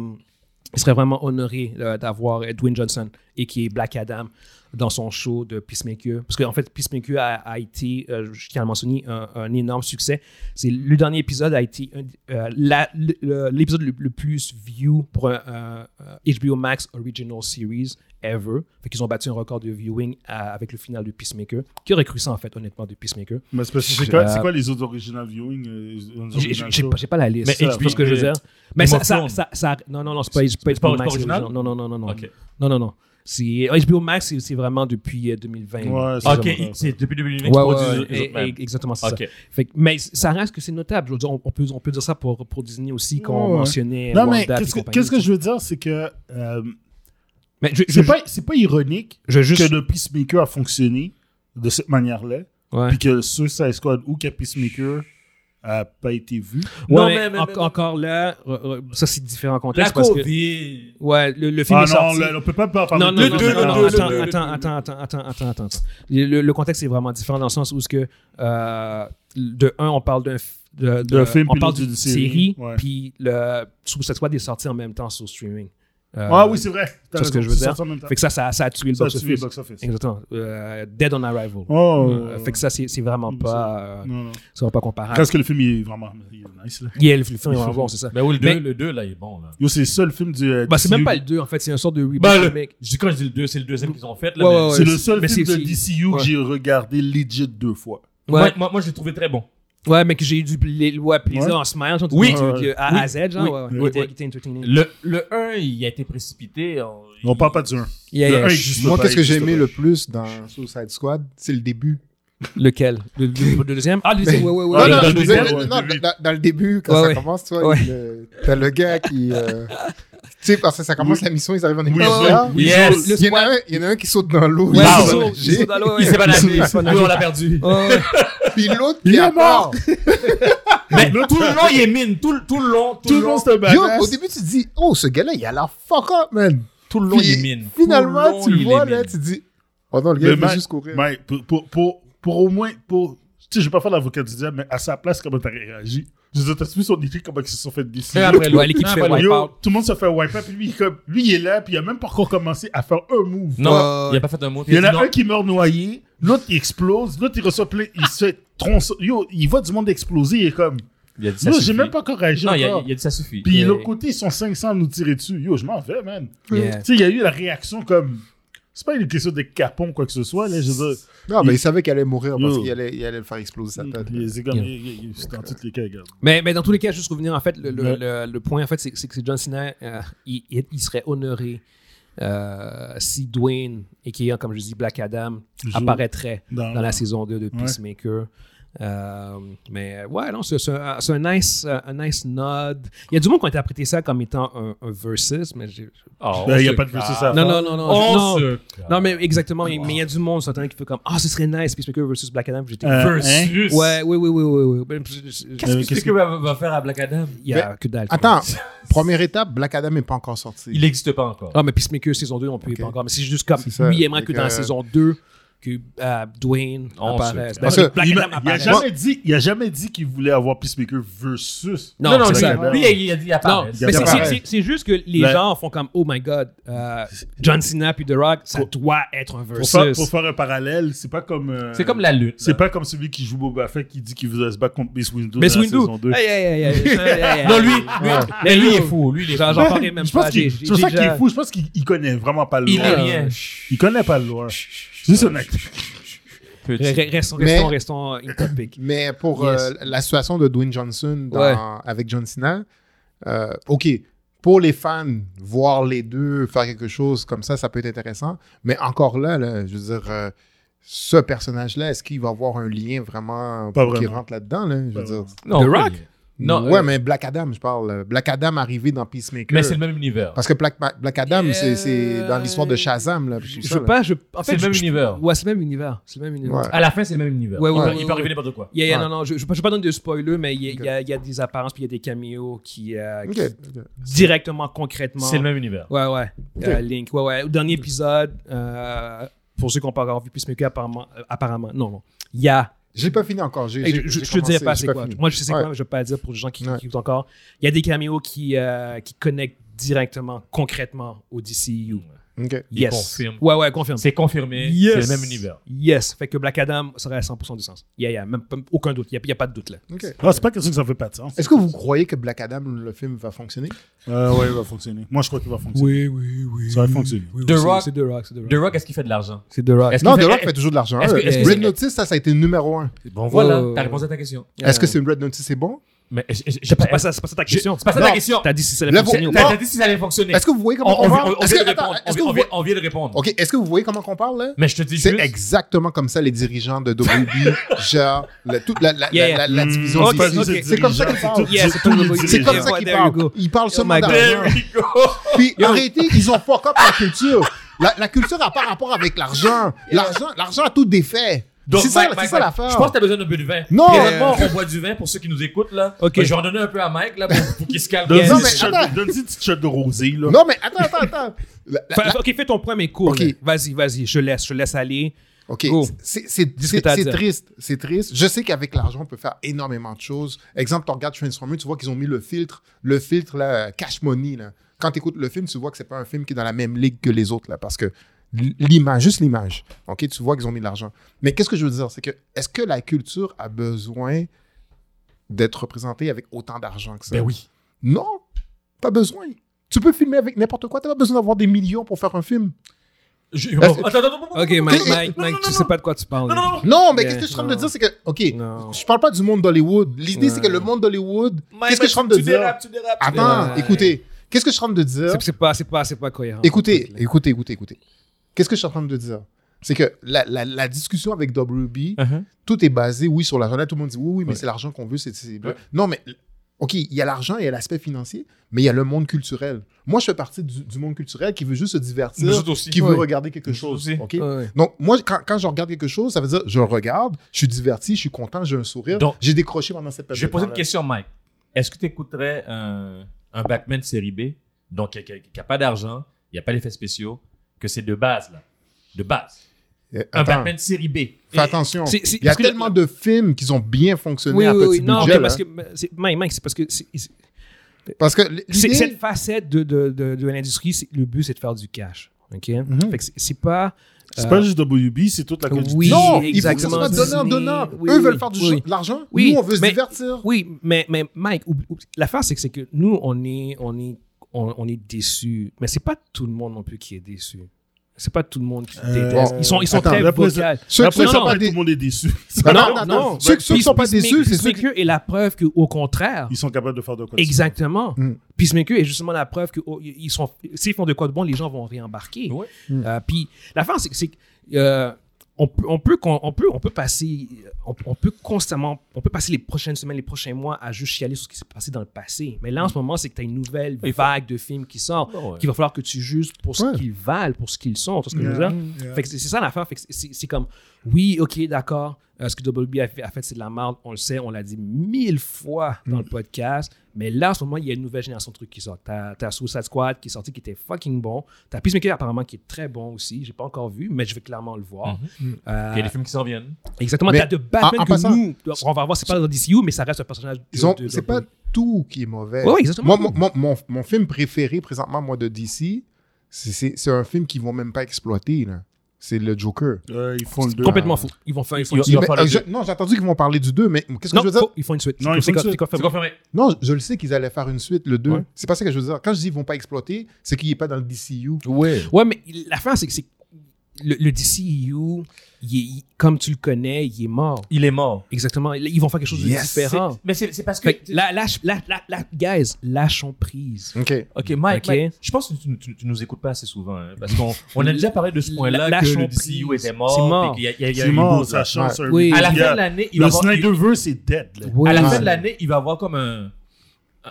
il serait vraiment honoré euh, d'avoir euh, Dwayne Johnson et qui est Black Adam dans son show de Peacemaker. Parce qu'en fait, Peacemaker a, a été, euh, je tiens à le mentionner, un, un énorme succès. C'est, le dernier épisode a été un- euh, la- le- le- l'épisode le, le plus view pour un, un- un HBO Max Original Series ever. Fait qu'ils ont battu un record de viewing à- avec le final de Peacemaker. Qui aurait cru ça, en fait, honnêtement, de Peacemaker?
Mais c'est parce que c'est quoi, c'est quoi les autres original viewing? euh, les original
Ah. J'ai- J'ai j'ai
shows?
pas, j'ai pas la liste.
Mais
c'est
HBO,
pas ce que je veux dire. Mais
Game
ça,
of
ça,
Thrones.
ça, ça- non, non, non, c'est pas, c'est pas
C'est pas
HBO Max.
original?
c'est Non, non, non, non, non.
Ok.
Non, non, non. C'est- euh, HBO Max, c'est- c'est vraiment depuis euh, 2020.
Ouais, c'est
Ok,
ça,
il-
ça.
c'est depuis 2008
Ouais,
qu'ils
ouais,
produisent
ouais,
les autres
et-
mêmes.
et- exactement, c'est
Ok.
ça. Fait que- mais ça reste que c'est notable. Je veux dire, on, on peut, on peut dire ça pour, pour Disney aussi, quand on
Ouais.
mentionnait
Non, mais
Wanda et
qu'est-ce que,
compagnie.
qu'est-ce que je veux dire, c'est que euh,
Mais je, je,
c'est pas, c'est pas ironique
je veux juste...
que le Peacemaker a fonctionné de cette manière-là,
Ouais.
puis que Suicide Squad ou que Peacemaker a pas été vu.
Ouais,
Non,
mais
mais- mais-
en-
mais-
encore là, re- re- ça c'est différent
La
contexte parce que...
COVID.
Ouais, le, le film
Ah
est
non,
sorti.
là, on peut pas parler
Non, non,
de Ah
non, non,
Le deux,
non,
le
non,
deux,
attends,
le deux,
attends, attends, attends, attends, attends, attends, attends. Le, le contexte est vraiment différent dans le sens où ce que euh, de un, on parle d'un f- de, de-
D'un film,
on
puis
parle
l'autre,
d'une
d'une
série,
série, ouais.
puis le Suicide Squad est sorti en même temps sur streaming. Euh,
ah oui, c'est vrai.
c'est
T'as
ce
raison,
que je veux
c'est
dire.
sorti en même temps.
Fait que ça, ça, ça a tué le
Ça a tué le
box-office.
box-office.
Exactement. Euh, Dead on Arrival.
Oh,
Euh, fait que ça, c'est c'est vraiment
Mm,
pas, euh,
Non, non.
c'est vraiment pas comparable.
Parce que le film, il est vraiment il est nice. Là.
Il y a le le film est vraiment bon, c'est ça.
Mais oui, le
Mais-
2, le 2, là, il est bon, là.
Yo, c'est le seul film du. euh,
Bah, c'est
DCU.
même pas le 2, en fait, c'est un sort de reboot.
Bah, le-
remake.
Je dis quand je dis le 2, c'est le deuxième qu'ils ont fait, là.
Ouais,
mais-
ouais, ouais.
C'est le seul
Mais
film
c'est-
de
c'est-
DCU
ouais.
que j'ai regardé legit deux fois.
Ouais.
Moi, moi, moi, je l'ai trouvé très bon.
Ouais, mais que j'ai eu du pla- ouais, plaisir
Ouais.
en smile, genre,
Oui.
du- du- à
Oui.
à Z, genre,
Oui.
ouais, ouais,
Oui,
qui était-
oui.
qui était entertaining.
Le, le 1, il a été précipité. On,
On parle pas du 1.
Yeah,
le
yeah.
un existe
Moi,
pas,
qu'est-ce que
il
j'ai
existe pas.
aimé le plus dans Suicide Squad C'est le début.
Lequel le, le- le deuxième Ah, le deuxième, ouais, ouais, ouais.
Ah,
ouais.
non,
je
le
disais-
deuxième, ouais,
non,
le début.
dans- dans le début, quand
Ouais,
ça
ouais.
commence, tu vois,
Ouais.
il, euh, t'as le gars qui. euh, tu sais, parce que ça commence la mission, ils arrivent en hélicoptère.
Oui,
Yes.
Le
Il y, en a
squad.
un, il y en a un qui saute dans l'eau.
Ouais,
il
c'est
saute,
ça,
j'ai-
c'est ça, dans l'eau,
Il
ouais.
s'est baladé.
Il s'est
Oui, on l'a perdu.
Ouais, ouais.
Puis l'autre,
Il
qui
est
a
mort.
Mais tout le long, il est mine. Tout, le- tout le long.
Tout
Tout, le
le
long,
monde, c'est un
Yo, au
badass.
début, tu te dis, oh, ce gars-là, il a l'air fuck up, man.
tout le long,
Puis
il est mine. Tout
Finalement,
long,
tu le
il est
vois,
mine.
là, tu te dis, oh non, le
Mais
gars, il veut
Mike-
juste courir.
Mike, pour, pour, pour, pour au moins, pour, tu sais, je vais pas faire l'avocat du diable, mais à sa place, comment t'as réagi? Je veux dire, t'as suivi son équipe, comment ils se sont fait décider?
Un après l'autre.
Ouais, l'équipe
Un
fait
après l'autre.
wipe out.
Yo, tout le monde se fait wipe up, puis lui, il est comme, lui, il est là, puis il a même pas encore commencé à faire un
Mm.
move.
Non,
Ouais.
il a pas fait un mot.
Il y en
dit non.
a un qui meurt noyé, l'autre il explose, l'autre il reçoit plein, il se fait tronçon. Yo, il voit du monde exploser, il est comme,
Il a dit ça.
yo,
suffit.
j'ai même pas encore réagi
Non, il a,
encore.
il a dit ça suffit.
Puis
Yeah.
l'autre côté, ils sont 500 à nous tirer dessus. Yo, je m'en vais, man.
Yeah.
Tu sais, il y a eu la réaction comme, c'est pas une question de capon, quoi que ce soit, là, je veux dire.
Non, mais
Il-
il savait qu'elle allait mourir parce
Yo.
qu'il allait, il allait le faire exploser sa tête.
Il- C'est comme,
Yeah.
il- il- il- c'est dans tous les cas, regarde.
Mais, mais dans tous les cas, juste revenir, en fait, le, le,
Ouais.
le, le point, en fait, c'est c'est que John Cena, euh, il, il- il serait honoré euh, si Dwayne, et qui est, comme je dis, Black Adam,
Joue
apparaîtrait
dans- Ben,
dans la saison 2 de
Ouais.
Peacemaker. Euh, mais ouais, non, c'est c'est un, c'est un nice, euh, un nice nod. Il y a du monde qui a interprété ça comme étant un, un versus, mais j'ai-
Oh,
Ben, il y a
se
pas de plus,
casse.
c'est ça.
non, non, non, non,
Oh,
non.
On se
Non, mais exactement. mais-
Wow.
Mais il y a du monde, certainement, qui fait comme Ah, ce serait nice, Peacemaker versus Black Adam. Puis J'étais.
Euh, hein?
Versus.
ouais, oui, oui, oui, oui. oui. Ben, je- je-
Qu'est-ce
Euh,
que
qu'est-ce
Sticker va, va faire à Black Adam
Il y a que dalle.
Attends, première étape, Black Adam n'est pas encore sorti.
Il n'existe pas encore.
Ah, mais Peacemaker saison 2, on peut y
Ok.
pas encore. Mais c'est juste comme
C'est ça.
lui, il aimerait
Fait
que
que-
dans la saison 2, que euh, Dwayne
Oh,
On
apparaisse.
se-
Ben,
Parce que
Black
Il
Adam
m'a- il a
apparaisse.
jamais dit, il a jamais dit qu'il voulait avoir Peacemaker versus.
Non, c'est
lui,
ça.
lui, il, il a dit
Non,
apparaît.
mais c'est-
apparaît.
c'est c'est- c'est juste que les
La-
gens font comme Oh my god, euh, John Cena puis The Rock, ça doit être un
Pour faire,
versus.
pour faire un parallèle, c'est pas comme. euh,
C'est comme la lutte.
C'est
là.
pas comme celui qui joue Boba Fett qui dit qu'il voudrait se battre contre Miss Windows
Mais
dans la
Windu,
saison 2.
aïe, aïe, aïe, aïe, aïe, aïe, aïe.
Non, lui, lui, mais lui, il est fou. Lui, il est
J'en
fou.
Ah, j'en parlerai même
je pense
pas.
qu'il,
j'ai-
c'est
j'ai
pour ça qu'il
déjà-
est fou. Je pense qu'il il connaît vraiment pas le
Il
lore.
est rien.
Il connaît pas le lore. C'est juste un acteur.
Re-
Petit.
re- Restons,
Mais-
restons, restons in topic.
Mais pour
Yes.
euh, la situation de Dwayne Johnson dans-
Ouais.
avec John Cena, euh, OK, pour les fans, voir les deux faire quelque chose comme ça, ça peut être intéressant. Mais encore là, là, je veux dire, euh, ce personnage-là, est-ce qu'il va avoir un lien vraiment
Pas
pour qu'il
vraiment.
rentre là-dedans? Là? Je veux
Pas
dire,
vraiment.
Non,
The Rock?
Non,
ouais,
euh,
mais Black Adam, je parle. euh, Black Adam arrivé dans Peacemaker.
Mais c'est le même univers.
Parce que Black, Black Adam, c'est- c'est dans l'histoire de Shazam. Là, puis tout
Euh, Je
ça,
sais
là.
pas, je. En
C'est
fait,
le même
je-
univers.
Ouais, c'est le même univers. C'est le même univers.
Ouais.
À la fin, c'est le même univers.
Ouais, ouais,
Il peut-
ouais,
Il
ouais,
peut arriver n'importe quoi.
Yeah, yeah,
Ouais.
Non, non, je ne vais pas donner de spoiler, mais il y, a- il y a- il y a des apparences, puis il y a des caméos qui, euh,
OK.
qui directement, concrètement.
C'est le même univers.
Ouais, ouais. Euh, Link, ouais, ouais. Au dernier épisode, euh, pour ceux qui n'ont pas encore vu Peacemaker, apparemment, euh, apparemment non, non. Il y a.
J'ai pas fini encore. J'ai,
Hey,
j'ai-
je- je je
j'ai
te dirais
commencé,
pas
j'ai
c'est quoi.
fini.
Moi, je sais
Ouais.
quoi, mais je ne vais pas dire pour les gens qui, qui
Ouais.
écoutent encore. Il y a des caméos qui, euh, qui connectent directement, concrètement au DCU.
OK.
Ils
Yes.
confirment.
Ouais, ouais, confirme.
C'est confirmé.
Yes.
C'est le même univers.
Yes. Fait que Black Adam serait à 100% du sens. Il y a, même pas- aucun doute. Il n'y a, pas de doute là.
OK.
Ah, c'est pas quelque chose que ça fait pas de sens.
Est-ce que vous croyez que Black Adam, le film, va fonctionner?
Euh, ouais, il va fonctionner. Moi, je crois qu'il va
Oui,
fonctionner.
oui, oui.
Ça va fonctionner.
Oui, oui,
The
c'est-
Rock.
C'est The Rock. C'est The Rock.
The Rock, est-ce qu'il fait de l'argent
C'est The Rock.
Est-ce qu'il
Non, The
fait-
Rock fait toujours de l'argent.
Est-ce que-
Euh,
est-ce
que-
Red Notice, ça, ça a été le numéro un.
Bon, voilà.
Ouais.
T'as répondu à ta question.
Est-ce que
Euh,
c'est Red Notice c'est bon?
Mais j'ai- j'ai- j'ai
C'est
pas.
pas ça, c'est pas ça ta question.
C'est pas ça ta
Non.
question.
T'as dit si ça allait
Là, vous-
fonctionner ou
là-
pas.
T'as t'as dit si ça allait fonctionner.
Est-ce que vous voyez
On-
comment on,
On
parle?
on- on
Est-ce
vient de
que- attends,
répondre. On
est-ce que
vient-
vous
on vient-
voyez-
On vient de répondre.
OK, est-ce que vous voyez comment on parle, là?
Mais je te dis
C'est
juste.
exactement comme ça les dirigeants de WB, genre, la- toute la, la,
Yeah,
la- la-
Mm.
la
Hmm,
division
Ok,
des-
pas juste
ok.
les
C'est comme ça
dirigeants,
qu'ils parlent.
tout-
Yeah, c'est tout
tout le
le-
dirigeant.
C'est comme ça
Yeah,
qu'ils
there you
parlent.
go.
Ils parlent
Oh
seulement
my God.
d'argent. Puis en réalité, ils ont fuck up la culture. La, la culture n'a pas rapport avec l'argent. L'argent, l'argent a tout défait.
Donc,
c'est ça,
Mike,
c'est
Mike,
ça
Mike,
l'affaire.
Je pense que t'as besoin d'un peu de vin.
Non.
Présentement, on boit du vin pour ceux qui nous écoutent, là.
Ok.
Mais Je vais en donner un peu à Mike, là, pour, pour qu'il se calme.
Donne-y
Non,
une
mais
petite shot-
attends.
donne-y une petite shot de rosé, là.
Non, mais attends, attends, attends. La- la-
Fa- Ok, fais ton premier cours.
Ok.
là. Vas-y, vas-y, je laisse, je laisse aller.
OK.
Go.
C'est- C'est
Dis ce que
c'est-
t'as à
c'est
dire.
triste. C'est triste. Je sais qu'avec l'argent, on peut faire énormément de choses. Exemple, tu regardes Transformers, tu vois qu'ils ont mis le filtre, le filtre là, euh, cash money. Là. quand tu écoutes le film, tu vois que c'est pas un film qui est dans la même ligue que les autres, là, parce que l'image, juste l'image, OK, tu vois qu'ils ont mis de l'argent. Mais qu'est-ce que je veux dire? C'est que, est-ce que la culture a besoin d'être représentée avec autant d'argent que ça?
Ben oui.
Non, pas besoin. Tu peux filmer avec n'importe quoi, t'as pas besoin d'avoir des millions pour faire un film.
Je- oh, Attends, attends, attends, attends,
Ok,
attends.
Mike, Mike,
Non,
Mike,
non,
tu
non,
sais
non.
pas de quoi tu parles.
Non, non, non.
Non, mais
Yeah,
qu'est-ce que je suis en train de
non.
dire, c'est que, OK,
Non.
je parle pas du monde d'Hollywood. L'idée, c'est que le monde d'Hollywood. Qu'est-ce que je suis en train de
Tu
dire?
dérapes, tu dérapes. tu
Attends,
dérapes.
écoutez. Qu'est-ce que je suis en train de dire?
C'est- C'est pas, c'est pas, c'est pas cohérent.
Écoutez, écoutez, écoutez, écoutez. Qu'est-ce que je suis en train de dire? C'est que la, la- la discussion avec WB,
Uh-huh.
tout est basé, oui, sur l'argent. Là, Tout le monde dit, oui, oui, mais c'est l'argent qu'on veut. c'est c'est- Non, mais, OK, il y a l'argent, il y a l'aspect financier, mais il y a le monde culturel. Moi, je fais partie du, du monde culturel qui veut juste se divertir,
Nous autres aussi.
qui
Ouais.
veut regarder quelque
Nous
chose.
aussi.
OK?
Ouais.
Donc, moi, quand, quand je regarde quelque chose, ça veut dire je regarde, je suis diverti, je suis content, j'ai un sourire.
Donc-
j'ai décroché pendant cette période.
Je vais poser une question, Mike. Est-ce que tu écouterais un, un Batman série B, donc qui n'a pas d'argent, il n'y a pas d'effets spéciaux, que c'est de base, là? De base. Un Batman série B.
Eh, fais attention.
C'est- c'est-
Il y a
parce que-
tellement de films qui ont bien fonctionné
Oui,
à
oui,
petit
oui. Non,
budget.
ok, parce
hein.
que mais c'est- Mike, Mike, c'est parce que c'est- c'est-
Parce que
c'est-
l'idée-
cette facette de, de, de, de l'industrie, c'est- le but, c'est de faire du cash. Ok.
Mhm.
Fait que c'est- c'est pas.
C'est
euh,
pas juste WB, c'est toute la
oui.
qualité.
non,
exactement,
il faut que ce soit
Disney.
donnant-donnant.
Oui,
Eux
oui,
veulent faire du
oui.
jeu- de l'argent.
Oui,
Nous, on veut se
mais-
divertir.
Oui, mais, mais Mike, oublie- oublie- l'affaire, c'est que, c'est que nous, on est, on est, on, on est déçus. Mais c'est pas tout le monde non plus qui est déçu. C'est pas tout le monde qui
Euh,
déteste. Ils sont, ils sont
attends,
très
d'après ça-
vocaux.
Ceux qui
Après,
ne
non,
sont
non,
pas
tout le
dé-
monde est déçu.
Non,
Non, non,
non.
non. Ceux ceux qui ne sont pas
Peacemaker-
déçus, c'est ceux qui.
Peacemaker est la preuve qu'au contraire,
Ils sont capables de faire de quoi
Exactement.
Mm.
Peacemaker est justement la preuve que oh, ils sont, s'ils font de quoi de bon, les gens vont réembarquer.
Ouais. Mm.
Euh, puis la fin, c'est que- c'est que, euh, on, peut- on peut, con- on peut, on peut passer, euh, on, on peut constamment, on peut passer les prochaines semaines, les prochains mois à juste chialer sur ce qui s'est passé dans le passé. Mais là, en ce moment, c'est que tu as une nouvelle
Mm. Il faut-
vague de films qui sort,
Bon, Oh, ouais.
qu'il va falloir que tu juges pour ce
Ouais.
qu'ils valent, pour ce qu'ils sont, tout ce que je veux
Yeah.
dire. Fait que c'est c'est ça l'affaire. Fait que c'est- c'est c'est comme, oui, ok, d'accord, euh, ce que WB a fait, a fait, c'est de la merde, on le sait, on l'a dit mille fois dans le
Mm.
podcast, mais là, en ce moment, il y a une nouvelle génération de trucs qui sort. T'as t'as Suicide Squad qui est sorti, qui était fucking bon. T'as Peacemaker, apparemment, qui est très bon aussi. J'ai pas encore vu, mais je vais clairement le voir.
Mm-hmm.
Euh,
Mhm. Il y a des films qui s'en viennent.
exactement.
Mais
T'as de Batman
en- en
que
passant-
nous, on va voir, c'est pas dans DCU, mais ça reste un personnage. de-
Ils ont-
de- de-
C'est pas tout qui est mauvais.
Ouais, ouais, exactement.
Moi, mon, mon- mon- mon film préféré présentement, moi, de DC, c'est- c'est c'est un film qu'ils vont même pas exploiter. là. C'est le Joker.
Euh, ils font le deux.
hein.
Complètement fou. Ils vont faire, ils font une
Ils
suite.
vont
Mais,
faire le
euh, je-
deux.
non, j'ai entendu qu'ils vont parler du 2, mais qu'est-ce que
Non,
je veux dire?
faut- ils font une suite.
Non, ils
C'est
font une
co-
suite.
c'est
C'est
co-
confirmé.
Non, je, je le sais qu'ils allaient faire une suite, le 2.
Ouais.
C'est pas ça que je veux dire. Quand je dis ils vont pas exploiter, c'est qu'il est pas dans le DCU.
Oui.
Ouais, mais l'affaire, c'est que c'est- le, le DCEU, il est- il- comme tu le connais, il est mort.
Il est mort.
Exactement. Ils vont faire quelque chose de
Yes.
différent.
C'est- Mais c'est c'est parce que.
Fait que là, lâche, là, là, là, guys, lâchons prise.
OK.
Ok, Mike,
Ok.
Mike, je pense que tu, tu- tu nous écoutes pas assez souvent, hein, parce qu'on on a déjà parlé de ce point-là
La-
que
lâchons
le DCU
prise. C'est
était mort,
mort.
puis qu'il y a- il y a, il y a
C'est
eu
mort,
Booth,
ça
là.
chance. un
Oui.
big
À la fin
gap.
de l'année, il va
Le
y avoir- il-
Snyderverse c'est dead. là.
Oui.
à la
Ouais.
fin de l'année, il va y avoir comme un,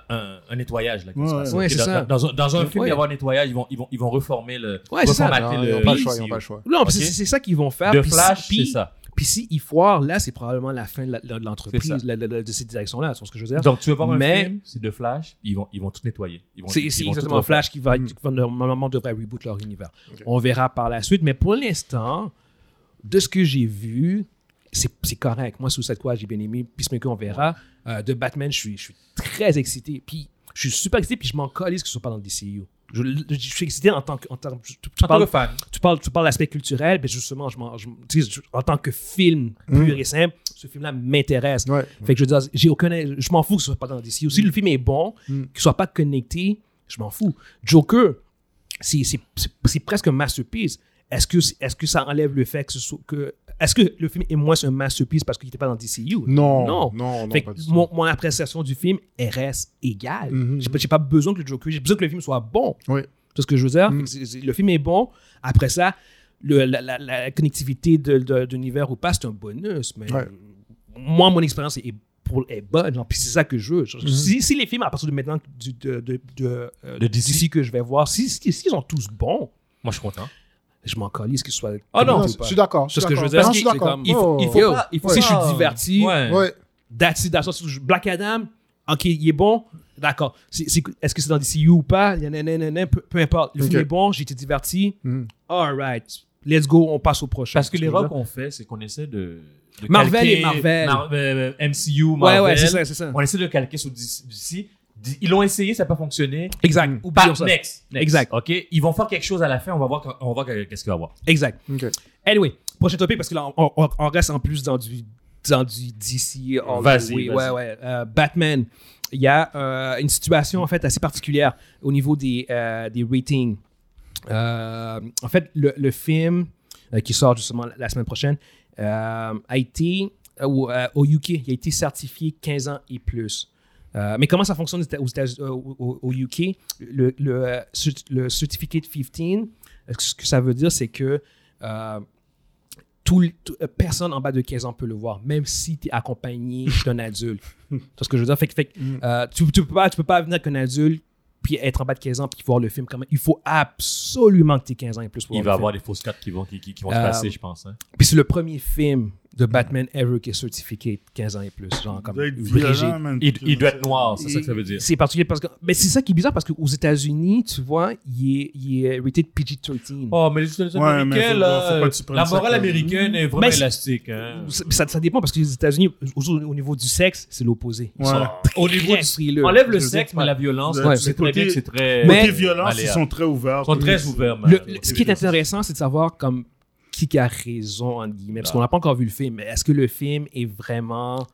un, un nettoyage. Là, qui
Ouais,
se passe.
ouais.
Ok,
c'est
dans,
ça.
Dans, un- dans un
Ouais.
film, il va y avoir un nettoyage. Ils vont, ils vont, ils vont reformer le.
Ouais, c'est ça.
Non,
reformater
ils
Ah, le.
n'ont pas le choix. Ils
DCU.
n'ont pas le choix.
Non,
Ok.
c'est c'est ça qu'ils vont faire.
De
Puis si-
Flash,
puis-
c'est ça.
Puis si ils foirent, là, c'est probablement la fin de la- de
C'est
l'entreprise,
ça.
la- la- la- de cette direction-là, c'est ce que je veux dire.
Donc tu vas voir un
Mais-
film, c'est de Flash, ils vont, ils vont tout nettoyer. Ils vont,
C'est
ils
c'est
vont tout
exactement
refaire. Mm.
Flash qui va, qui va normalement devrait reboot leur univers.
Ok.
On verra par la suite, mais pour l'instant, de ce que j'ai vu, c'est c'est correct. Moi, sous cette quoi, j'ai bien aimé. Peacemaker, on verra. Euh, de Batman, je suis, je suis très excité. Puis, je suis super excité, puis je m'en calise que ce soit pas dans le DCU. Je, je suis excité en tant que. En tant, que- tu, tu
En tant
parles,
que fan,
tu parles, tu parles de l'aspect culturel, mais justement, je m'en- je- tu sais, je- en tant que film
Mm.
pur et simple, ce film-là m'intéresse.
Ouais.
Fait que je veux dire, j'ai aucun, je m'en fous que ce soit pas dans DC. Si le film est bon, qu'il soit pas connecté, je m'en fous. Joker, c'est c'est- c'est- c'est presque un masterpiece. Est-ce que, est que ça enlève le fait que ce soit. que- Est-ce que le film est moins un masterpiece parce qu'il n'était pas dans DCU? Non.
Non. Non, non,
Fait que
pas du tout.
mon, mon appréciation du film, elle reste égale.
Mhm.
J'ai pas, j'ai pas besoin que le Joker, j'ai besoin que le film soit bon.
Oui. Mhm.
C'est ce que je veux dire. C'est- c'est- Le film est bon. Après ça, le- la, la- la connectivité de, de- d'univers ou pas, c'est un bonus. Mais
Ouais.
euh, moi, mon expérience est, pour- est bonne. Genre, puis c'est ça que je veux. Genre,
Mhm.
si, si les films, à partir de maintenant, du- de, de, de, euh,
De DC.
que je vais voir, si- si- s'ils sont tous bons,
moi je suis content.
je m'en calisse qu'ils soient.
Ah non,
Non,
ou
je
pas.
je suis d'accord.
C'est ce que je veux
d'accord.
dire.
Non, je suis
C'est
d'accord.
comme,
Il faut, il faut
Yo,
pas. Il faut
si
pas-
je suis diverti,
Ouais.
Ouais.
That's it, that's all. Black Adam, ok, il est bon, d'accord. C'est- c'est- Est-ce que c'est dans DCU ou pas? Nan, nan, nan, nan, peu, peu importe. Le film
Ok.
est bon, j'ai été diverti.
Mm.
All right, let's go, on passe au prochain.
Parce que les
rock
rocks qu'on fait, c'est qu'on essaie de. de
Marvel
calquer
et Marvel.
Mar- euh, MCU,
Ouais,
Marvel.
ouais, c'est ça, c'est ça.
On essaie de calquer sur DC. Ils l'ont essayé, ça n'a pas fonctionné.
Exact.
Pas
Oublions
next,
ça.
next.
Exact.
OK? Ils vont faire quelque chose à la fin. On va voir, quand- on va voir qu'est-ce qu'il va y avoir.
Exact.
OK.
Anyway, prochain topic parce que là, on, on- on reste en plus dans du, dans du DC. all the
Vas-y,
way.
vas-y.
Ouais, ouais. Euh, Batman, il y a euh, une situation en fait assez particulière au niveau des, euh, des ratings. Euh, en fait, le, le film euh, qui sort justement la- la semaine prochaine euh, a été, euh, au, euh, au UK, il a été certifié 15 ans et plus. Euh, mais comment ça fonctionne aux Éta- aux États- euh, au, au- au UK? Le, le, euh, cert- le Certificate 15, euh, ce que ça veut dire, c'est que euh, tout, le- tout- euh, personne en bas de 15 ans peut le voir, même si tu es accompagné d'un adulte. Tu vois ce que je veux dire? Fait, que- fait que, euh, tu ne tu peux, pas- tu peux pas venir avec un adulte puis être en bas de 15 ans puis voir le film. Quand même. Il faut absolument que tu aies 15 ans et plus pour
Il
voir le
va y
film.
avoir des fausses cartes qui vont, qui, qui- qui vont
Euh,
se passer, je pense. hein.
Puis c'est le premier film de Batman ever qui est certifié 15 ans et plus. Genre comme
doit être
Brigitte.
violent, man.
Il, il doit être noir, c'est ça que ça veut dire.
C'est particulier parce que. Mais c'est ça qui est bizarre parce qu'aux États-Unis, tu vois, il est, il est rated PG-13.
Oh, mais les États-Unis
Ouais,
américains,
mais faut-
là,
faut pas que tu prennes
la
ça
morale
comme-
américaine est vraiment
Mais c'est-
élastique. hein.
Ça, Euh, ça- ça dépend parce que les États-Unis, au, au niveau du sexe, c'est l'opposé. Ils
Ouais.
sont
Au
très
niveau du-
frileux.
Enlève
Je
le
veux
sexe,
dire,
mais la violence,
Ouais,
c'est
mais
très bien
côté-
que c'est très.
Mais-
Côté violence, ils
malléable.
sont très ouverts.
Ils sont très ouverts, man.
Le- le- ce qui est intéressant, c'est de savoir comme qui qui a raison, entre guillemets, parce qu'on n'a pas encore vu le film. Mais est-ce que le film est vraiment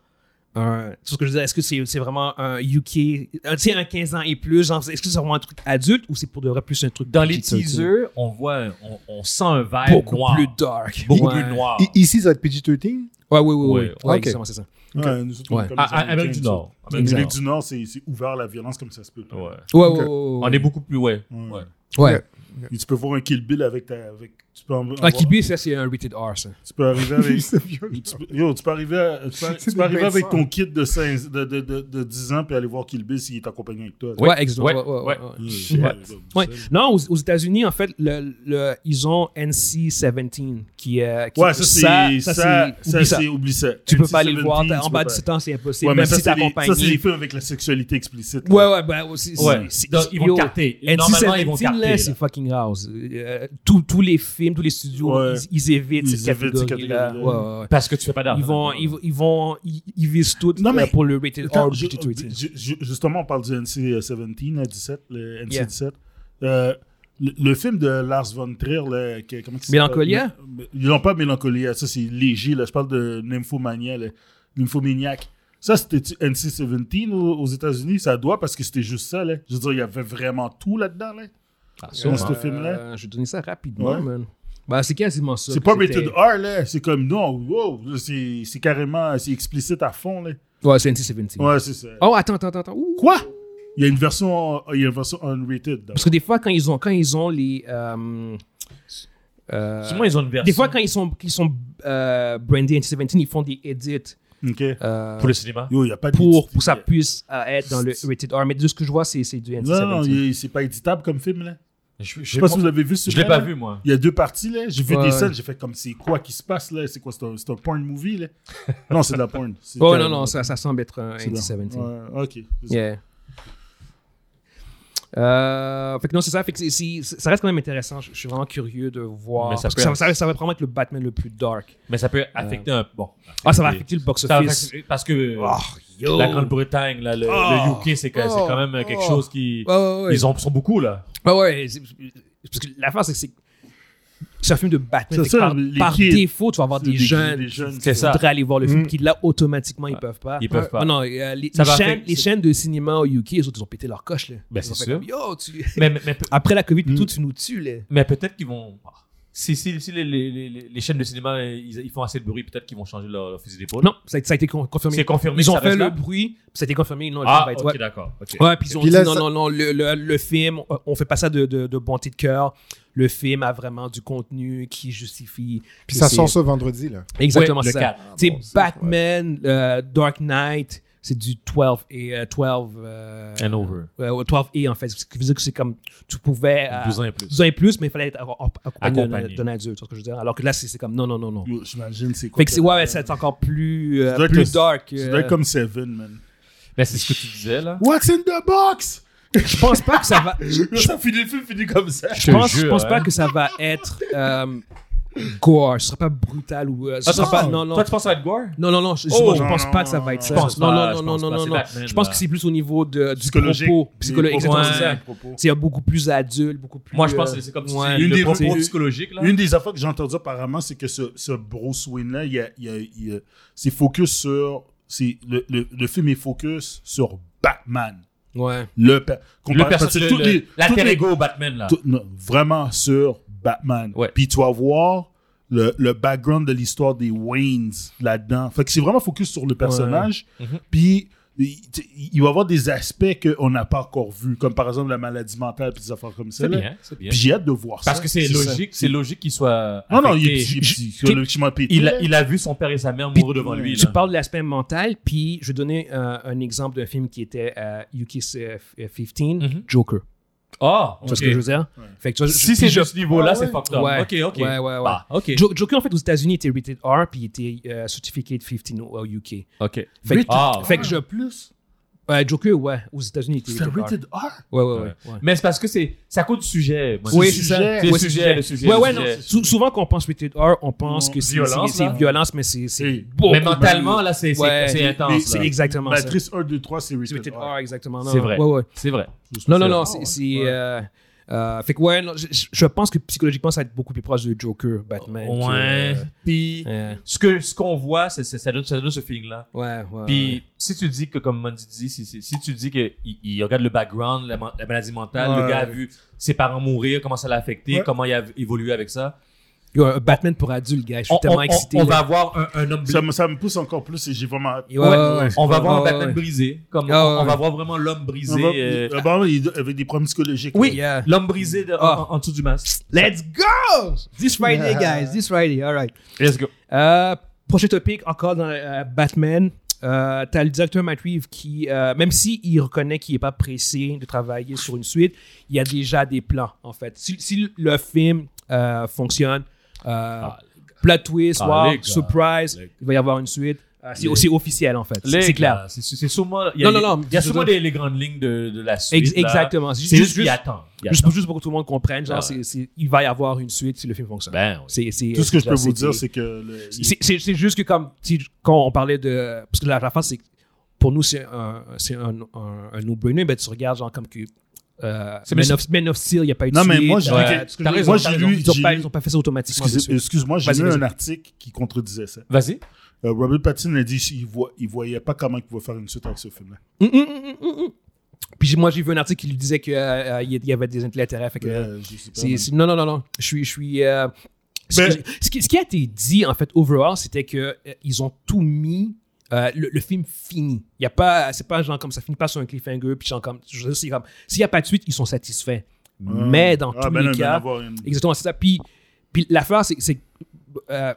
un. C'est ce que je veux dire, Est-ce que c'est c'est vraiment un UK. Un, tu sais, un 15 ans et plus genre, Est-ce que c'est vraiment un truc adulte ou c'est pour de vrai plus un truc.
Dans les
PG-13?
teasers, on voit, on, on sent un verre
Beaucoup
noir.
plus dark.
beaucoup
Ouais.
plus noir.
I- Ici, ça va être PG-13.
Ouais, oui, oui, oui.
Ouais.
Ouais,
Ok.
exactement, c'est ça.
Ouais, nous autres, on est
Ouais. Ah,
comme
À-
les Américains,
à- Amérique du
nous autres.
Nord. Amérique du
Amérique
Nord.
du Nord, c'est c'est ouvert à la violence comme ça se peut. pas.
Ouais.
Ouais,
Ok.
ouais, ouais,
On est beaucoup plus, ouais.
Ouais.
ouais.
Ouais.
Et tu peux voir un Kill Bill avec ta. Avec, tu, peux en-
Ah,
avoir-
Kill Bill, ça, c'est un rated R, ça.
tu peux arriver avec.
C'est violent.
tu peux, yo, tu peux arriver, à- tu peux-
C'est
tu
des
peux arriver avec
baisseurs.
ton kit de, 5 de, de, de, de 10 ans puis aller voir Kill Bill s'il est accompagné avec toi.
Ouais, exactement. Ouais,
ouais,
ouais,
ouais.
ouais, ouais.
Euh,
Ouais.
Ouais. Non, aux, aux États-Unis, en fait, le, le- ils ont NC-17 qui est.
Ouais, ça, c'est. Ça,
c'est- oublie
ça, c'est. Oublie ça.
Tu peux
NC-17,
pas aller le voir
tu
en
peux
bas
pas.
de 7 ans, c'est impossible.
Ouais, mais
même
ça,
si t'es
c'est les- ça, c'est les
accompagné.
films avec la sexualité explicite. là.
Ouais, ouais, bah, aussi.
Ouais. Donc, ils vont carter. Normalement, ils vont carter,
là,
là.
c'est fucking house. Euh, tous tous les films, tous les studios,
Ouais.
ils, ils évitent
Ils
cette
évitent cette
catégorie-là.
catégorie-là.
Ouais, ouais, ouais.
Parce que tu fais pas d'argent.
Ils vont, ils, ils vont, ils, ils visent tout
Non,
euh,
mais-
pour le rated
Quand-
R
ju-
PG-13.
ju- ju- justement, on parle du NC-17, là, 17, euh, le NC-17. Euh, le, le film de Lars von Trier, là, que- comment il s'appelle?
Mélancolia?
Mais- mais- Non, pas Mélancolia, ça c'est léger. Là. Je parle de Nymphomania, là. Nymphomaniac. Ça, c'était NC-17 aux, aux États-Unis, ça doit parce que c'était juste ça. Là. Je veux dire, il y avait vraiment tout là-dedans. Là. Dans ce film-là.
Euh, je vais donner ça rapidement,
Ouais.
man. Bah, c'est quasiment ça.
C'est pas
C'était-
rated R, là. C'est comme, non, wow, c'est c'est carrément, c'est explicite à fond, là.
Ouais, c'est NC-17.
Ouais, c'est ça.
Oh, attends, attends, attends. Ouh.
Quoi? Il y a une version, il y a une version unrated. là.
Parce que des fois, quand ils ont, quand ils ont les. euh, euh,
Souvent, ils ont une version.
des fois, quand ils sont, qu'ils sont euh, brandés NC-17, ils font des edits
Ok.
euh,
Pour le cinéma.
Yo, y a pas
pour,
d'édit-
pour que ça puisse euh, être dans le rated R. Mais de ce que je vois, c'est c'est du
Non, non,
NC-17.
y a- c'est pas éditable comme film, là.
Je,
Je sais pas si vous l'avez vu, ce
Je l'ai
film,
pas
là.
vu, moi.
Il y a deux parties, là. J'ai vu
Ouais,
des
ouais.
scènes, j'ai fait comme c'est quoi qui se passe, là. C'est quoi, c'est un, c'est un porn movie, là? non, c'est de la porn. C'est
Oh non,
carrément-
non, ça, ça semble être un
c'est de la-
NC-17.
Ouais, ok.
Yeah. Euh, fait que non, c'est ça. Fait que c'est- c'est- ça reste quand même intéressant. Je, je suis vraiment curieux de voir.
Mais ça
parce que
peut
ça, ça-
être-
ça va probablement être le Batman le plus dark.
Mais ça peut affecter un. Bon.
Ah, ça va affecter
affecter-
le
ça va
box-office.
affecter- Parce que
yo.
la Grande-Bretagne, là, le,
Oh.
le UK, c'est que- c'est quand même euh, quelque
Oh.
chose qui.
Ouais, ouais, ouais.
Ils en sont beaucoup, là.
Ouais, Bah ouais. c'est- Parce que l'affaire, c'est que c'est. C'est un film de Batman.
C'est
fait que
ça,
par
les
par
kids.
défaut, tu vas avoir
C'est
des,
des-
jeunes
des jeunes,
qui
c'est ça.
voudraient aller voir le film,
Mm.
qui là, automatiquement, ils peuvent pas.
Ils peuvent pas.
Ah non, euh, les,
Ça
les
va
chaînes,
affecter-
les chaînes de cinéma au UK, les autres, ils ont pété leur coche. Là.
Ben,
Ils ont
c'est
fait
sûr.
comme, Yo, tu-
Mais, mais, mais-
Après la COVID,
Mm.
tout, tu nous tues. Là.
mais peut-être qu'ils vont. Si, si, si les, les- les- les- les chaînes de cinéma euh, ils, ils font assez de bruit, peut-être qu'ils vont changer leur, leur fusil d'épaule.
Non, ça a, ça a été con- confirmé.
c'est confirmé.
Ils ont
ça
fait
reste
le
là.
bruit, puis ça a été confirmé. Non, le film
Ah,
va être-
ok,
ouais.
d'accord. ok.
Ouais, puis ils ont
Puis
dit
là,
non,
ça-
non, non, le, le, le film, on- on fait pas ça de, de, de bonté de cœur. Le film a vraiment du contenu qui justifie. que
Puis ça
c'est-
sort ce vendredi, là.
Exactement,
Ouais, le
c'est ça.
quatre.
Tu sais,
Ah, bon, ça,
Batman, euh, Dark Knight, c'est du 12 et euh, 12. euh,
And over.
ouais, ouais, 12 et en fait. Ce qui veut dire que c'est comme. Tu pouvais. euh,
12 ans et plus.
12 ans et plus, mais il fallait être a- a- accompagné, d'un-
Accompagné. Mm.
d'un adulte. tu vois ce que je veux dire. Alors que là, c'est c'est comme non, non, non, non.
Yo, J'imagine, c'est quoi.
Fait que c'est ouais, ouais, c'est encore plus, euh,
doit être
plus
le-
dark.
Tu
euh,
dois être comme Seven, man.
Mais c'est ce que tu disais, là.
What's in the box?
Je pense pas que ça va.
Ça finit le film, finit comme ça.
Je pense, je
jure,
pense pas
hein.
que ça va être. euh, gore. Ce sera pas brutal ou. euh, ce
Ah,
sera
ça,
pas,
c'est-
non, non.
Toi, tu penses à être gore
Non, non, non, je,
Oh,
moi, je
non,
pense
non,
pas que ça
non,
va être
non,
ça.
non,
Non,
je
non,
pas,
non,
je
non,
pense
non,
pas,
non,
c'est
non.
Batman,
Je pense
là.
que c'est plus au niveau de, du
Psychologique.
propos. Psychologique,
Des
exactement, c'est
propos,
ça.
ouais.
propos.
C'est beaucoup plus adulte, beaucoup plus.
Moi, je pense
euh,
que c'est comme tu
ouais.
dis,
Une
le
des-
propos
une-
psychologique, là.
Une des affaires que j'ai entendues apparemment, c'est que ce, ce Bruce Wayne-là, il, y a- il y a- il y a- c'est focus sur. c'est- le, le- le film est focus sur Batman.
euh, Ouais.
Le, pe- comparé- parce
Le
que
personnage,
toutes les- toutes
l'alter
les-
ego Batman, là.
tout- non, vraiment sur Batman.
ah. Ouais.
Puis tu vas voir le, le background de l'histoire des Waynes là-dedans. Fait que c'est vraiment focus sur le personnage.
Mm-hmm.
Puis il, tu- il va y avoir des aspects qu'on n'a pas encore vus, comme par exemple la maladie mentale puis des affaires comme ça.
C'est
là.
bien, c'est bien.
Puis j'ai hâte de voir ça.
Parce que c'est Ah logique, c'est logique qu'il soit.
Non, non, il
affecté.
est petit, il est petit.
Qui-
Psychologiquement pété,
Il
là.
a, il a vu son père et sa mère mourir devant lui.
Tu
là.
parles de l'aspect mental, puis je vais donner euh, un exemple d'un film qui était euh, UK15,
Mhm.
Joker.
Ah,
Tu vois ce
ok.
que je veux dire? Fait que tu vois, je-
Si c'est
puis je-
de ce niveau-là,
Ah
c'est
ouais.
fucked up.
Ouais.
Ok, ok.
Ouais, ouais, ouais.
Ah, ok.
Jo- Joker, en fait, aux États-Unis, était rated R, puis il était euh, certificate 15 au au UK.
Ok.
Fait que,
Ah,
fait que je.
plus.
ouais, Joker, ouais, aux États-Unis, il
C'est
était rated R.
rated R.
Ouais, ouais, ouais. ouais.
Mais c'est parce que c'est c'est à cause du sujet. moi.
Oui,
Le
c'est
sujet.
ça.
C'est
Ouais,
le
c'est
sujet, le sujet.
Ouais,
le
ouais, non.
sujet.
sou- Souvent, quand on pense rated R, on pense que c'est
Violence,
c'est- c'est
là.
violence, mais c'est. c'est-
Oui.
beaucoup-
Mais mentalement, là, c'est c'est-
Ouais.
c'est
Mais
intense.
C'est
là.
exactement ça.
Matrice 1, 2, 3, c'est
C'est
rated
rated
R.
R, exactement. non,
C'est vrai.
Ouais, ouais.
C'est vrai.
Non, non,
C'est-
non.
Ah,
C'est.
ouais.
c'est, euh, euh, fait que, ouais, non, je, je- je pense que psychologiquement, ça va être beaucoup plus proche de Joker, Batman. que,
Ouais. Puis
euh,
ce que ce qu'on voit, c'est c'est- ça donne ça donne ce feeling là.
ouais, ouais.
Puis si tu dis que comme Mandy dit, si, si, si tu dis que il, il regarde le background, la, man- la maladie mentale, le
Ouais.
gars a vu ses parents mourir, comment ça l'a affecté,
Ouais.
comment il a évolué avec ça.
Yo, un Batman pour adulte, gars. Je suis
On-
tellement
on-
excité. là.
on va avoir un, un homme
Ça me, ça me pousse encore plus et j'ai vraiment.
Ouais, ouais, ouais.
On va voir un
Ouais, ouais,
Batman
ouais.
brisé. Comme
Ah,
on, on
ouais.
va voir vraiment l'homme
On
brisé.
va-
euh,
euh, bah oui, il- avec des problèmes psychologiques.
oui,
Yeah.
l'homme brisé de- en-
Ah.
en, en dessous du masque.
Let's go! This Friday, guys. This Friday. All right.
Let's go.
Euh, prochain topic, encore dans euh, Batman. Euh, T'as le directeur Matt Reeves qui, euh, même s'il reconnaît qu'il n'est pas pressé de travailler sur une suite, il y a déjà des plans, en fait. Si, si le film euh, fonctionne, euh, plot twist,
Ah,
wow,
les gars.
surprise,
Les gars.
il va y avoir une suite. Euh, c'est
Les-
aussi officiel, en fait. C'est- C'est clair.
C'est c'est sûrement. Il y a,
Non, non, non,
Il y a
je veux
sûrement
dire-
des- les grandes lignes de, de la suite.
Ex-
là.
exactement. C'est
C'est juste qu'il
juste-
attend. Il
Juste
attend.
pour, juste pour que tout le monde comprenne, genre,
Ah
c'est-
ouais.
c'est- il va y avoir une suite si le film fonctionne.
Ben, oui.
C'est- c'est-
Tout ce que je peux
c'est-
vous dire, c'est que. le-
C'est c'est- c'est juste que comme tu sais, quand on parlait de parce que la, la face c'est pour nous c'est un c'est un, un, un no-brainer mais tu regardes genre comme que euh,
C'est
Men,
mais-
of, Men of Steel il n'y a pas eu de
Non, mais
suite,
moi, j'ai-
euh,
Ouais.
ce que
T'as
je-
raison,
moi,
t'as
j'ai
raison.
lu- ils ont
J'ai
pas
lu-
ils ont pas fait ça automatiquement
Excusez-
c'est sûr.
Excuse-moi, j'ai
Vas-y,
lu
vas-y.
un article qui contredisait ça.
Vas-y.
Euh, Robert Pattinson a dit qu'il voit, il voyait pas comment il pouvait faire une suite avec ce film-là.
Hum, hum, hum, hum, hum. puis j'ai- moi j'ai vu un article qui lui disait que euh, il y- il y avait des intérêts fait que euh,
Euh, je sais pas,
c'est-
mais-
c'est- non non non non je suis je suis euh, ce,
Ben-
que j'ai- ce qui, ce qui a été dit en fait overall c'était que euh, ils ont tout mis euh, le, le film finit. Il y a pas, c'est pas genre comme ça finit pas sur un cliffhanger puis genre comme, je veux dire, c'est comme, s'il y a pas de suite, ils sont satisfaits. Mais dans
Ah,
tous
ben
les
non, il va y en
cas,
avoir une-
exactement c'est ça. Puis, puis l'affaire c'est, c'est euh,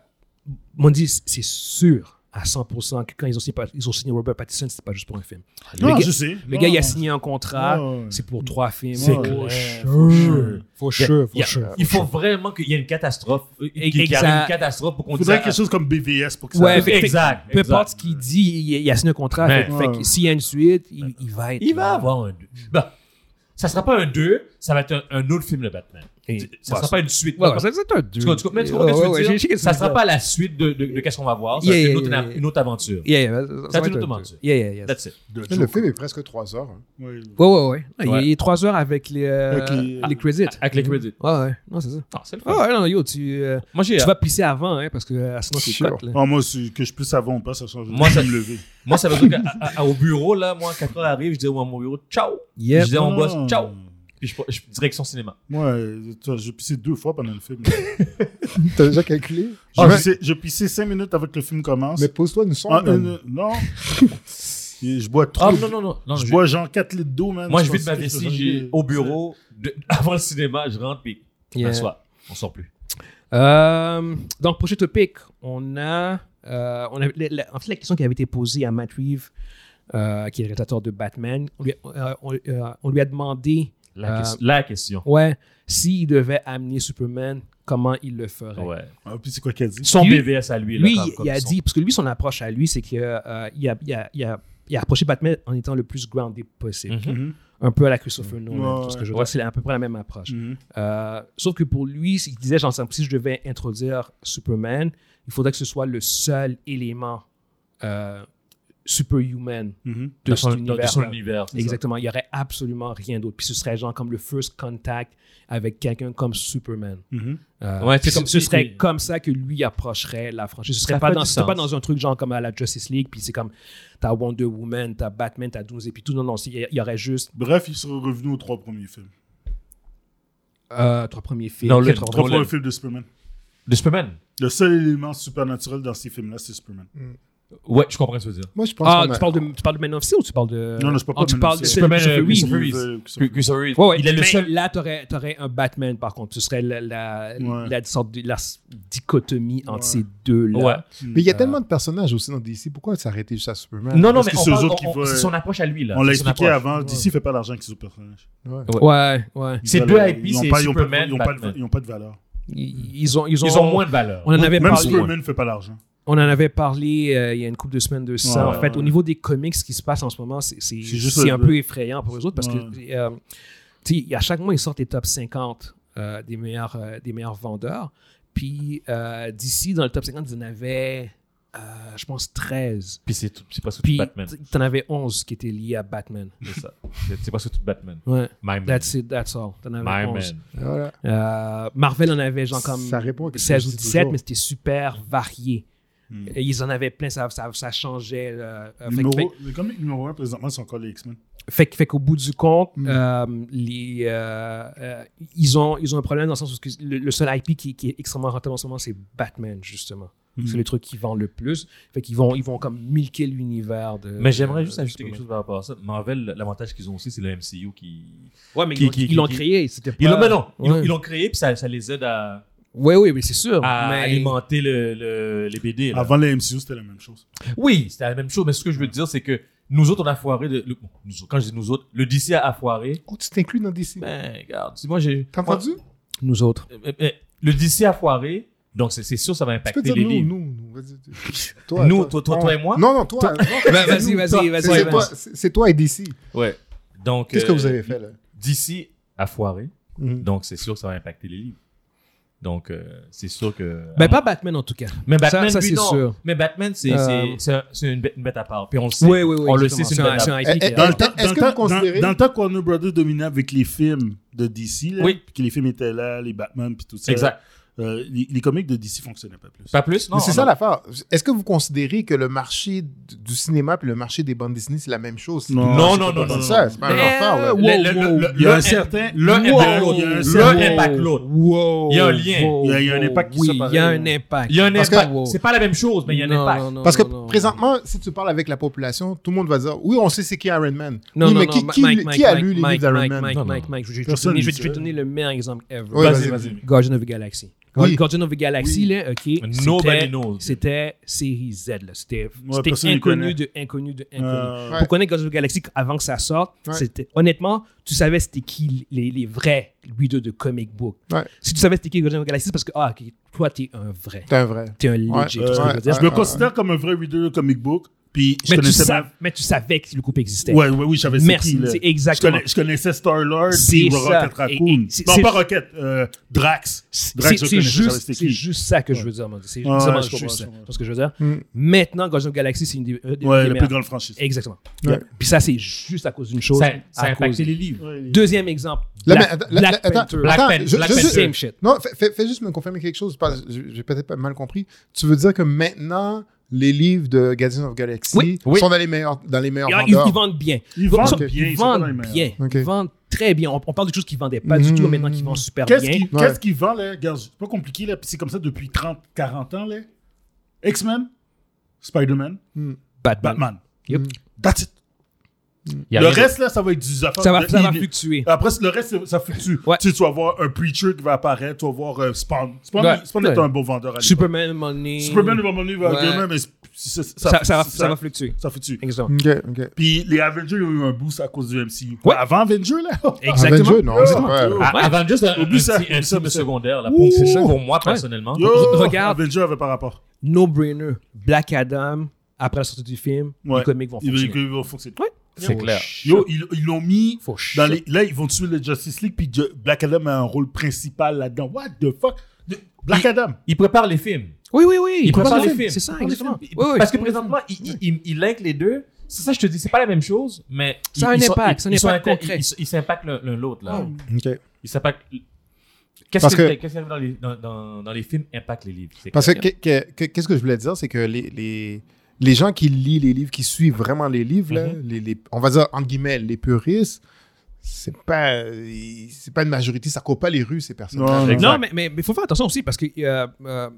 on dit c'est sûr à 100% que quand ils ont signé, ils ont signé Robert Pattinson, c'était pas juste pour un film. Le
Non,
gars-
je sais.
le
Non,
gars il a
non. Ah,
signé un contrat,
Ouais, ouais.
c'est pour trois films.
C'est
Oh,
clair.
sure. For sure,
Il
for
y a-
sure.
Il faut vraiment qu'il y ait une catastrophe. euh, Qu'il qu'il y
Exact.
ait une catastrophe pour qu'on
Il faudrait
dise, ah,
quelque chose comme BVS pour que
Ouais,
ça.
fait-
Exact.
Peu
exact.
importe ce qu'il dit, il, il a signé un contrat.
Ouais.
Fait, fait que s'il y a une suite, il, il va être. là.
Il va avoir un 2. Ben, ça sera pas un 2, ça va être un, un autre film de Batman.
Et-
ça
Ouais,
sera pas une suite.
Ouais,
Comme-
ça, c'est un deux.
tu comprends- tu comprends- mais tu comprends
Ouais,
ce que je veux
ouais,
dire?
ouais, je sais
ça
qu'est-ce que
sera
tu
pas la suite de, de, de qu'est-ce qu'on va voir. Ça
Yeah,
va être
yeah,
une, autre,
yeah, yeah.
une autre aventure.
veux dire. Yeah, yeah, ça,
Ça,
va
tu
être
nous
un
demandes
deux.
ça.
Yeah, yeah, yeah.
That's it.
De
Le
Joker.
film est presque trois heures. hein.
Ouais.
Ouais, ouais, ouais. Il
Ouais.
il est 3 heures avec les, euh,
Avec les-
les credits.
Avec les credits.
Ouais, ouais. Non, c'est ça.
Non, c'est le fun.
Ah ouais, non, yo, tu, euh,
Ah, Moi, j'ai.
tu vas pisser avant, hein, parce que euh, sinon, c'est
Sure.
cut, là.
Ah, moi, c'est- que je puisse avant ou pas, ça change.
Moi,
Je
ça-
vais me lever.
Moi, ça veut dire qu'au bureau, là, moi, quand on arrive, je dis à mon bureau, ciao.
Yeah.
Je dis à mon
Non,
boss,
non.
ciao. Puis je, je direction cinéma.
Moi, euh, toi, j'ai pissé deux fois pendant le film.
T'as déjà calculé?
Ah,
Je-
je, sais- je pissais cinq minutes avant que le film commence.
Mais pose-toi une sonde.
Ah, euh, euh, non. Et je bois trop.
Ah, non, non, non. non
je
je-
bois genre 4 litres d'eau, man.
moi, je
pense
vide ma
que
vessie,
ça-
j'ai- au bureau, de- avant le cinéma, je rentre, puis je
Yeah.
m'assois. On sort plus.
Euh, donc, prochain topic, on a. euh, on a la- la- en fait, la question qui avait été posée à Matt Reeves, euh, qui est le réalisateur de Batman, on lui, a- euh, on, euh, on lui a demandé
La,
Euh,
question- la question.
ouais, s'il devait amener Superman, comment il le ferait.
Ouais.
Ah, puis c'est quoi qu'elle dit?
Son
Lui-
but-
BVS à lui. là,
lui,
comme-
il-
comme
il a
son-
dit, parce que lui, euh, son approche à lui, c'est qu'il a, il a, il a, il a approché Batman en étant le plus grounded possible.
Mhm.
Mhm.
un peu à la Christopher Nolan.
Ouais,
Parce que
ouais.
je vois, c'est à peu près la même approche.
Mhm.
Euh, sauf que pour lui, il disait, genre, si je devais introduire Superman, il faudrait que ce soit le seul élément euh, superhuman
Mhm.
de
Dans
son
son, dans- dans
univers.
son univers. c'est ça.
Exactement. Il n'y aurait absolument rien d'autre. Puis ce serait genre comme le first contact avec quelqu'un comme Superman.
Mhm.
Euh,
Ouais, c'est
puis ce-
comme
ce
si-
serait comme ça que lui approcherait la franchise. Ce
Ça
serait pas
fait
dans,
du
ce serait pas
sens.
dans un truc genre comme à la Justice League, puis c'est comme t'as Wonder Woman, t'as Batman, t'as 12 et puis tout. Non, non, c'est- il y- il y aurait juste
Bref, ils seraient revenus aux trois premiers films.
euh, trois premiers films.
Non, le-
quatre-
Trois
Nolan.
premiers films de Superman.
De Superman.
Le seul élément supernaturel dans ces films-là, c'est Superman.
Ouais, je comprends ce que tu veux dire.
Moi, je pense
Ah,
qu'on a-
tu parles, de, tu parles de Man of Steel ou tu parles de.
Non, non, je parle
Ah,
pas de
tu
Man
parles
of
de
Steel.
Superman,
Superman,
Christopher
euh,
Reeve.
Christopher
Reeves.
Reeves, Christopher
Chris- Chris Reeves.
Ouais, ouais.
Il est le
Mais
seul.
Là, t'aurais aurais un Batman, par contre. Ce serait la, la,
Ouais.
la sorte de, la s- dichotomie entre
Ouais.
ces deux-là.
Ouais.
Mais il y a
Euh,
tellement de personnages aussi dans DC. Pourquoi s'arrêter juste à Superman?
Non, non,
Parce
mais
que
on
c'est eux
parle-
autres qui
on-
veulent-
c'est son approche à lui là.
On l'a
C'est son
expliqué
approche.
avant, DC fait pas d'argent avec ses personnages.
Ouais.
Ouais, ouais.
Ils
C'est
veulent-
deux IP,
ils ont
c'est
pas- ils ont pas-
Superman,
ils ont pas de-
Batman.
Ils n'ont pas de valeur.
Ils, ils ont, ils, ont,
Ils ont moins de valeur.
On en avait
Même
parlé.
Superman ne fait pas d'argent.
On en avait parlé euh, il y a une couple de semaines de ça.
Ouais,
en fait,
ouais.
au niveau des comics, ce qui se passe en ce moment, c'est c'est-
C'est juste
c'est
le-
un peu effrayant pour les autres parce
Ouais.
que euh, tu sais, à chaque mois, ils sortent les top 50 euh, des, meilleurs, euh, des meilleurs vendeurs. Puis euh, d'ici, dans le top 50, ils en avaient, euh, je pense, 13.
Puis c'est tout- c'est presque tout
Puis
Batman.
t'en avais 11 qui étaient liés à Batman.
C'est ça. C'est- C'est presque tout Batman.
Ouais.
My man.
That's it, that's all. T'en avais
My
11.
man.
Voilà.
Euh, Marvel en avait genre comme
Ça répond à quelque
16 ou
chose que je dis
17,
toujours.
mais c'était super varié.
Hmm.
Et ils en avaient plein, ça, ça, ça changeait. euh,
Ah,
euh, fait que- fait-
Numéro- Les comics numéro 1 présentement sont encore les X-Men.
Fait, que- fait qu'au bout du compte,
Mm.
euh, les, euh, euh, ils, ont, ils ont un problème dans le sens où que le, le seul IP qui, qui est extrêmement rentable en ce moment, c'est Batman, justement. C'est le truc qui vend le plus. Fait qu'ils vont, ils vont comme milquer l'univers de.
Mais j'aimerais
de-
juste
de
ajouter quelque
Superman.
chose par rapport à ça. Marvel, l'avantage qu'ils ont aussi, c'est le MCU qui.
Ouais, mais
qui-
ils l'ont-
qui-
ils l'ont
qui-
créé. C'était
Ils l'ont,
pas-
mais non, ils l'ont-
Ouais.
ils l'ont créé, puis ça, ça les aide à,
Ouais, oui, mais c'est sûr.
à
mais-
alimenter le, le- les BD. là.
Avant les MCU, c'était la même chose.
Oui, c'était la même chose, mais ce que je veux dire, c'est que nous autres, on a foiré. le- le- bon, nous autres, quand je dis nous autres, le DC a, a foiré.
Oh, tu t'inclus dans DC.
Ben, regarde, si moi j'ai.
T'as entendu?
Nous autres.
Euh, euh, Le DC a foiré, donc c'est c'est sûr, ça va
Tu peux
impacter
dire
les
nous,
livres.
nous, nous. Vas-y, tu-
Nous, toi- toi-
on-
toi et moi?
Non, non, toi. non,
Bah,
c'est
vas-y,
nous,
vas-y,
toi.
vas-y,
C'est-
vas-y.
c'est toi- C'est c'est toi et DC.
Ouais. Donc,
Qu'est-ce
euh,
que vous avez fait, là?
DC a foiré,
Mhm.
donc c'est sûr, ça va impacter les livres. Donc, euh, c'est sûr que.
Ben, pas Batman en tout cas.
Mais
Ça-
Batman,
ça,
lui,
c'est
non.
sûr.
Mais Batman, c'est
Euh,
c'est- c'est un- c'est une, bête- une bête à part. Puis on le sait.
Oui, oui, oui.
On le sait,
exactement.
c'est
c'est
une
un,
bête à
c'est
part.
un
Eh,
IP qui
eh,
est-
Dans
Est-ce
le temps-
que
dans le
vous
temps-
considérez-
dans- dans le temps que Warner Brothers dominait avec les films de DC, là,
Oui.
puis que les films étaient là, les Batman, puis tout ça.
Exact.
euh, les, les comics de DC fonctionnaient pas plus.
Pas plus, non
Mais c'est
on
ça
a-
l'affaire. Est-ce que vous considérez que le marché d- du cinéma et le marché des bandes dessinées, c'est la même chose?
Non.
Non,
C'est
non,
pas
non,
comme
non,
ça, c'est pas
Mais,
un affaire, là.
wow,
Le- le-
wow.
le-
Il y a un
le-
certain.
L'un
Wow.
impacte l'autre.
Il y a un
Wow.
certain-
L'un impacte l'autre.
Wow.
Il y a un lien.
Wow.
Il y a- il y a un impact qui
Oui,
s'apparaît.
il y a un impact.
Il y a un
Parce que-
impact. C'est pas la même chose, mais il y a un
Non,
impact.
non, non,
Parce que
non, non.
présentement, si tu parles avec la population, tout le monde va dire Oui, on sait c'est qui Iron Man.
Non,
oui,
non,
mais
non,
qui,
Ma-
qui-
Mike,
qui
Mike,
a
Mike,
lu les
Mike,
livres d'Iron
Mike,
Man
Mike,
Non,
Mike,
non.
Mike, je vais te
Personne
donner- je vais
ne
je vais te
sait.
donner le meilleur exemple ever.
Ouais,
Vas-y,
vas-y.
vas-y.
Guardian of the Galaxy.
Oui.
Guardian of the Galaxy,
Oui.
là, OK,
Nobody
c'était-
knows.
c'était série Z, là. C'était
Ouais,
c'était
personne ne connaît.
inconnu de inconnu de inconnu.
Euh,
Ouais.
Pour connaître Guardian of the Galaxy avant que ça sorte,
Ouais.
c'était honnêtement, tu savais c'était qui les, les vrais leaders de comic book.
Ouais.
Si tu savais c'était qui Guardian of the Galaxy, c'est parce que, ah, OK, toi, t'es un vrai.
C'est un vrai.
T'es un legit.
Ouais,
tu sais ce que je veux dire?
ouais,
Je me
ouais.
considère comme un vrai reader de comic book, puis je
mais, tu
connaissais
sav- mais tu savais que le couple existait.
Ouais, ouais, oui, j'avais
Merci,
qui, là.
c'est exactement.
Je, connais- je connaissais Star-Lord,
C'est
puis
ça.
Rocket
Et-
Raccoon.
et- c'est-
Non,
c'est-
pas Rocket, euh, Drax.
C'est
Drax, je
c'est
connaissais, j'avais
juste,
c'était
c'est
qui.
juste ça que je veux dire, Mandy. C'est
Ouais, ouais,
vraiment
je comprends,
juste
je
ça.
comprends.
C'est ce que je veux dire.
Mm.
Maintenant, Guardians of the Galaxy, c'est une des, euh, des- des
Ouais, la plus
meilleures.
grande franchise.
Exactement.
Ouais.
Puis ça, c'est juste à cause d'une chose.
Ça, ça a
à cause-
impacté les livres.
Deuxième exemple.
Là,
Black,
mais attends, là,
Black
là, attends,
Panther.
Black
attends,
Panther,
je-
Black
je-
Panther.
Same shit.
Non, fais- fais fais juste me confirmer quelque chose. parce que J'ai j'ai peut-être pas mal compris. Tu veux dire que maintenant, les livres de Guardians of Galaxy
Oui,
oui.
sont dans les meilleurs, dans les meilleurs
Ils, Ah, ils-
vendeurs.
ils vendent bien.
Ils vendent
sont-
bien,
Ils
ils sont
vendent
pas les meilleurs. Mm.
bien.
Ok.
Ils vendent très bien. On, on parle de choses qu'ils vendaient pas du
Mhm.
tout, maintenant qu'ils vendent super
Qu'est-ce
bien.
qui,
Ouais.
qu'est-ce qui vend, là? Regarde, c'est pas compliqué, là, puis c'est comme ça depuis 30, 40 ans, là. X-Men, Spider-Man,
Batman.
Batman.
Yep.
That's it.
Il y a
Le
rien de-
reste, là, ça va être du affaire
Ça va,
de-
ça va
il-
fluctuer.
Après, le reste, ça fluctue.
Ouais.
Tu, sais, tu vas voir un Preacher qui va apparaître, tu vas voir euh, Spawn. Spawn,
Ouais.
Spawn est
Ouais.
un beau vendeur à l'époque.
Superman, Money.
Superman va mener vers
Ouais.
gamer, mais c'est- c'est- c'est-
Ça, ça va,
c'est-
ça va fluctuer.
ça fluctue.
Exactement.
Ok, ok.
Puis les Avengers ils ont eu un boost à cause du MCU.
Ouais.
Bah, Avant Avengers, là.
Exactement.
Avengers, non, c'est pas-
Yo,
Ah, Avant juste un, un
Oublie ça,
petit, un
oublie ça,
petit
oublie ça.
secondaire, là,
Ouh,
pour,
c'est ça.
pour moi personnellement.
yo,
Regarde.
Avengers avait par rapport.
no-brainer. Black Adam, après la sortie du film,
Ouais.
les comics vont
Ils-
fonctionner.
ils vont fonctionner.
Ouais.
C'est clair.
Yo, ils ils l'ont mis.
Faut
dans
shit.
les- là, ils vont tuer le Justice League, puis Ju- Black Adam a un rôle principal là-dedans. What the fuck? De- Black Adam.
Il prépare les films.
Oui, oui, oui.
Il
prépare
prépare
le
les
film.
films. Ah
C'est ça, exactement.
Il-
Oui, oui.
Parce que présentement, il, il, il, il link les deux. C'est ça, je te dis, c'est pas la même chose, mais.
Ça a
ils-
un
ils sont-
impact,
ils-
ça a un
ils sont
impact
inter-
concret.
Ils ils s'impactent l'un l'un l'autre, là.
OK.
Ils s'impactent. Qu'est-ce
Parce
que-
que-
qu'est-ce qui arrive dans les, dans, dans, dans les films impacte les livres c'est
Parce que
clair.
que- que- que- qu'est-ce que je voulais dire, c'est que les, les, les gens qui lisent les livres, qui suivent vraiment les livres, là,
Mhm.
les, les- on va dire entre guillemets les puristes, c'est pas ils- c'est pas une majorité, ça court pas les rues ces personnes.
Non, non.
Exact.
Non, mais il mais, mais faut faire attention aussi parce que euh, euh,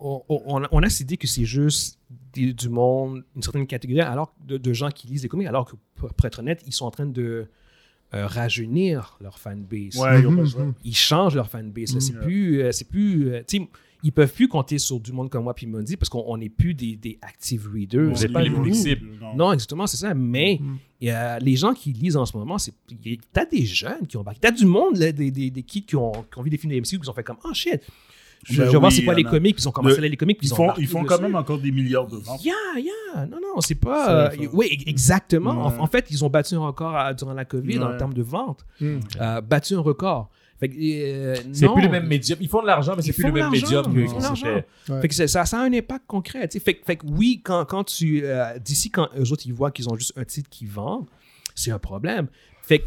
on, on- on a cette idée que c'est juste des- du monde, une certaine catégorie alors de, de gens qui lisent des comics, alors que pour pour être honnête, ils sont en train de euh, rajeunir leur fanbase.
Ouais, ils ont
Mhm,
pas le choix.
mhm.
Ils changent leur fanbase. là.
Mm.
C'est
Mhm.
plus. euh, c'est plus euh, tu sais, ils peuvent plus compter sur du monde comme moi puis Mundi parce qu'on on n'est plus des, des active readers.
Vous
On
êtes pas
les-
les
on les-
cibles.
non. Ben
Non, exactement, c'est ça. Mais
Mm.
il y a les gens qui lisent en ce moment, c'est il y a- t'as des jeunes qui ont embarqué. T'as du monde, là, des, des, des kids qui ont, qui ont vu des films de MCU, qui ont fait comme « Oh shit! » Je,
Ben
je vais voir
oui,
c'est quoi
il y
les
en a.
comics, puis ils ont commencé
Le-
à lire les comics, puis
Ils
ont
font,
embarqué
ils font
dessus.
quand même encore des milliards de ventes.
Yeah, yeah. Non, non, c'est pas.
C'est
euh,
la fin.
oui, e- exactement.
Ouais.
En, en fait, ils ont battu un record à- durant la COVID en
Ouais.
termes de vente.
Mm.
Euh, battu un record. Fait que, euh,
C'est
non.
plus le même médium. Ils font de l'argent, mais c'est
Ils
plus
font
le
de
même
l'argent,
médium
ils font de
que
l'argent.
c'était.
Ouais.
Fait que ça, ça- ça a un impact concret. tu sais. Fait, que- fait que oui, quand, quand tu. euh, D'ici, quand eux autres, ils voient qu'ils ont juste un titre qui vend, c'est un problème. Fait que.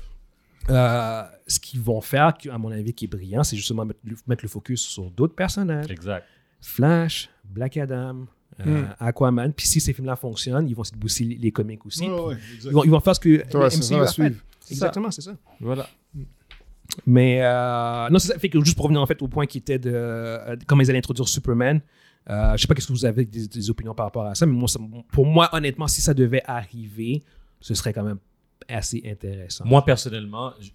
euh, ce qu'ils vont faire, qui, à mon avis, qui est brillant, c'est justement mettre, le- mettre le focus sur d'autres personnages.
Exact.
Flash, Black Adam, euh, Aquaman. Puis si ces films-là fonctionnent, ils vont se bousser les, les comics aussi.
Ouais, ouais,
ils,
exact.
vont, ils vont faire ce que
Ça va- ça va
a fait.
suivre.
C'est ça. Exactement, c'est ça.
Voilà.
Mais euh, non, c'est ça. Fait que juste pour revenir en fait au point qui était de euh, comment ils allaient introduire Superman. euh, je sais pas qu'est-ce que vous avez des, des opinions par rapport à ça, mais moi, ça- pour moi, honnêtement, si ça devait arriver, ce serait quand même assez intéressant.
Moi, personnellement, je-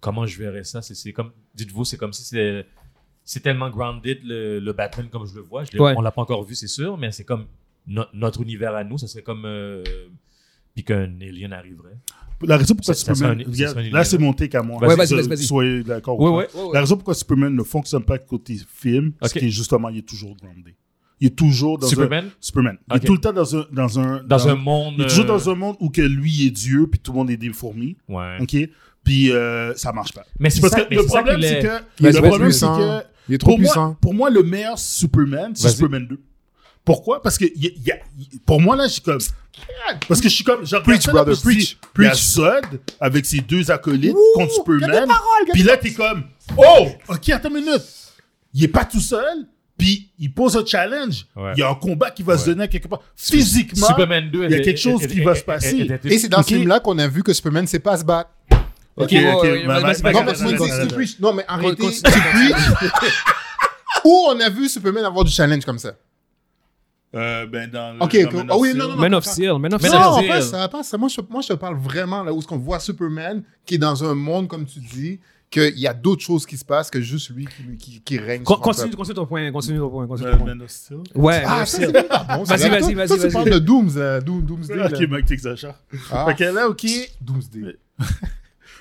comment je verrais ça C'est- C'est comme, dites-vous, c'est comme si c'était. C'est tellement grounded le, le Batman comme je le vois. Je l'ai-
Ouais.
On l'a pas encore vu, c'est sûr, mais c'est comme no- notre univers à nous. Ça serait comme. euh, puis qu'un alien arriverait.
La raison pourquoi
Ça- ça
Superman.
serait un- ça
regarde,
serait un
là,
univers.
c'est mon take à moi.
Ouais, vas-y,
So-
vas-y, vas-y.
Soyez d'accord.
Ouais,
ou pas.
ouais, ouais, ouais.
La raison pourquoi Superman ne fonctionne pas côté film,
Ok.
c'est que justement, il est toujours groundé. Il est toujours dans un.
Superman,
Superman. Il
Ok.
est tout le temps dans un. Dans un,
dans, un monde.
Il est toujours dans
euh,
un monde où que lui est Dieu, puis tout le monde est des fourmis.
Ouais.
OK? Puis euh, ça marche pas.
Mais c'est
Parce
ça,
que
mais
le
c'est ça
problème,
qu'il
c'est
est.
que.
Il est
le
trop
problème, c'est
puissant.
que.
Il est trop
pour,
puissant.
Moi, pour moi, le meilleur Superman, c'est
Vas-y.
Superman 2. Pourquoi? Parce que y a- y a- y- pour moi, là, je suis comme. Parce que je suis comme. je regarde
Preach,
ça, là,
brother,
puis je dis,
preach,
Il y a Zod avec ses deux acolytes contre Superman.
gars,
Puis là, t'es comme. Oh! Ok, attends une minute. Il est pas tout seul. Puis il pose un challenge. Il
Ouais.
y a un combat qui va se donner à quelque part. Physiquement.
Superman 2.
il y a quelque chose qui va se passer.
Et c'est dans
Ok.
ce film-là qu'on a vu que Superman ne sait pas se battre.
Ok,
Ouais,
ok.
ouais,
ma-
ouais,
ma-
vas-y,
ma-
vas-y,
Non,
Regarde,
mais
vas-y,
tu me
regarde,
dis,
regarde.
tu preach. Non, mais en réalité,
continue.
tu preach. Où on a vu Superman avoir du challenge comme ça?
Euh, ben, dans le-
Ok,
dans
ok.
Man
Ah oui,
Steel.
non, non, non.
Man of Steel, Man of
Mais
Steel.
non,
non,
on
c'est-
passe, ça passe. Moi je, moi, je te parle vraiment là où ce qu'on voit Superman qui est dans un monde, comme tu dis, qu'il y a d'autres choses qui se passent que juste lui qui, qui, qui règne.
Con-
sur un
Continue,
peuple.
continue ton point, continue ton point, continue
Euh,
ton point.
Man of Steel.
Ouais, Man
Ah,
of
ça,
Steel.
c'est pas bon. ça.
Vas-y,
Là,
vas-y,
toi-
vas-y,
toi, Tu
vas-y.
parles de Dooms, euh, Doom- Doomsday. là.
Ok, Mike t'exagères.
Ah,
Fait que là, ok.
Doomsday.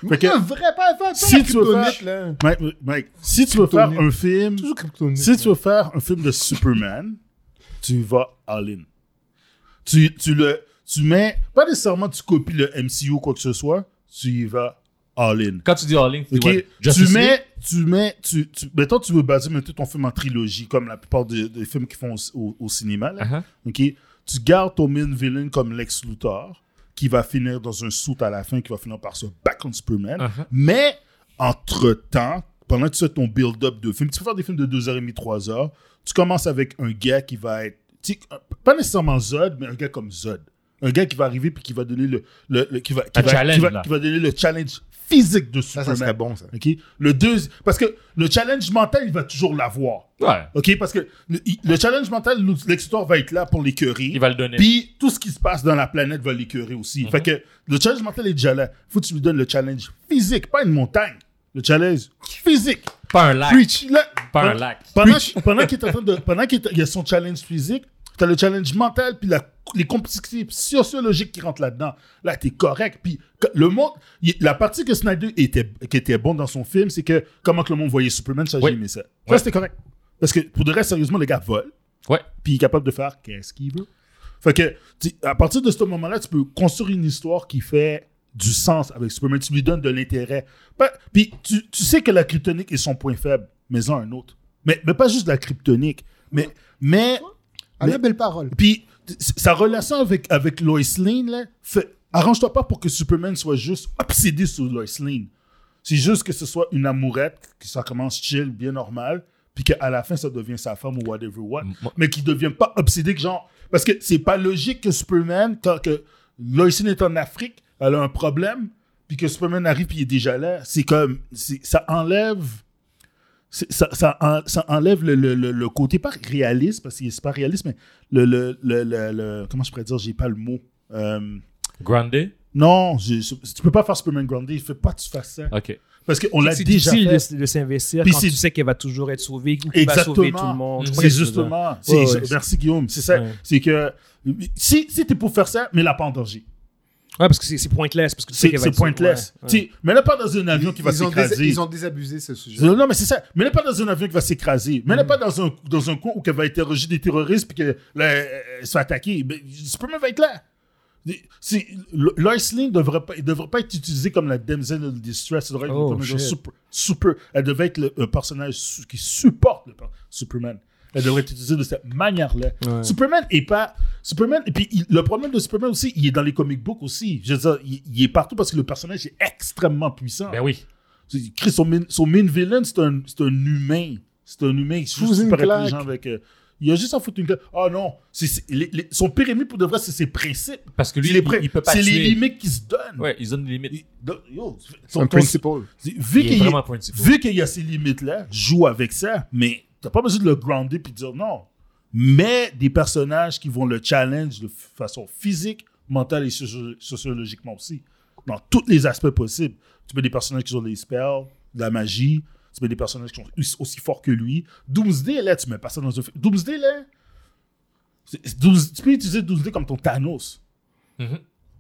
Fait que-
Un vrai pas, pas, pas
Si
la
tu veux
kryptonite,
faire-
là.
Mike, Mike, si tu veux faire
Kryptonite.
un film,
Toujours kryptonite.
si tu veux faire un film de Superman, tu vas all-in. Tu, tu le, tu mets, pas nécessairement tu copies le MCU ou quoi que ce soit, tu y vas all-in.
Quand tu dis All In, tu dis
Ok,
ouais,
tu
Justice League.
mets, tu mets, tu, tu, mettons, tu veux baser mettons, ton film en trilogie, comme la plupart des, des films qu'ils font au, au- au cinéma. là.
Uh-huh.
Ok, Tu gardes ton main villain comme Lex Luthor, qui va finir dans un soute à la fin, qui va finir par se back on Superman.
Uh-huh.
Mais, entre-temps, pendant que tu fais ton build-up de film, tu peux faire des films de 2h30, 3h. Tu commences avec un gars qui va être, tu sais, un- pas nécessairement Zod, mais un gars comme Zod. Un gars qui va arriver puis qui va donner le, le- le- qui va, qui
Un
va-
challenge,
qui va-
là.
qui va donner le challenge physique de
Ça,
Superman.
ça serait bon, ça.
OK? Le deux, parce que le challenge mental, il va toujours l'avoir.
Ouais.
OK? Parce que le, il- le challenge mental, l'ex-Luthor va être là pour l'écurie.
Il va le donner.
Puis tout ce qui se passe dans la planète va l'écurer aussi.
Mhm.
Fait que le challenge mental est déjà là. Faut que tu lui donnes le challenge physique, pas une montagne. Le challenge physique.
Pas un lac.
Preach. Là,
Pas un
pen-
lac.
Pendant, pendant qu'il est en train de- pendant qu'il est- il y a son challenge physique, t'as le challenge mental, puis la- les complexités sociologiques qui rentrent là-dedans. Là, t'es correct. Puis que- le monde, il- la partie que Snyder était, qui était bon dans son film, c'est que comment que le monde voyait Superman, ça, j'ai
Ouais.
aimé ça. Ça,
Ouais.
c'était correct. Parce que pour de reste, sérieusement, le gars vole
Ouais.
puis il est capable de faire qu'est-ce qu'il veut. Fait que, tu- à partir de ce moment-là, tu peux construire une histoire qui fait du sens avec Superman. Tu lui donnes de l'intérêt. Ben, Puis tu, tu sais que la kryptonique est son point faible, mais en un autre. Mais, mais pas juste la kryptonique. Mais, mais
À la
Mais-
Ah, belle parole.
puis t- sa relation avec, avec Lois Lane, là, fait- arrange-toi pas pour que Superman soit juste obsédé sur Lois Lane. C'est juste que ce soit une amourette, que ça commence chill, bien normal, puis qu'à la fin, ça devient sa femme ou whatever what.
Moi-
Mais qu'il ne devienne pas obsédé, que genre. Parce que c'est pas logique que Superman, quand que Lois Lane est en Afrique, elle a un problème, puis que Superman arrive, puis il est déjà là. C'est comme. c'est- Ça enlève c'est- ça, ça, en- ça enlève le, le- le- le côté pas réaliste, parce que c'est pas réaliste, mais le, le, le- le- le- Comment je pourrais dire J'ai pas le mot. Euh,
Grande?
non, je- je- tu peux pas faire Superman Grande. Il faut pas que tu fasses ça.
Ok.
Parce qu'on l'a
c'est
déjà
difficile
fait.
de, de s'investir
Puis
quand
c'est-
tu sais qu'elle va toujours être sauvée, ou qu'elle va sauver tout le
Exactement.
monde. Je crois
C'est
que ça.
justement. c'est-
Ouais, ouais.
Merci Guillaume. C'est ça.
Ouais.
C'est que. Si, si t'es pour faire ça, mais la pas en danger.
Ouais, parce que c'est c'est pointless. Parce que tu sais
C'est
qu'elle va
c'est
être sauvée.
pointless.
Ouais, ouais.
Tu sais, Mets-la pas dans un avion qui va
ils, ont dés-
s'écraser.
ils ont désabusé ce sujet.
Non, mais c'est ça. Mais elle n'est pas dans un avion qui va s'écraser. Mais elle
Mm.
n'est pas dans un, dans un coin où elle va interroger des terroristes puis qu'elle se fait attaquer. Ben, Superman va être là. C'est- Lo- Lois Lane ne devrait, pas- elle devrait pas être utilisée comme la damsel in distress. Elle devrait être
Oh,
comme un genre
shit.
super, super- Elle devrait être le, un personnage su- qui supporte le per- Superman. Elle devrait être utilisée de cette manière-là.
Ouais.
Superman est pas. Superman, et puis il- le problème de Superman aussi, il est dans les comic books aussi. Je veux dire, il, il est partout parce que le personnage est extrêmement puissant.
Ben oui.
C'est- Chris, son main, son main villain, c'est un, c'est un humain. C'est un humain. qui
Fous
juste
une
super
claque.
intelligent avec. euh, il a juste à foutre une claque. Ah non, c'est- c'est- les- les- son pire ennemi pour de vrai, c'est ses principes.
Parce que lui,
C'est les
il,
pri-
il peut pas
C'est les
tuer.
limites qu'il se donne.
Ouais, ils donnent des limites.
Il- de- yo,
C'est
son-
un
ton-
principle.
c'est- vu
Il est
qu'il y,
vraiment
a-
principal.
vu qu'il y a ces limites-là, joue avec ça, mais t'as pas besoin de le grounder puis de dire non. Mais des personnages qui vont le challenge de f- façon physique, mentale et socio- sociologiquement aussi. Dans tous les aspects possibles. Tu mets des personnages qui ont des spells, de la magie, tu mets des personnages qui sont us- aussi forts que lui. Doomsday, là, tu mets pas ça dans un film. Doomsday, là, c'est- c'est Dooms- tu peux utiliser Doomsday comme ton Thanos.
Mhm.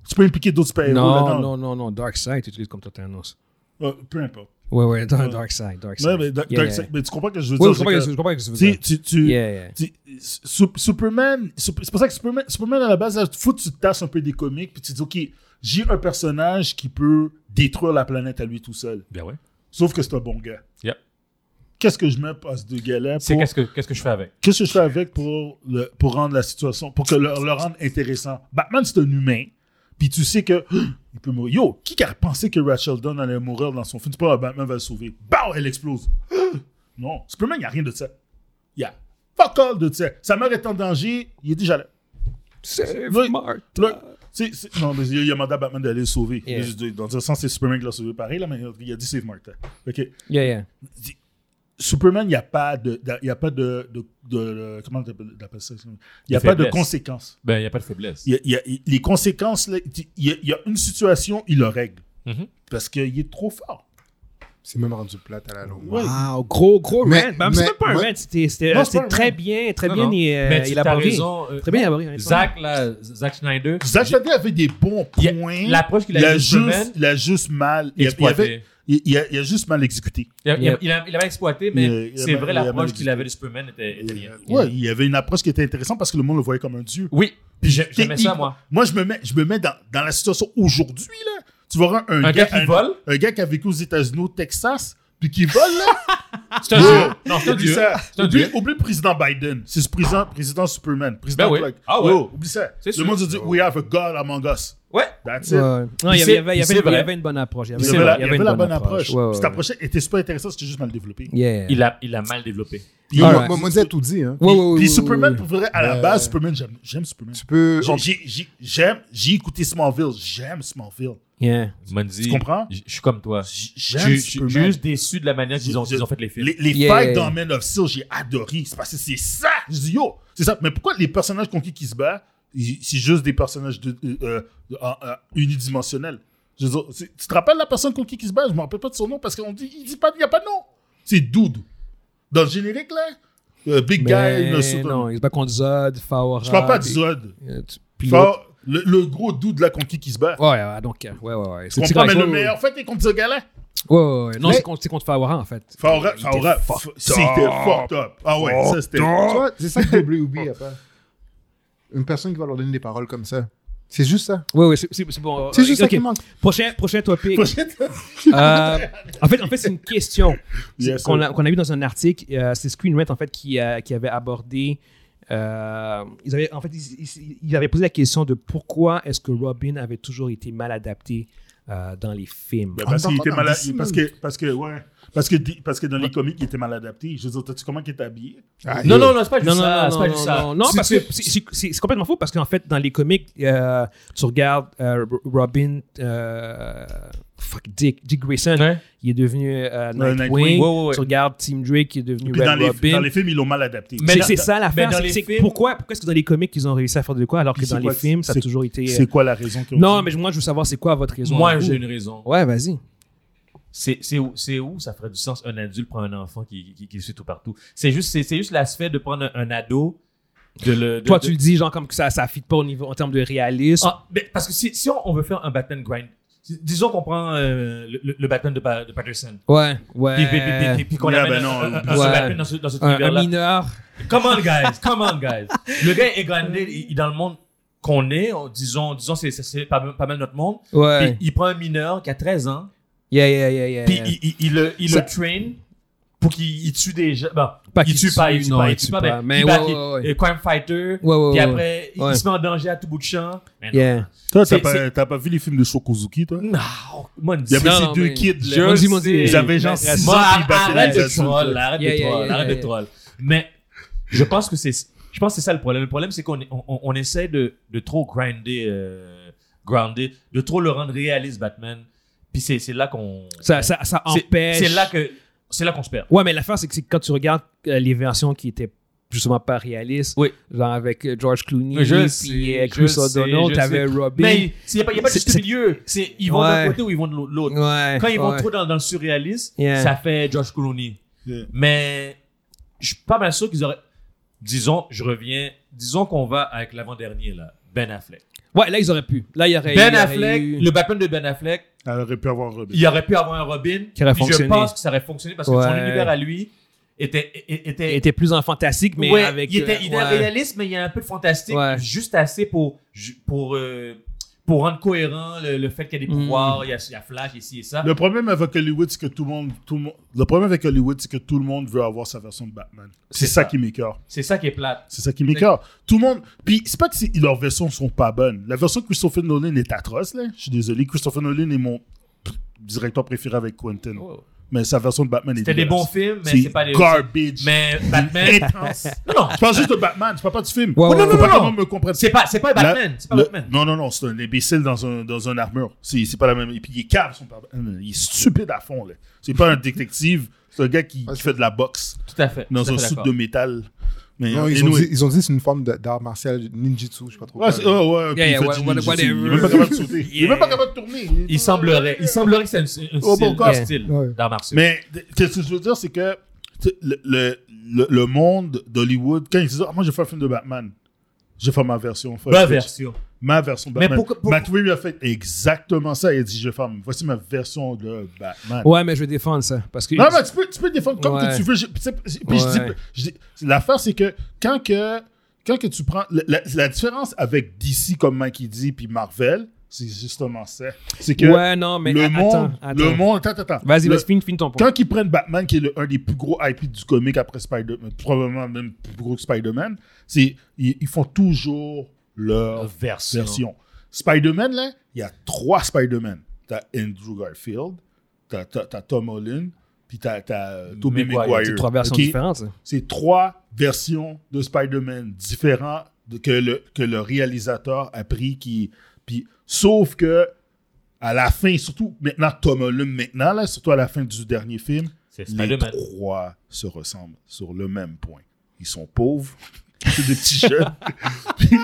Tu peux impliquer d'autres super-héros
Mm-hmm. Non,
là-dedans.
non, non, non. Darkseid, tu utilises comme Thanos.
Euh, peu importe.
Ouais, ouais, Dark Darkseid. Darkseid.
Ouais, mais, Dark-
Yeah,
Darkseid-
yeah.
mais tu comprends que je veux
Ouais,
dire.
je comprends
c'est
que-
que-
je comprends que tu veux
tu sais,
dire.
tu, tu,
Yeah, yeah.
tu- Su- Superman, Sup- c'est pour ça que Superman, Superman, à la base, là, faut que tu te tasses un peu des comics, puis tu te dis, OK, j'ai un personnage qui peut détruire la planète à lui tout seul.
Ben ouais.
Sauf que c'est un bon gars.
Yep.
Qu'est-ce que je mets à ce deux gars-là
C'est
pour-
qu'est-ce que, qu'est-ce que je fais avec?
Qu'est-ce que je fais avec pour, le- pour rendre la situation, pour que le, le rendre intéressant? Batman, c'est un humain. Puis tu sais que il peut mourir. Yo, qui a pensé que Rachel Dunn allait mourir dans son film? Tu penses que Batman va le sauver. Bah, elle explose. non, Superman, il n'y a rien de ça. Il y a fuck all de ça. Sa mère est en danger, il est déjà là.
C'est
Oui.
Martha.
Là, c'est- c'est- non, mais il a- il a mandé à Batman d'aller le sauver.
Yeah.
Mais Dans un sens, c'est Superman qui l'a sauvé pareil, là, mais il a dit Save Martha. OK.
Yeah, yeah.
Superman, il n'y a pas de, de- il y a pas de, de, de- de- comment t'appelles t'appelles ça excuse-moi? Il n'y a
De
pas de
faiblesse.
conséquences.
Ben, il n'y a pas de faiblesse.
Il y a- il y a- il- les conséquences, là, il y, a- il y a une situation, il le règle
Mhm.
parce qu'il est trop fort.
C'est même rendu plate à la longue.
Ouais.
Wow, gros, gros
Mais-
rant. Ben, c'est
mais-
même pas un
ouais.
rant, c'était c'était-
Non, c'est
c'était
pas un
très
rant.
bien, très
Non,
bien
non.
il, euh,
Mais tu
il a
t'as
abordé.
raison. euh,
Très bien élaboré. honnêtement.
Zack, là, Zack Schneider.
Zach Snyder avait des bons
il y a-
points.
L'approche qu'il
il,
a
a
eu
juste, il a juste mal, il, a- il avait,
exploité.
il, il a, il a juste mal exécuté.
Il a- il a-
Yep.
il a il a exploité, mais
Il a- il a
c'est
mal- il
vrai,
a mal
l'approche
exécuté.
qu'il avait de Superman était, était
Et,
bien.
euh, ouais, il y avait une approche qui était intéressante parce que le monde le voyait comme un dieu.
Oui, puis j'ai- j'aimais
Technique-
ça, moi.
Moi, je me mets, je me mets dans, dans la situation aujourd'hui là. Tu vois un,
Un gars qui vole,
un gars qui a vécu aux États-Unis, au Texas, puis qui vole, là.
c'est un
Ouais.
dieu. Non, c'est un
oublie
dieu.
ça.
C'est un
Oublie,
dieu.
oublie le président Biden. C'est ce président, président Superman. Président
Ben oui.
Clark.
Ah ouais.
Yo, oublie ça.
C'est
Le
sûr.
monde se dit, We have a God among us.
Ouais.
That's
Ouais.
it.
Non, il y avait- il y avait- il
c'est-
y
c'est
avait- il y
vrai.
avait une bonne approche. Il y
Il
avait
y
une
avait
bonne-
la,
il
il y avait la bonne approche.
Ouais, ouais,
Cette approche était super intéressante, c'était juste mal développé.
Yeah.
Il a, il a mal développé.
Puis,
Ah
moi-
ouais.
moi-
Monza a tout dit. hein.
Ouais, ouais, ouais,
puis
ouais,
Superman,
ouais,
pour vrai, à la
Ben,
Euh,
base, Superman, j'aime- j'aime Superman.
Tu peux.
Genre, j'ai- j'ai- J'aime, j'ai écouté Smallville, j'aime Smallville.
ouais. Yeah.
Mandy,
Tu comprends?
Je je suis comme toi.
J-
Je
J'aime
je- je suis
Superman.
juste déçu de la manière qu'ils ont,
Je-
qu'ils ont fait les films.
Les, les
Yeah.
fights dans Man of Steel, j'ai adoré. C'est parce que c'est ça. Je dis, yo, c'est ça. Mais pourquoi les personnages contre qui ils se battent, ils- c'est juste des personnages de, euh, euh, de- en- en- unidimensionnels? Je veux dire, c'est- tu te rappelles la personne contre qui il se bat? Je ne me rappelle pas de son nom parce qu'on dit, il dit pas, il n'y a pas de nom. C'est Dude. Dans le générique, là, euh, Big Guy, le
Mais
sous-
Ben, non, il se bat contre Zod, Faora.
Je parle pas de
puis-
Zod.
euh, tu- puis l'autre.
Genre, le, le gros Dude, là, contre qui il se bat.
Ouais, ouais, donc, euh, ouais, ouais, ouais.
Tu
C'est
comprends?
correct,
Mais le
ouais, ouais.
meilleur fait est contre ce gars-là.
Ouais, ouais, ouais. Non,
Mais-
c'est contre, c'est contre Faora, en fait.
Faora,
Il était
Faora,
fucked
c'était
up.
fucked up. Ah ouais, ça c'était.
Tu vois, C'est ça que WB a pas. une personne qui va leur donner des paroles comme ça. C'est juste ça.
Oui, oui, c'est- c'est c'est bon. Euh,
C'est juste ça
Ok.
qui manque.
Prochain, prochain topic. Euh, en fait, en fait c'est une question
Yes,
c'est-
sir.
qu'on a, qu'on a vue dans un article. euh, c'est Screenrant, en fait, qui, euh, qui avait abordé. euh, ils avaient, en fait, ils, ils- ils avaient posé la question de pourquoi est-ce que Robin avait toujours été mal adapté euh, dans les films.
Ben, parce
En même
qu'il
temps,
était
en
mal
dix
parce que parce que ouais parce que di- parce que dans les comics il était mal adapté. Je veux dire, t'as-tu comment qu'il était habillé
Ah, Non, non, non, c'est pas juste
Non, non,
ça.
non,
c'est
non,
pas
non,
juste ça.
non, non,
Si
parce
tu-
que c'est- c'est- c'est c'est complètement faux parce qu'en fait, dans les comics, euh, tu regardes euh, Robin, euh, fuck Dick, Dick Grayson,
Ouais.
il est devenu euh, Nightwing.
Nightwing.
Ouais, ouais, ouais.
Tu regardes Team Drake, qui est devenu
Puis
Red
dans les,
Robin.
dans les films ils l'ont mal adapté.
Mais
C'est-
dans-
c'est ça l'affaire.
mais dans
c'est-
les
c'est
films-
Pourquoi, pourquoi est-ce que dans les comics ils ont réussi à faire de quoi alors que
Puis
dans
c'est
les
quoi-
films ça a
c'est-
toujours été. euh,
c'est quoi la raison qu'ils ont
Non,
dit?
mais moi je veux savoir c'est quoi votre raison. à
Moi,
vous.
j'ai une raison.
Ouais, vas-y.
C'est c'est où, c'est où ça ferait du sens un adulte prend un enfant qui, qui, qui suit tout partout. C'est juste, c'est c'est juste l'aspect de prendre un, un ado. De le, de-
Toi,
de-
tu le dis genre comme que ça ça fit pas au niveau en termes de réalisme.
Ah, mais parce que si, si on, on veut faire un Batman grind, si- disons qu'on prend euh, le, le- le Batman de, Pa- de Patterson.
Ouais,
Puis, puis- puis-
ouais.
puis- puis qu'on
Ouais,
amène
ben
un-
non,
un- un-
oublie
un
ça.
Batman dans, ce, dans cet
Un, un
univers-là.
mineur.
Come on, guys. Come on, guys. Le gars est grindé. Il, il est dans le monde qu'on est. on- disons, disons c'est- c'est c'est pas, pas mal notre monde.
Ouais.
Puis il prend un mineur qui a 13 ans.
Yeah, yeah, yeah, yeah.
Puis il, il, il le, il
Ça-
le train pour qu'il il tue des gens. Bon,
Pas
il
qu'il
tue pas, il
tue,
tue
non,
pas, il tue pas. Mais, il bat-
ouais,
il-
ouais, ouais.
euh, crime fighter.
Ouais, ouais, ouais,
puis après, il-
ouais.
il se met en danger à tout bout de champ. Mais non.
Yeah.
Toi, t'as
c'est-
pas,
c'est-
t'as pas vu les films de Shokuzuki, toi?
Non, moi,
Il y avait
Non,
ces
non,
deux
mais-
kids,
Je
là.
Vas-y, mon Dieu.
Ils avaient genre
Mais-
6 ans,
Moi,
puis ils battaient
arrête
les
de
adultes.
troll, arrête
Yeah,
de
yeah,
troll,
yeah,
arrête
yeah,
de troll. Mais je pense que c'est, je pense que c'est ça le problème. Le problème, c'est qu'on est- on, on- on essaie de, de trop grinder, euh, grounder, de trop le rendre réaliste Batman. Puis c'est, c'est là qu'on,
Ça, ça, ça
c'est-
empêche.
c'est là que, c'est là qu'on se perd.
Ouais, mais l'affaire, c'est que c'est que quand tu regardes euh, les versions qui étaient justement pas réalistes,
Oui.
genre avec euh, George Clooney,
Je
puis
sais,
euh,
je
Chris
sais,
O'Donnell,
je
t'avais Robin.
Mais il n'y a pas, y a pas de
C'est-
juste
c'est-
milieu. C'est, ils vont
Ouais.
d'un côté ou ils vont de l'au- l'autre.
ouais,
Quand ils vont
ouais.
trop dans, dans le surréaliste,
Yeah.
ça fait Josh Clooney.
Yeah.
Mais je suis pas mal sûr qu'ils auraient. Disons, je reviens. Disons qu'on va avec l'avant-dernier, là. Ben Affleck.
Ouais, là, ils auraient pu. Là, il y aurait il y
Ben
aurait
Affleck,
eu-
le Batman de Ben Affleck,
Elle aurait pu avoir Robin.
il aurait pu avoir un Robin.
Qui aurait
puis
fonctionné.
Je pense que ça aurait fonctionné parce que son
Ouais.
univers à lui était. était,
il
était-
était plus en fantastique, mais
ouais,
avec.
il était,
euh,
il était
ouais.
réaliste, mais il y a un peu de fantastique,
Ouais.
juste assez pour, ju- pour, euh, pour rendre cohérent le, le fait qu'il y a des
Mm.
pouvoirs, il y a, il y a Flash ici et ça.
Le problème avec Hollywood, c'est que tout le monde, tout le monde, le problème avec Hollywood, c'est que tout le monde veut avoir sa version de Batman. C'est
C'est
ça
ça.
qui m'écœure.
C'est ça qui est plate.
C'est ça qui m'écœure. Tout le monde. Puis c'est pas que c'est- leurs versions sont pas bonnes. La version de Christopher Nolan est atroce, là. Je suis désolé. Christopher Nolan est mon directeur préféré avec Quentin.
Oh.
Mais sa version de Batman est
C'était des bons
dégueulasse.
films, mais c'est pas des.
Garbage.
Mais Batman.
Intense.
non, non,
Je parle juste de Batman, je parle pas du film.
Ouais, ouais,
Faut
ouais,
pas
ouais.
que les gens me comprennent.
c'est pas, c'est pas Batman. C'est pas
Le-
Batman.
Non, non, non, c'est un imbécile dans un, dans un armure. C'est c'est pas la même. Et puis il est cave, son papa. Hum, Il est stupide à fond, là. C'est pas un détective, c'est un gars qui, qui fait de la boxe
Tout à fait.
dans
tout à
un
fait
soupe
d'accord.
de métal. Mais
Non,
euh,
ils, ont
anyway.
dit, ils ont dit c'est une forme de- d'art martial ninjutsu, je sais pas trop.
Ouais,
quoi.
c'est- oh, ouais, puis
Yeah,
il
yeah,
fait
what-
du
what-
ninjutsu.
whatever.
Il est même pas capable de sauter. Il est même pas capable de tourner. est-
Il semblerait, il semblerait que c'est un, un
Oh, bon,
style,
quoi.
un style
Ouais.
d'art martial.
Mais ce que je veux dire, c'est que tu sais, le, le, le, le monde d'Hollywood, quand ils disent Ah, moi, j'ai fait un film de Batman, j'ai fait ma version. frère.
Ma version.
Ma version de
Mais
Batman.
pourquoi- pour-
Matt Reeves a fait exactement ça. Il a dit Je vais faire, voici ma version de Batman.
Ouais, mais je vais défendre ça. Parce que.
Non, mais tu peux, tu peux défendre comme
Ouais.
que tu veux. Je- puis c'est- puis je dis-
Ouais.
je dis, l'affaire, c'est que quand que, quand que tu prends. La, la- la différence avec DC, comme Mikey dit, puis Marvel, c'est justement ça. C'est que
ouais, non, mais.
le,
a-
monde,
attends, attends.
le monde. Attends, attends.
Vas-y,
Le-
vas-y, finis finis ton point.
quand ils prennent Batman, qui est le- un des plus gros IP du comic après Spider-Man, probablement même plus gros que Spider-Man, c'est ils, ils font toujours leur
Version.
version. Spider-Man, là, il y a trois Spider-Man. T'as Andrew Garfield, t'as t'as- t'as Tom Holland, puis t'as t'as euh, Tobey
Maguire.
Maguire.
C'est trois versions
Ok?
différentes. ça.
C'est trois versions de Spider-Man différents de- que, le, que le réalisateur a pris. Qui, puis, sauf que à la fin, surtout maintenant, Tom Holland, maintenant, là, surtout à la fin du dernier film,
C'est
les
Spider-Man.
trois se ressemblent sur le même point. Ils sont pauvres, c'est des petits jeunes. puis,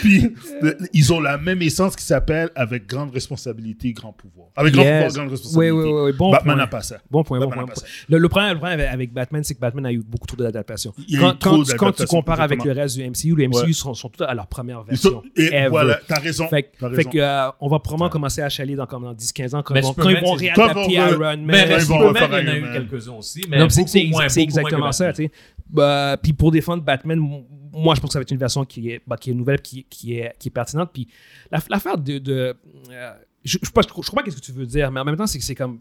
puis, le- ils ont la même essence qui s'appelle avec grande responsabilité, grand pouvoir. Avec grand
Yes.
pouvoir, grande
Oui,
responsabilité.
oui, oui. oui, Bon
Batman
point.
n'a pas ça.
Bon point, bon
Batman
point.
n'a pas ça.
Le, le problème, le problème avec- avec Batman, c'est que Batman a eu beaucoup trop d'adaptations.
Il y a eu
Quand,
trop
quand, tu- quand tu
d'adaptations,
compares avec le
exactement.
reste du MCU, le MCU
Ouais.
sont, sont tous à leur première
Ils sont-
version.
et
ever.
voilà, t'as raison.
Fait, que-
t'as
fait
raison.
que, euh, on va probablement commencer à chaler dans comme dans 10-15 ans quand,
Mais
ils vont- quand
Superman,
ils vont
c'est-
réadapter
Quand ils vont-
Iron
Mais
Man. euh,
ils vont
Superman,
refaire
il y en a
Iron Man.
eu quelques-uns aussi, mais
Non, mais c'est-
beaucoup
c'est
moins.
c'est
beaucoup moins que
exactement ça.
Batman.
tu sais. Bah, Puis pour défendre Batman, m- moi, je pense que ça va être une version qui est, bah, qui est nouvelle, qui, qui, est, qui est pertinente. Puis la- l'affaire de. de, euh, je, je, pense- je comprends quest ce que tu veux dire, mais en même temps, c'est que c'est comme.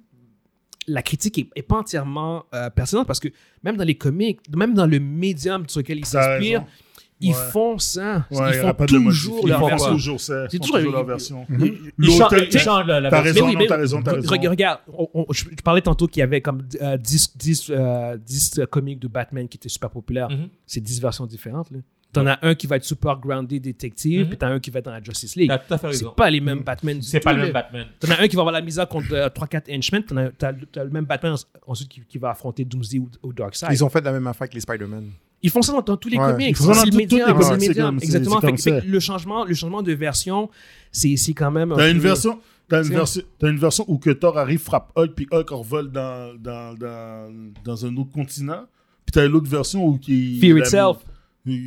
La critique est, est pas entièrement euh, pertinente parce que même dans les comics, même dans le médium sur lequel ils
T'as
s'inspirent,
raison.
ils
Ouais.
font ça. ils
Ouais, y aura
font
pas de
toujours
modification.
leur
Ils font
version.
toujours ça.
C'est
Ils font
toujours-
toujours leur version.
Ils
L'auteur-
changent- ils changent la- la
T'as
version.
Mais
raison,
oui,
non,
mais-
t'as raison, t'as
Re-
raison.
re- Regarde, on- on- je je parlais tantôt qu'il y avait comme euh, 10, 10, euh, 10, euh, comics de Batman qui étaient super populaires.
Mhm.
C'est 10 versions différentes. là. T'en as un qui va être super grounded détective,
Mhm.
puis t'en as un qui va être dans la Justice League.
T'as tout à fait raison.
C'est pas les mêmes Batman. du
C'est
tout,
pas le
là.
même Batman.
T'en as un qui va avoir la misère contre 3-4 henchmen, t'en as, t'as, le- t'as le même Batman en- ensuite qui, qui va affronter Doomsday ou, ou Darkseid. Ils,
Ils ont fait la même affaire que les Spider-Man.
font ça dans, dans tous les
Ouais.
comics.
Ils font ça dans
C'est le
tout- toutes les
médium,
comics,
c'est le
c'est
médium.
comme- c'est-
Exactement.
c'est
Fait
comme
que- fait
ça.
que le, changement, le changement de version, c'est, c'est quand même. un
T'as une
peu-
version. T'as une
C'est-
version, t'as une version où que Thor arrive, frappe Hulk, puis Hulk revole dans, dans, dans, dans un autre continent. Puis t'as l'autre version où qui.
Fear
la-
Itself.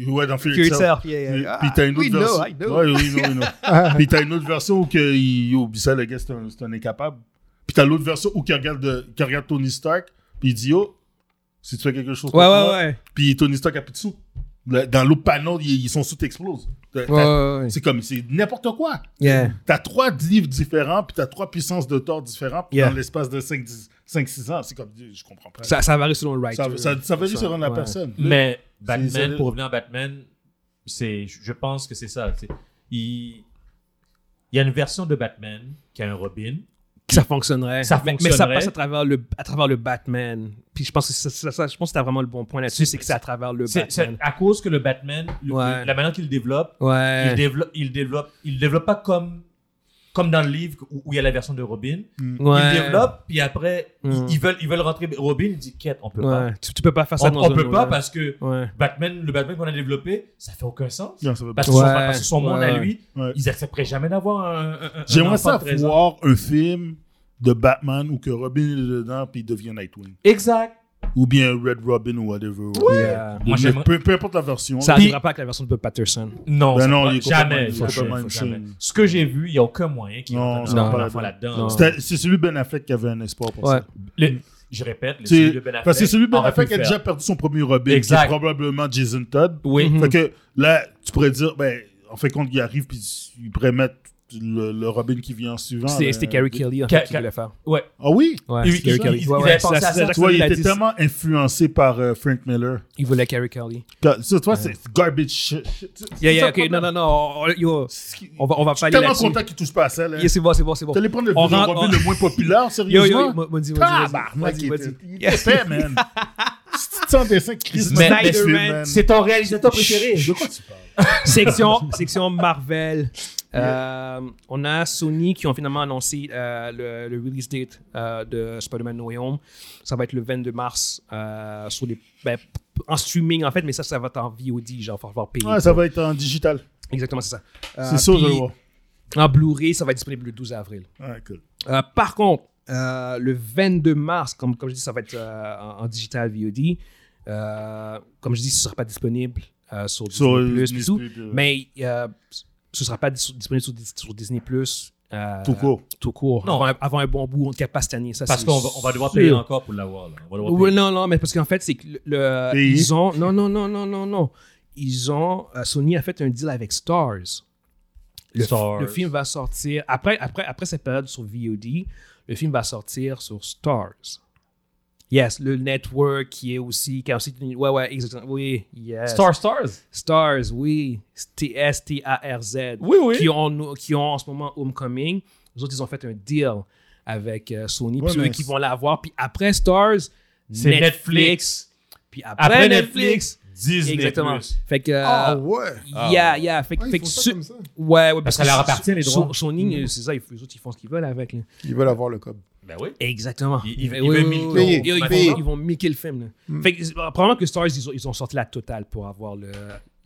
Ouais, dans Fear,
Fear
Itself.
Itself.
Puis puis t'as une autre
we know,
version.
I know.
Ouais, oui, non, oui,
Ah,
non. Puis t'as une autre version où que il oublie ça, le gars, c'est un, c'est un incapable. Puis t'as l'autre version où qu'il regarde, de- qu'il regarde Tony Stark, puis il dit Oh, si tu fais quelque chose.
Ouais,
contre
ouais,
moi,
ouais.
Puis Tony Stark a plus de sous. Le- Dans l'autre panneau, ils, ils sont sous explose. T'as- t'as-
ouais, ouais.
C'est comme, c'est n'importe quoi.
Yeah.
T'as trois livres différents, puis t'as trois puissances de tort différentes
Yeah.
dans l'espace de 5-6 ans. C'est comme, je comprends pas. Ça,
Ça, ça varie selon le euh, writer.
ça, ça, veut dire sur la
ouais.
personne.
Mais
c'est-
Batman,
c'est-
pour revenir à Batman, c'est, je je pense que c'est ça. c'est- Il, il y a une version de Batman qui a un Robin.
Ça fonctionnerait.
Ça
Mais- Mais ça
fonctionnerait.
passe à travers le, à travers le Batman. Puis je pense que c'est ça, ça- je pense que t'as vraiment le bon point là-dessus, c'est que c'est à travers le
C'est, c'est
Batman.
à cause que le Batman, le-
Ouais.
la manière qu'il développe, il
Ouais.
développe, il développe, il développe pas comme comme dans le livre où, où il y a la version de Robin.
ouais.
Il développe, puis après ils-
Mm.
ils, veulent ils veulent rentrer Robin, il dit quête, on peut pas.
Ouais. Tu, tu peux pas faire ça
On,
dans
on
un
peut
autre-
pas parce que
Ouais.
Batman, le Batman qu'on a développé, ça fait aucun sens.
Non, ça veut pas.
Parce que son,
Ouais.
parce que son monde à
Ouais.
lui,
Ouais.
ils accepteraient jamais d'avoir un. un- un- un
J'aimerais
enfant
ça
de 13 ans.
voir un film de Batman où que Robin est dedans, puis il devient Nightwing.
Exact.
Ou bien Red Robin ou whatever.
Yeah.
Ou-
Moi,
mais
j'aimerais-
peu, peu importe la version.
euh, Ça
Puis-
arrivera pas avec la version de Bob Patterson.
Non,
Ben
ça
non,
va-
il est
jamais.
complètement- il est
faut jamais,
complètement
faut jamais.
insane.
Ce que j'ai vu, il n'y a aucun moyen qu'il
Non,
rentre
ça va
un
pas
enfant
là-dedans.
là-dedans.
Non.
C'était- C'est celui Ben Affleck qui avait un espoir pour ça.
Le- je répète, le
C'est-
celui de Ben Affleck.
Parce que celui de Ben
aurait pu
Affleck a
le
déjà
faire.
perdu son premier Robin,
Exact.
qui est probablement Jason Todd.
Oui.
Mhm.
Fait que là, tu pourrais dire, ben, en fait, quand il arrive, puis il pourrait mettre le, le Robin qui vient en suivant.
C'était
là.
c'était Gary Kelly en
Ca-
fait, qui
ca-
voulait faire.
Ouais.
Ah oui?
Ouais,
Ils-
c'est Gary
ils-
Kelly.
ils-
Ouais,
ils
ouais,
avaient pensé
c'est-
à
c'est
ça.
la-
Tu vois, il
la-
était
la-
tellement influencé par euh, Frank Miller.
Il voulait Gary Kelly.
Quand- ça, tu vois, c'est garbage shit. shit. C'est- c'est
Yeah, yeah,
ça
ok.
le
Non,
problème.
non, non. on- on- yo,
C'est-
on va, on va
Je suis
parler
tellement
là-dessus.
content qu'il touche pas à ça. là.
Yeah, c'est bon, c'est bon, c'est bon.
T'allais prendre le
On
le
rentre-
Robin
on-
le moins populaire,
Yo,
sérieusement?
yo, moi, moi, dis, moi, dis, moi,
Tabarnak,
dis,
il
moi,
était
dis.
il était fait, man. C'est sans dessin, Chris.
Mais- Spider-Man,
man.
C'est ton réalisateur préféré.
De quoi tu parles?
section, section Marvel. Euh, on a Sony qui ont finalement annoncé euh, le, le release date euh, de Spider-Man No Way Home. Ça va être le 22 mars euh, sur les, ben, p- en streaming en fait, mais ça, ça va être en VOD, genre, il va falloir payer.
Ouais, ça va être en digital.
Exactement, c'est ça. Euh,
Ah, C'est sûr, je
puis
vais voir.
En Blu-ray, ça va être disponible le 12 avril.
Ouais, cool.
Euh, par contre, euh, le 22 mars, comme, comme je dis, ça va être euh, en, en digital VOD. Euh, comme je dis, ce ne sera pas disponible euh, sur Disney+.
Sur
Plus et
Disney+,
tout.
Mm.
euh,
Mais euh, ce ne sera pas dis- disponible sur, Dis- sur Disney+. Plus euh,
Tout court.
tout court.
Non.
Avant, un- avant un bon bout, on ne pas cette année. Ça,
Parce
c'est
qu'on va, on va devoir
sûr.
payer encore pour l'avoir. là. On va devoir
Oui,
payer.
non, non, mais parce qu'en fait, c'est que le, le-
Payer.
ils ont... Non, non, non, non, non, non. Ils ont... euh, Sony a fait un deal avec Stars. Le,
Stars.
le film va sortir... Après, après, après cette période sur VOD, le film va sortir sur Stars. Yes, le network qui est aussi... Qui a aussi ouais, ouais, exactement. Oui, yes.
Star Stars.
Stars, oui. T-S-T-A-R-Z.
Oui, oui.
Qui ont, qui ont en ce moment Homecoming. Les autres, ils ont fait un deal avec euh, Sony.
Ouais,
puis c'est eux
mais
qui
c'est-
vont l'avoir. Puis après Stars,
C'est
Netflix.
Netflix.
Puis après,
Après
Netflix.
Netflix, Disney.
Exactement.
Plus.
Fait que.
Ah
euh,
ouais!
Yeah, yeah. Fait, que-
Ah, ils
fait
font
que
ça
su-
comme ça.
Ouais, ouais,
Parce que ça leur appartient, les droits.
Son,
Mm.
Sony, c'est ça, ils- les autres, ils font ce qu'ils veulent avec. là.
Ils veulent avoir le cob.
Ben oui.
Exactement.
Ils- ils-
Oui,
ils
oui, oui,
veulent milquer.
oui.
Payer,
Ils- ils vont-
payer.
Ils vont milquer le film. là. Fait que, euh, probablement que Stars, ils ont, ils ont sorti la totale pour avoir le-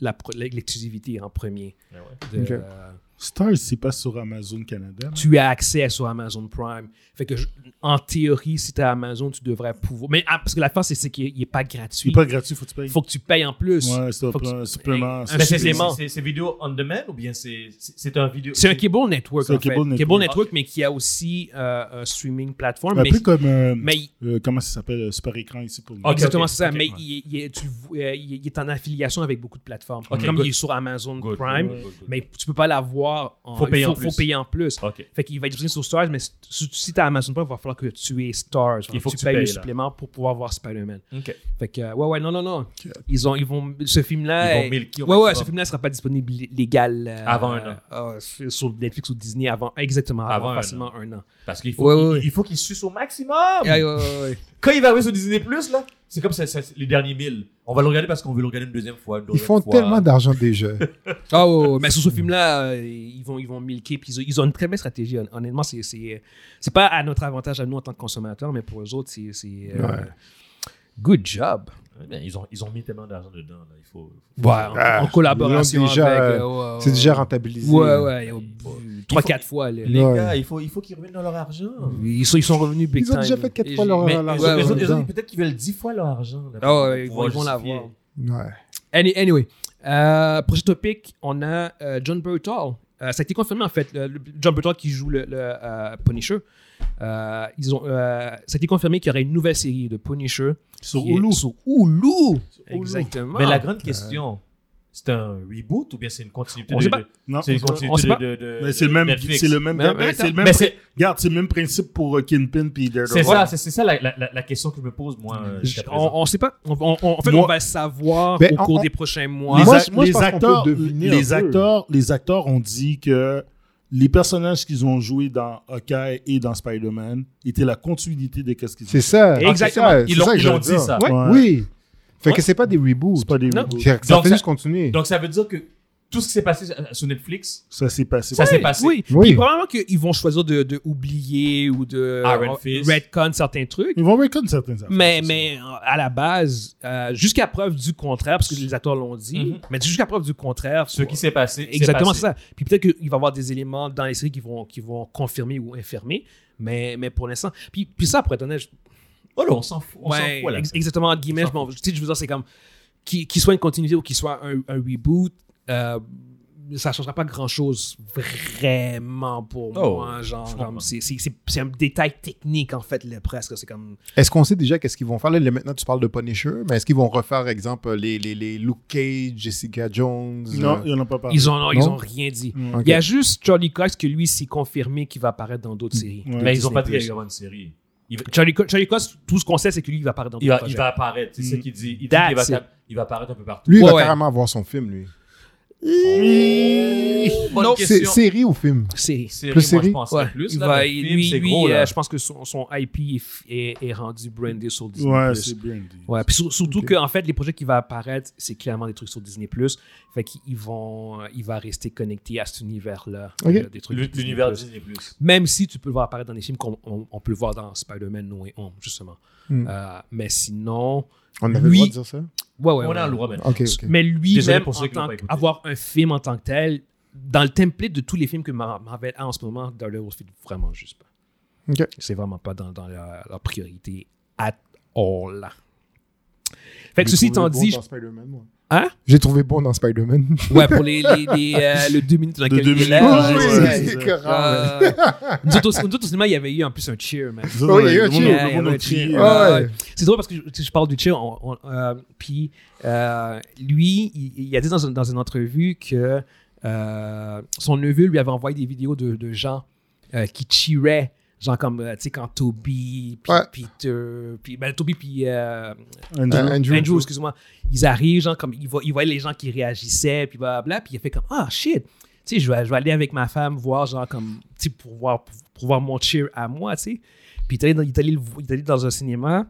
la pro- l'exclusivité en premier.
Ben ouais.
de-
Ok.
euh,
Stars, c'est pas sur Amazon Canada. là.
tu as accès sur Amazon Prime. Fait que, je- en théorie, si tu as Amazon, tu devrais pouvoir. Mais ah, parce que la fin, c'est c'est qu'il n'est pas
Il
gratuit.
est pas gratuit, faut que tu payes.
faut que tu payes en plus.
Ouais, c'est un
faut que
plan- supplément.
un
Mais Ben c'est- c'est-
supplément.
C'est c'est vidéo on demand ou bien c'est c'est- c'est un vidéo
C'est un cable network,
C'est un
en fait.
cable network.
Cable network, mais qui a aussi euh, un streaming platform.
Un
mais,
peu comme. euh,
mais il- Ah,
euh, comment ça s'appelle euh, Super écran ici pour nous.
Ok.
exactement c'est ça.
ok,
mais
ouais.
il, est- il est, tu vois- euh, il est- il est en affiliation avec beaucoup de plateformes.
Ok,
comme
good.
il est sur Amazon
Good,
Prime,
good, good, good.
mais tu peux pas l'avoir. en-
Faut payer
il
en plus.
faut payer en plus.
Ok.
Fait qu'il va être disponible sur Stars, mais si si t'as Amazon Prime, il va falloir que tu aies Stars.
Il faut que tu
payes
payes,
le
là.
supplément pour pouvoir voir Spider-Man.
Ok.
Fait que, euh, ouais, ouais, non, non, non. Ils, ont, ils vont, ce film-là.
Ils vont
est-
milquer au
Ouais, ouais, ce
maximum.
film-là sera pas disponible lé- légal. euh,
Avant un an.
euh, sur sur Netflix ou Disney avant, exactement, avant,
Avant un
facilement un an.
Parce qu'il
Ouais,
faut qu'il-
ouais,
il faut qu'il suce au maximum.
Ouais, ouais, ouais, ouais.
Quand il va arriver sur Disney Plus là, c'est comme ça, ça- les derniers mille. On va le regarder parce qu'on veut le regarder une deuxième fois. une
Ils
deuxième
font
fois.
tellement d'argent déjà.
Ah, ouais, ouais, ouais. Mais sur ce film-là, euh, ils vont, ils vont milquer. Puis ils, ont- ils ont une très belle stratégie. Hon- Honnêtement, c'est- c'est euh, c'est pas à notre avantage à nous en tant que consommateurs, mais pour eux autres, c'est. c'est, euh,
Ouais.
Good job.
Ouais, ben, ils ont ils ont mis tellement d'argent dedans là. Il faut.
Ouais, en,
Ah,
en collaboration
ils l'ont déjà,
avec. euh, ouais,
C'est
ouais,
déjà
ouais.
rentabilisé.
Ouais, ouais. euh, Trois,
faut-
quatre fois. là.
Les
Ouais.
gars, il faut il faut qu'ils reviennent dans leur argent.
Ils sont, ils sont revenus big
Ils ont
time,
déjà
là.
fait
Et
quatre fois
j'ai-
leur,
Mais
leur
les
ouais,
autres- les autres,
ouais.
les autres,
dedans.
peut-être qu'ils veulent dix fois leur argent. là,
Ah
pour
ouais, ils vont
pouvoir
ils vont
justifier.
l'avoir.
Ouais.
Any- Anyway, euh, prochain topic, on a euh, John Burtall. Euh, ça a été confirmé en fait, le- le- John Burtall qui joue le, le, euh, Punisher. Euh, ils ont, euh, ça a été confirmé qu'il y aurait une nouvelle série de Punisher
Sur
qui est-
Hulu.
Sur Hulu.
Hulu.
Exactement.
Mais la grande question, c'est un reboot ou bien c'est une continuité
On
de-
sait pas.
de-
Non.
C'est une
on- on
continuité
sait pas.
de- de-
Mais c'est
de
le même.
Netflix.
C'est le même.
Mais- euh, mais
mais C'est le même.
Mais c'est
Regarde, c'est le même principe pour euh, Kingpin puis
c'est
Daredevil.
ça, c'est c'est ça la, la- la- la question que je me pose moi. euh,
Je-
jusqu'à présent.
on, on sait pas. On, on- on- en fait,
Moi-
on va le savoir
Ben,
au cours
on-
des prochains mois.
Les,
Moi,
a-
je- moi, je
les
pense qu'on peut
acteurs,
deviner
les
un peu.
acteurs, les acteurs ont dit que les personnages qu'ils ont joués dans Hawkeye et dans Spider-Man étaient la continuité de qu'est-ce qu'ils
C'est ça.
Exactement.
C'est ça,
Ils
c'est
l'ont-
ça que
ils
je
l'ont
veux
dit,
dire.
ça.
Ouais.
Ouais.
Oui. Fait
Ouais.
que c'est pas des reboots.
C'est pas des
Non.
reboots.
Ça
Donc,
fait
ça-
juste continuer.
Donc ça veut dire que tout ce qui s'est passé euh, sur Netflix,
Ça s'est passé.
ça s'est passé.
Oui.
Oui.
Puis probablement qu'ils vont choisir de, de oublier ou de
Iron
euh,
Fist.
retcon certains trucs.
Ils vont reconnaître certains affaires.
Mais,
c'est
mais euh, à la base, euh, jusqu'à preuve du contraire, parce que les acteurs l'ont dit,
Mhm.
mais jusqu'à preuve du contraire,
Ce qui s'est passé. s'est
exactement
passé.
c'est ça. Puis peut-être qu'il va y avoir des éléments dans les séries qui vont, qui vont confirmer ou infirmer, mais, mais pour l'instant. Puis, puis ça, pour être honnête, je-
Oh là, on s'en fout. On
ouais,
s'en fout là.
ex- exactement, entre guillemets,
On
je,
s'en
m'en- tu sais, je veux dire, c'est comme qu'il qu'il soit une continuité ou qu'il soit un, un reboot, euh, ça ne changera pas grand-chose vraiment pour
Oh,
moi. Genre,
je
comme
comprends.
c'est- c'est c'est- c'est un détail technique, en fait, là, presque. C'est comme.
Est-ce qu'on sait déjà qu'est-ce qu'ils vont faire? Là, maintenant, tu parles de Punisher, mais est-ce qu'ils vont refaire, exemple, les, les, les Luke Cage, Jessica Jones?
Non,
euh,
ils n'en ont pas
Ah.
parlé.
Ils ont, ils
Non.
ont rien dit.
Mm.
ok.
Il y a juste Charlie Cox que lui s'est confirmé qu'il va apparaître dans
Mm.
d'autres séries.
Ouais.
Mais ils ont
Disney+.
pas dit qu'il allait y avoir une série.
Charlie, Co- Charlie Cox, tout ce qu'on sait, c'est que lui, il va apparaître dans
Il
d'autres
va,
projets.
il va apparaître. C'est ce
Mm.
qu'il dit. Il, dit
That's
qu'il va,
it.
tap- il va apparaître un peu partout.
Lui, il va
Ouais, ouais.
carrément avoir son film, lui. Oh.
Bonne
Non,
C'est
question.
série ou film?
C'est.
Série,
plus
moi, je
série.
pense
Ouais.
plus.
Il
Là, ben,
va-
mais
lui,
film, c'est
lui,
gros,
euh,
là.
je pense que son, son IP est, f- est- est rendu brandé sur Disney+.
Ouais, c'est bien dit.
Ouais, puis sur- surtout
Ok.
que en fait les projets qui vont apparaître, c'est clairement des trucs sur Disney fait qu'ils vont euh, il va rester connecté à cet univers là,
Ok.
des trucs
L-
Disney+.
L'univers Disney Plus.
Même si tu peux le voir apparaître dans des films qu'on on, on peut le voir dans Spider-Man No Way Home justement.
Hmm.
Euh, mais sinon,
On avait le
Lui-
droit de dire ça?
ouais ouais.
On
ouais.
a le droit maintenant.
Ok, ok.
Mais
Désolé
lui-même,
pour ceux
en
qui l'ont
tant
pas écouté.
qu'avoir un film en tant que tel, dans le template de tous les films que Mar- Marvel a en ce moment, Daredevil fit vraiment juste pas.
Ok.
C'est vraiment pas dans, dans leur, leur priorité at all. Fait que ceci étant dit, je- Hein?
J'ai trouvé bon dans Spider-Man.
ouais, pour les, les, les, euh, le deux minutes dans
De
lequel
deux
il est
minutes,
là,
ouais,
euh,
ouais,
c'est-
c'est
c'est
ça.
correct.
euh, nous, autres, au- nous autres au cinéma, il y avait eu en plus un cheer, man.
Nous autres,
Oh, il y a eu un
le monde-
cheer.
le
Ouais, il y
monde
avait
a
un cheer.
crié,
Ouais,
euh,
ouais. C'est drôle parce que je, tu sais, je parle du chill, on- on- euh, puis euh, lui, il, il a dit dans, une- dans une entrevue que euh, son neveu lui avait envoyé des vidéos de, de gens euh, qui cheeraient, genre comme, euh, tu sais, quand Toby, puis
Ouais.
Peter, puis ben, Toby, puis euh,
Andrew.
Euh, Andrew.
Andrew, excuse-moi, ils arrivent, genre comme, ils voient, ils voient les gens qui réagissaient, puis blablabla, puis il a fait comme, ah, shit, tu sais, je vais, je vais aller avec ma femme voir, genre comme, tu sais, pour voir, pour, pour voir mon cheer à moi, tu sais. Puis il est allé dans- il est allé le vo- il est allé dans un cinéma,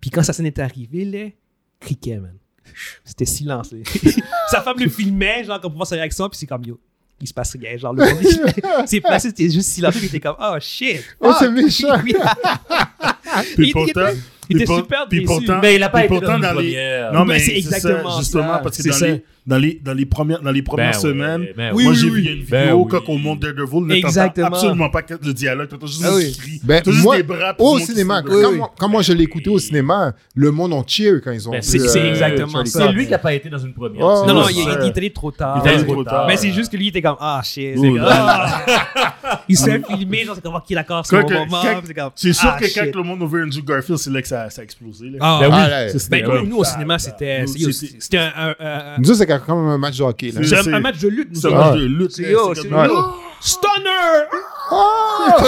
puis quand sa scène est arrivée, là, criquet, man. C'était silence. là. Sa femme le filmait, genre, comme pour voir sa réaction, puis c'est comme, yo, il se passe rien. Genre, le monde, c'est passé, c'était juste silencieux, puis il était comme, oh shit.
Oh,
fuck.
c'est méchant.
Oui.
Puis
il-
pourtant,
il était
puis pour-
super
puis
déçu.
pourtant-
Mais il n'a pas
puis
été
pourtant
dans
dans
les
les-
premières.
Non,
Ben,
mais
c'est
c'est ça,
exactement
justement,
ça.
parce que
C'est
dans
ça.
les, dans les, dans les premières, dans les premières
Ben oui,
semaines, moi
ben oui,
j'ai
oui.
vu il y a une
Ben
vidéo
oui.
quand on monte Daredevil, là,
Exactement.
t'entends absolument pas le dialogue, t'entends juste
Ah
des
oui.
cris,
Ben,
t'as juste
moi,
des bras. puis
Au
tout le monde qui
cinéma,
se-
quand, moi- quand moi je l'ai écouté au cinéma, le monde en cheer quand ils ont
Ben,
vu,
C'est
euh,
c'est exactement
Charlie
ça.
C'est lui qui n'a pas été dans une première.
Ouais,
Oh,
C'est
Non, non,
vrai.
il, il,
ouais.
il est allé trop tard.
Il est
Ben,
allé
trop tard.
Mais c'est juste que lui, il était comme Ah, shit.
Ouh,
c'est- Ah! il s'est filmé, genre, c'est comme qu'il accorde son
Quand que-
moment.
quand-
puis C'est comme,
C'est sûr
ah,
que
shit.
quand le monde a vu Andrew Garfield, c'est là que ça, ça a explosé. Là.
Ah,
Ben oui.
Ah, là,
Ça,
Ben,
c'était
nous,
comme-
nous, au cinéma, c'était.
Nous,
c'est-
c'était-
C'était un- un. un- un-
Nous, c'est quand même un match de hockey. Là.
C'est un-
c'est-
un match de lutte, nous
Ah.
C'est un
autres.
match de lutte.
C'est
là,
yo,
c'est
c'est
comme- oh,
yo. Stunner!
Ah!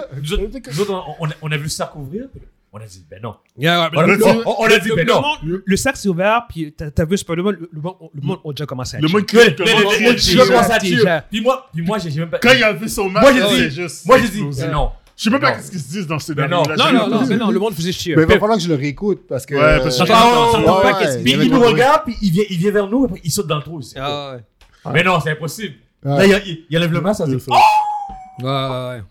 Nous autres, nous autres, on, on a- on a vu ça couvrir. On a dit, ben non.
Yeah, ouais,
On a,
le-
on- on- on a dit,
le-
ben
le
non.
monde- Le le sac s'est ouvert, puis t'as t'as vu Spider-Man, le- le monde le monde a déjà commencé à
Le monde qui
Mais- mais- mais- mais-
Je
Je
déjà,
commence à tuer.
déjà.
Puis moi, puis moi, j'ai j'ai même pas.
Quand il a vu son match,
ben, Moi, j'ai
là,
dit-
c'est juste
Moi, j'ai dit,
explosé.
ben non.
Je sais même pas
Non.
ce qu'ils se disent dans ce
Mais
scénario.
non.
Non, non, non, mais non, le monde faisait chier.
Mais il va falloir que je le réécoute parce que.
Ouais, parce que-
euh,
J'entends- j'entends
ouais,
pas
ouais,
qu'est-ce qu'il
il y
Puis
avait
il nous
trop de-
regarde, puis il vient, il vient vers nous, et après, il saute dans le trou. aussi.
Ah, ouais.
Mais non, c'est impossible.
Ouais.
Là, il, il- il enlève le masque, ça dit, oh!
Ouais, ouais, ouais.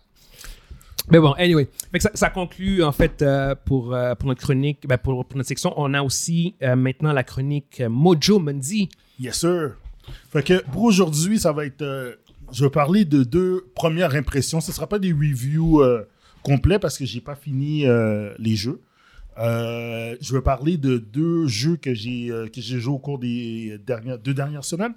Mais bon, anyway. Fait que ça, ça conclut, en fait, euh, pour, euh, pour notre chronique, ben, pour, pour notre section. On a aussi euh, maintenant la chronique euh, Mojo Mundi.
Yes, sir. Fait que pour aujourd'hui, ça va être. euh, je vais parler de deux premières impressions. Ce ne sera pas des reviews euh, complets parce que j'ai pas fini euh, les jeux. Euh, je vais parler de deux jeux que j'ai euh, que j'ai joué au cours des dernières, deux dernières semaines.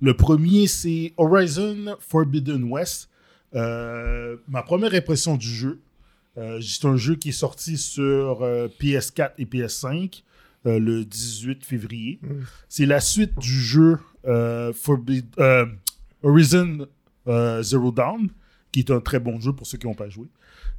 Le premier, c'est Horizon Forbidden West. Euh, ma première impression du jeu, euh, c'est un jeu qui est sorti sur euh, PS4 et PS5 euh, le 18 février. C'est la suite du jeu euh, Forbid- euh, Horizon euh, Zero Dawn, qui est un très bon jeu pour ceux qui n'ont pas joué.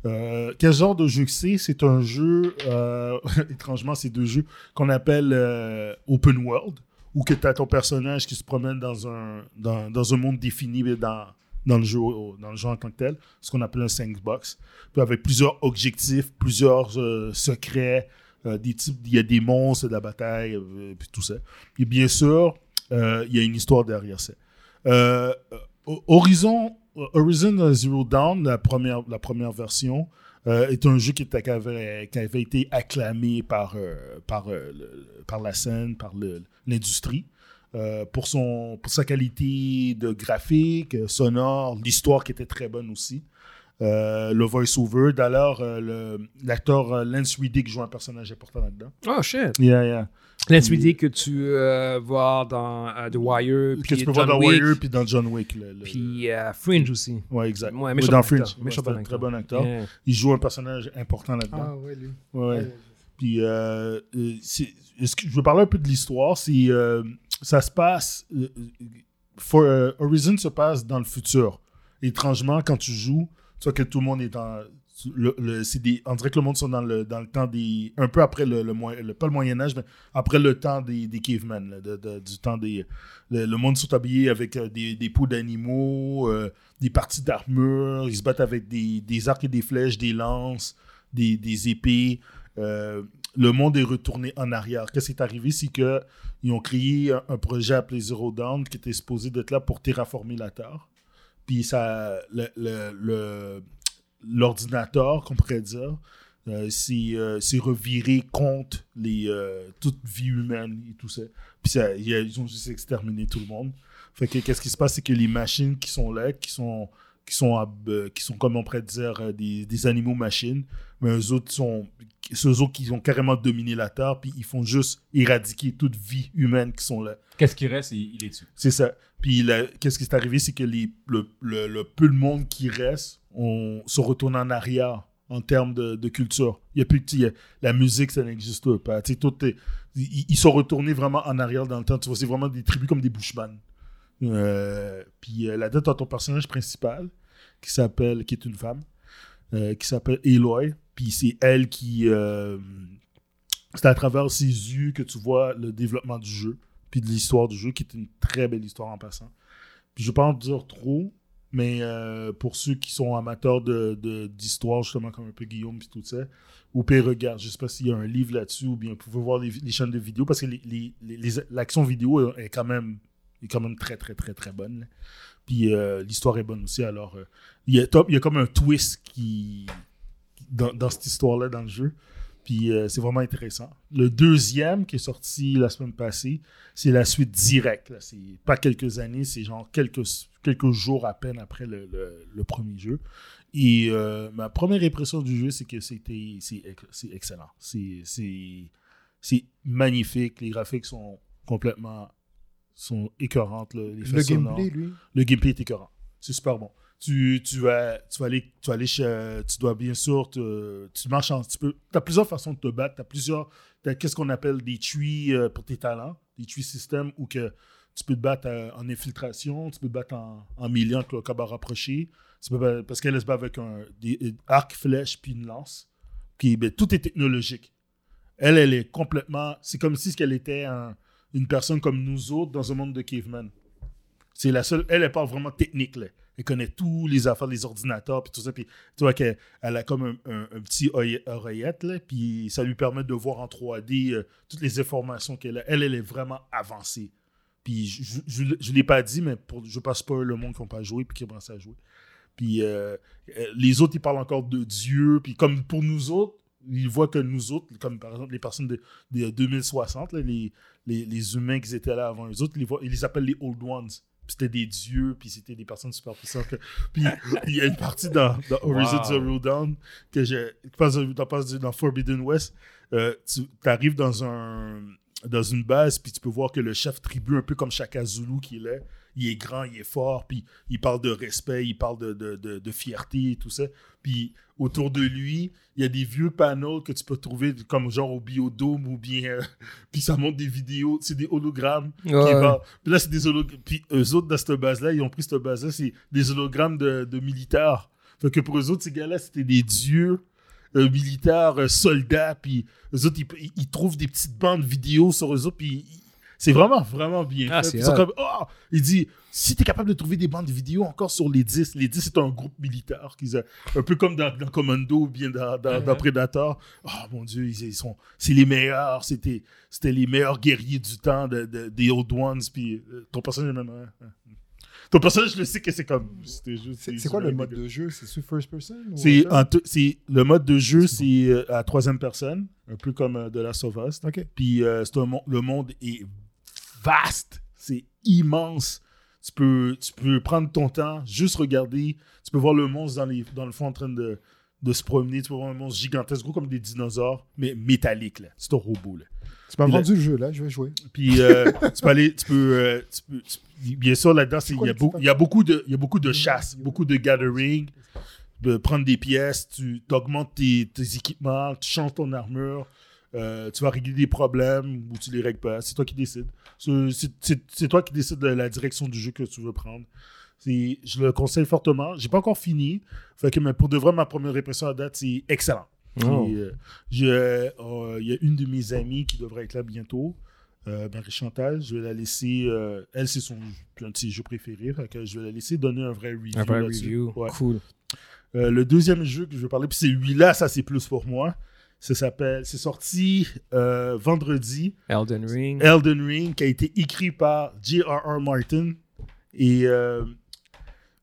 Euh, quel genre de jeu que c'est C'est un jeu, euh, étrangement, c'est deux jeux qu'on appelle euh, open world, où que tu as ton personnage qui se promène dans un, dans, dans un monde défini mais dans, dans, le jeu, dans le jeu en tant que tel, ce qu'on appelle un sandbox. Puis avec plusieurs objectifs, plusieurs euh, secrets, euh, des types, il y a des monstres, de la bataille, euh, puis tout ça. Et bien sûr, euh, il y a une histoire derrière ça. Euh, euh, Horizon, euh, Horizon Zero Dawn, la première, la première version, euh, est un jeu qui, était- qui avait, qui avait été acclamé par, euh, par, euh, le- par la scène, par le- l'industrie. euh, pour, son, pour sa qualité de graphique, euh, sonore, l'histoire qui était très bonne aussi. Euh, le voice-over, d'ailleurs, euh, le- l'acteur euh, Lance Reddick joue un personnage important là-dedans.
Oh, shit.
Yeah, yeah.
Let's dit que tu euh, vois dans euh, The Wire,
que
puis
tu peux
John
voir dans
Wick,
Warrior puis dans John Wick. le- le-
puis euh, Fringe aussi.
Ouais, exact.
Ouais,
Ouais,
méchant
dans
bon
Fringe.
acteur,
Ouais,
méchant
c'est
bon
un très
acteur.
bon acteur.
Yeah.
Il joue un personnage important là-dedans.
Ah, ouais, lui.
Ouais, ouais.
ouais.
Puis, euh, euh, c'est- est-ce que je veux parler un peu de l'histoire. C'est, euh, ça se passe. euh, euh, For- euh, Horizon se passe dans le futur. Étrangement, quand tu joues, tu vois que tout le monde est dans. Le, le- c'est des, on dirait que le monde sont dans le, dans le temps des. Un peu après le, le, moyen- le- Pas le Moyen-Âge, mais après le temps des, des cavemen, là, de- de- du temps des. Le, le monde sont habillés avec euh, des, des peaux d'animaux, euh, des parties d'armure, ils se battent avec des, des arcs et des flèches, des lances, des, des épées. Euh, le monde est retourné en arrière. Qu'est-ce qui est arrivé? C'est que ils ont créé un, un projet appelé Zero Dawn qui était supposé d'être là pour terraformer la Terre. Puis ça, le- le- le- l'ordinateur, qu'on pourrait dire, euh, s'est euh, s'est reviré contre les, euh, toute vie humaine et tout ça. Puis ça, il y a- ils ont juste exterminé tout le monde. Fait que qu'est-ce qui se passe, c'est que les machines qui sont là, qui sont, qui sont, ab- euh, qui sont comme on pourrait dire euh, des, des animaux machines, mais eux autres sont, ceux autres qui ont carrément dominé la Terre, puis ils font juste éradiquer toute vie humaine qui sont là.
Qu'est-ce qui reste? Il, il est dessus.
C'est ça. Puis là, qu'est-ce qui est arrivé, c'est que les, le, le- le peu de monde qui reste, on se retourne en arrière en termes de, de culture. Il y a plus que tu- il y a- la musique, ça n'existe pas. Tu sais, tout est- ils, ils sont retournés vraiment en arrière dans le temps. Tu vois, c'est vraiment des tribus comme des Bushman. Euh, puis euh, là-dedans, t'as ton personnage principal qui s'appelle, qui est une femme, euh, qui s'appelle Eloy. Puis c'est elle qui, euh, c'est à travers ses yeux que tu vois le développement du jeu puis de l'histoire du jeu, qui est une très belle histoire en passant. Puis je ne vais pas en dire trop, mais euh, pour ceux qui sont amateurs d'histoire, de, d'histoire justement, comme un peu Guillaume puis tout ça, ou pire, regarde, je ne sais pas s'il y a un livre là-dessus, ou bien vous pouvez voir les, les chaînes de vidéo, parce que l'action les, les- les- l'action vidéo est quand, même, est quand même très, très, très, très bonne. là. Puis euh, l'histoire est bonne aussi, alors euh, il y, a top- il y a comme un twist qui dans, dans cette histoire-là, dans le jeu. Puis euh, c'est vraiment intéressant. Le deuxième qui est sorti la semaine passée, c'est la suite directe. là. C'est pas quelques années, c'est genre quelques, quelques jours à peine après le, le- le premier jeu. Et euh, ma première impression du jeu, c'est que c'était c'est ex- c'est excellent. C'est- C'est c'est magnifique. Les graphiques sont complètement sont écœurantes. là. Les
Le
faits sonores
gameplay, lui.
le gameplay est écœurant. C'est super bon. Tu, tu, vas, tu vas aller, tu vas aller chez- euh, tu dois bien sûr, te- tu marches en, tu peux, as plusieurs façons de te battre, tu as plusieurs, t'as qu'est-ce qu'on appelle des tuis euh, pour tes talents, des tuis systèmes où que tu peux te battre euh, en infiltration, tu peux te battre en, en milieu, en cabas rapproché, tu peux pas- parce qu'elle se bat avec un des, des arc, flèche, puis une lance. Puis, ben, tout est technologique. Elle, elle est complètement, c'est comme si elle était un- une personne comme nous autres dans un monde de caveman. C'est la seule. Elle, elle parle vraiment technique, là. Elle connaît tous les affaires, les ordinateurs, puis tout ça. Puis tu vois qu'elle elle a comme un, un- un petit oeil- oreillette, là, puis ça lui permet de voir en 3D euh, toutes les informations qu'elle a. Elle, elle est vraiment avancée. Puis je- je ne l'ai pas dit, mais pour, je passe pas le monde qui n'a pas joué, puis qui commence à jouer. Puis euh, euh, les autres, ils parlent encore de Dieu. Puis comme pour nous autres, ils voient que nous autres, comme par exemple les personnes de, de euh, 2060, là, les, les, les humains qui étaient là avant eux autres, ils les, voient- ils les appellent les Old Ones. Puis C'était des dieux, puis c'était des personnes super puissantes. que- Puis il y a une partie dans, dans Horizon
Wow.
Zero Dawn que je, qui passe dans, passe dans Forbidden West. euh, tu arrives dans, un, dans une base, puis tu peux voir que le chef tribu, un peu comme Shaka Zulu qu'il est, il est grand, il est fort, puis il parle de respect, il parle de, de, de- de fierté et tout ça. Puis autour de lui, il y a des vieux panneaux que tu peux trouver comme genre au biodôme ou bien. euh, puis ça montre des vidéos, c'est des hologrammes. qui parlent. Puis là, c'est des hologrammes. Puis eux autres, dans cette base-là, ils ont pris cette base-là, c'est des hologrammes de, de militaires. Fait que pour eux autres, ces gars-là, c'était des dieux. euh, militaires, euh, soldats, puis eux autres, ils, ils- ils trouvent des petites bandes vidéo sur eux autres, puis ils- c'est vraiment, vraiment bien
Ah,
fait.
c'est
Ils sont
hot.
comme, Ah! Il dit, si tu es capable de trouver des bandes vidéo encore sur les 10, les 10, c'est un groupe militaire, qu'ils ont- un peu comme dans, dans Commando ou bien dans, dans, dans Predator. Oh mon Dieu, ils, ils sont, c'est les meilleurs, c'était, c'était les meilleurs guerriers du temps de- de- des Old Ones, puis euh, ton personnage, même, hein, hein. ton personnage, je le sais que c'est comme, c'était juste-
C'est c'est quoi le
humain,
mode
quoi.
de jeu C'est sur first person ou-
C'est en tout- c'est- le mode de jeu, c'est euh, à troisième personne, un peu comme euh, de la Sauvage.
Ok.
Puis euh, c'est un mon- le monde est vaste, c'est immense. Tu peux, tu peux prendre ton temps, juste regarder. Tu peux voir le monstre dans, les, dans le fond en train de, de se promener. Tu peux voir un monstre gigantesque, gros comme des dinosaures, mais métallique. là. C'est un robot. Là.
Tu m'as
Il a-
vendu le jeu, là, je vais jouer.
Puis euh, tu peux aller, tu peux, euh, tu peux- tu peux- bien sûr là-dedans, c'est- il
quoi
y, a
le
beau-
petit
il y a beaucoup de, il y a beaucoup de chasse, beaucoup de gathering, de prendre des pièces, tu augmentes tes, tes équipements, tu changes ton armure, euh, tu vas régler des problèmes ou tu les règles pas, c'est toi qui décides. C'est- C'est c'est- c'est toi qui décides de la direction du jeu que tu veux prendre. C'est- Je le conseille fortement. J'ai pas encore fini. Fait que, mais pour de vrai, ma première impression à date, c'est excellent.
Oh.
Et, euh, je- euh, Il y a une de mes amies qui devrait être là bientôt, euh, Marie-Chantal. Je vais la laisser. euh, elle, c'est son un de ses jeux préférés. Fait que je vais la laisser donner un vrai review.
Un vrai
là-dessus.
review.
Ouais.
Cool.
Euh, le deuxième jeu que je vais parler, puis c'est lui-là, ça c'est plus pour moi. Ça s'appelle. C'est sorti euh, vendredi.
Elden Ring.
Elden Ring qui a été écrit par J.R.R. Martin et euh,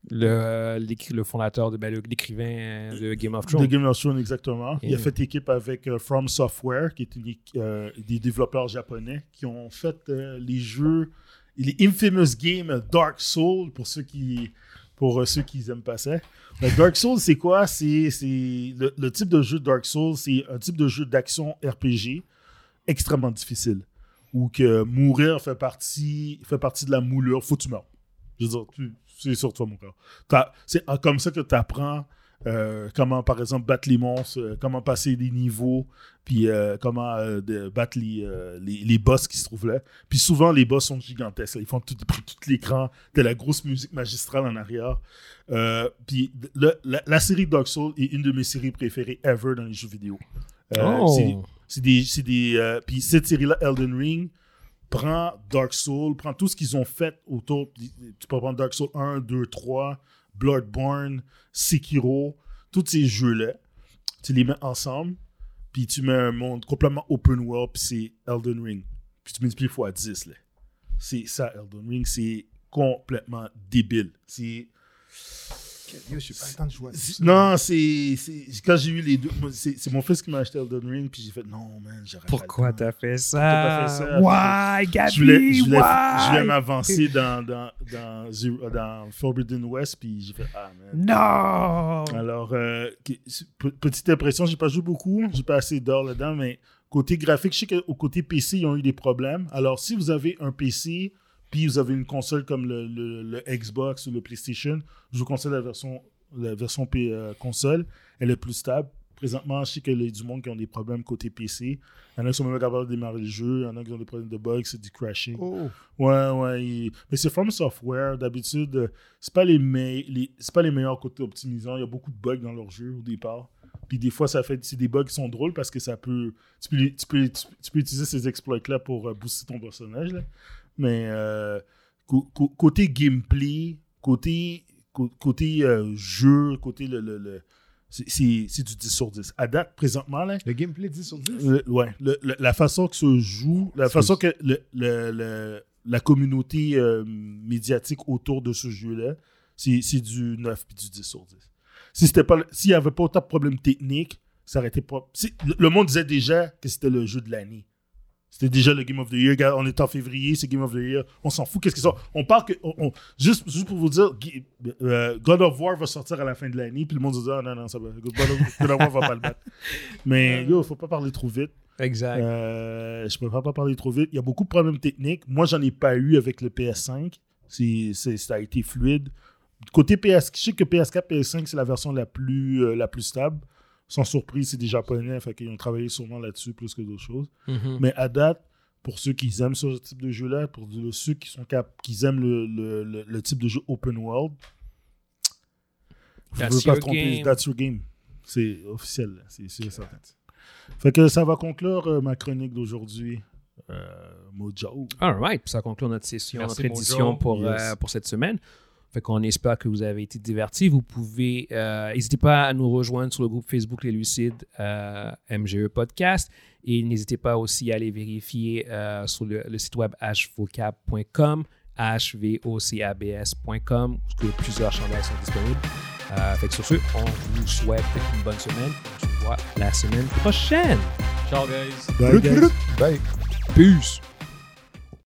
Le, euh, l'écri- le fondateur, de, ben, le- l'écrivain euh, de Game of
de
Thrones.
Game of Thrones exactement. Il a
Et-
fait équipe avec euh, From Software qui est une équ- euh, des développeurs japonais qui ont fait euh, les jeux les infamous games Dark Souls pour ceux qui pour euh, ceux qui aiment pas ça. Mais Dark Souls c'est quoi C'est c'est le, le type de jeu Dark Souls, c'est un type de jeu d'action RPG extrêmement difficile où que mourir fait partie fait partie de la moulure, faut que tu meurs. Je veux dire, tu- c'est sur toi mon corps. T'as- C'est euh, comme ça que tu apprends euh, comment, par exemple, battre les monstres, euh, comment passer des niveaux, puis euh, comment euh, de- battre les, euh, les, les boss qui se trouvent là. Puis souvent, les boss sont gigantesques. là. Ils font tout, tout- tout l'écran, de la grosse musique magistrale en arrière. Euh, puis le- la, la série Dark Souls est une de mes séries préférées ever dans les jeux vidéo. Euh,
Oh.
c'est- c'est des. c'est des euh, puis cette série-là, Elden Ring, prend Dark Souls, prend tout ce qu'ils ont fait autour. Tu peux prendre Dark Souls 1, 2, 3, Bloodborne, Sekiro, tous ces jeux-là. Tu les mets ensemble, puis tu mets un monde complètement open world, puis c'est Elden Ring. Puis tu multiplies fois 10. Là. C'est ça, Elden Ring, c'est complètement débile. C'est.
Yo, je suis pas content de jouer à
C'est-
ça.
Non, c'est. c'est- Quand j'ai eu les deux, moi, c'est c'est mon fils qui m'a acheté Elden Ring, puis j'ai fait non, man, j'aurais
Pourquoi
pas le temps.
t'as fait
pas
ça?
fait ça?
Why, Gabi?
Je voulais, je voulais,
Ah, why?
je voulais m'avancer dans, dans, dans, Zero- dans Forbidden West, puis j'ai fait ah, man.
Non!
Alors, euh, que- p- petite impression, j'ai pas joué beaucoup, j'ai pas assez d'heures là-dedans, mais côté graphique, je sais qu'au côté PC, ils ont eu des problèmes. Alors, si vous avez un PC, puis vous avez une console comme le, le- le Xbox ou le PlayStation, je vous conseille la version, la version P- euh, console. Elle est plus stable. Présentement, je sais qu'il y a du monde qui ont des problèmes côté PC. Il y en a qui sont même capables de démarrer le jeu, il y en a qui ont des problèmes de bugs, c'est du crashing.
Oh.
Ouais, ouais. il- Mais c'est From Software. D'habitude, euh, c'est pas les, me- les- c'est pas les meilleurs côtés optimisants. Il y a beaucoup de bugs dans leur jeu au départ. Puis des fois, ça fait c'est des bugs qui sont drôles parce que ça peut. Tu peux, les- tu peux, tu, tu peux utiliser ces exploits-là pour euh, booster ton personnage. là. Mais euh, co- co- côté gameplay, côté, co- côté euh, jeu, côté le. le- le- c'est- c'est c'est du 10 sur 10. À date, présentement, là,
Le gameplay 10 sur 10.
le- ouais, le- le- la façon que se joue, la façon que le- le- le- la communauté euh, médiatique autour de ce jeu-là, c'est c'est du 9 puis du 10 sur 10. Si c'était pas le- S'il n'y avait pas autant de problèmes techniques, ça aurait été pas. si- le- le monde disait déjà que c'était le jeu de l'année. C'était déjà le Game of the Year. Regarde, On est en février, c'est Game of the Year. On s'en fout. Qu'est-ce qu'ils sortent On parle que. on- on- juste, juste pour vous dire, Gui- euh, God of War va sortir à la fin de l'année. Puis le monde se dit Ah non, non, ça va. God of, God of War va pas le battre. Mais yo, faut pas parler trop vite.
Exact.
Euh, je préfère pas parler trop vite. Il y a beaucoup de problèmes techniques. Moi, j'en ai pas eu avec le PS5. C'est- c'est- ça a été fluide. Côté PS, je sais que PS4, PS5, c'est la version la plus, euh, la plus stable. Sans surprise, c'est des Japonais, fait qu'ils ont travaillé sûrement là-dessus plus que d'autres choses. Mais à date, pour ceux qui aiment ce type de jeu-là, pour le- ceux qui, sont cap qui aiment le, le- le- le type de jeu open world, vous ne
That's
pouvez pas
your
se tromper.
game.
That's your game. C'est officiel, là. c'est sûr et certain. Fait que ça va conclure euh, ma chronique d'aujourd'hui. Euh, Mojo.
All right. Ça conclut notre session,
Merci,
notre
Mojo.
édition pour,
Yes.
euh, pour cette semaine. Fait qu'on espère que vous avez été divertis. Vous pouvez, euh, n'hésitez pas à nous rejoindre sur le groupe Facebook Les Lucides euh, MGE Podcast. Et n'hésitez pas aussi à aller vérifier euh, sur le, le site web hvocab.com, hvocabs.com, où plusieurs chandelles sont disponibles. Euh, fait que sur ce, on vous souhaite une bonne semaine. On se voit la semaine prochaine.
Ciao, guys.
Bye, guys.
Bye. Peace.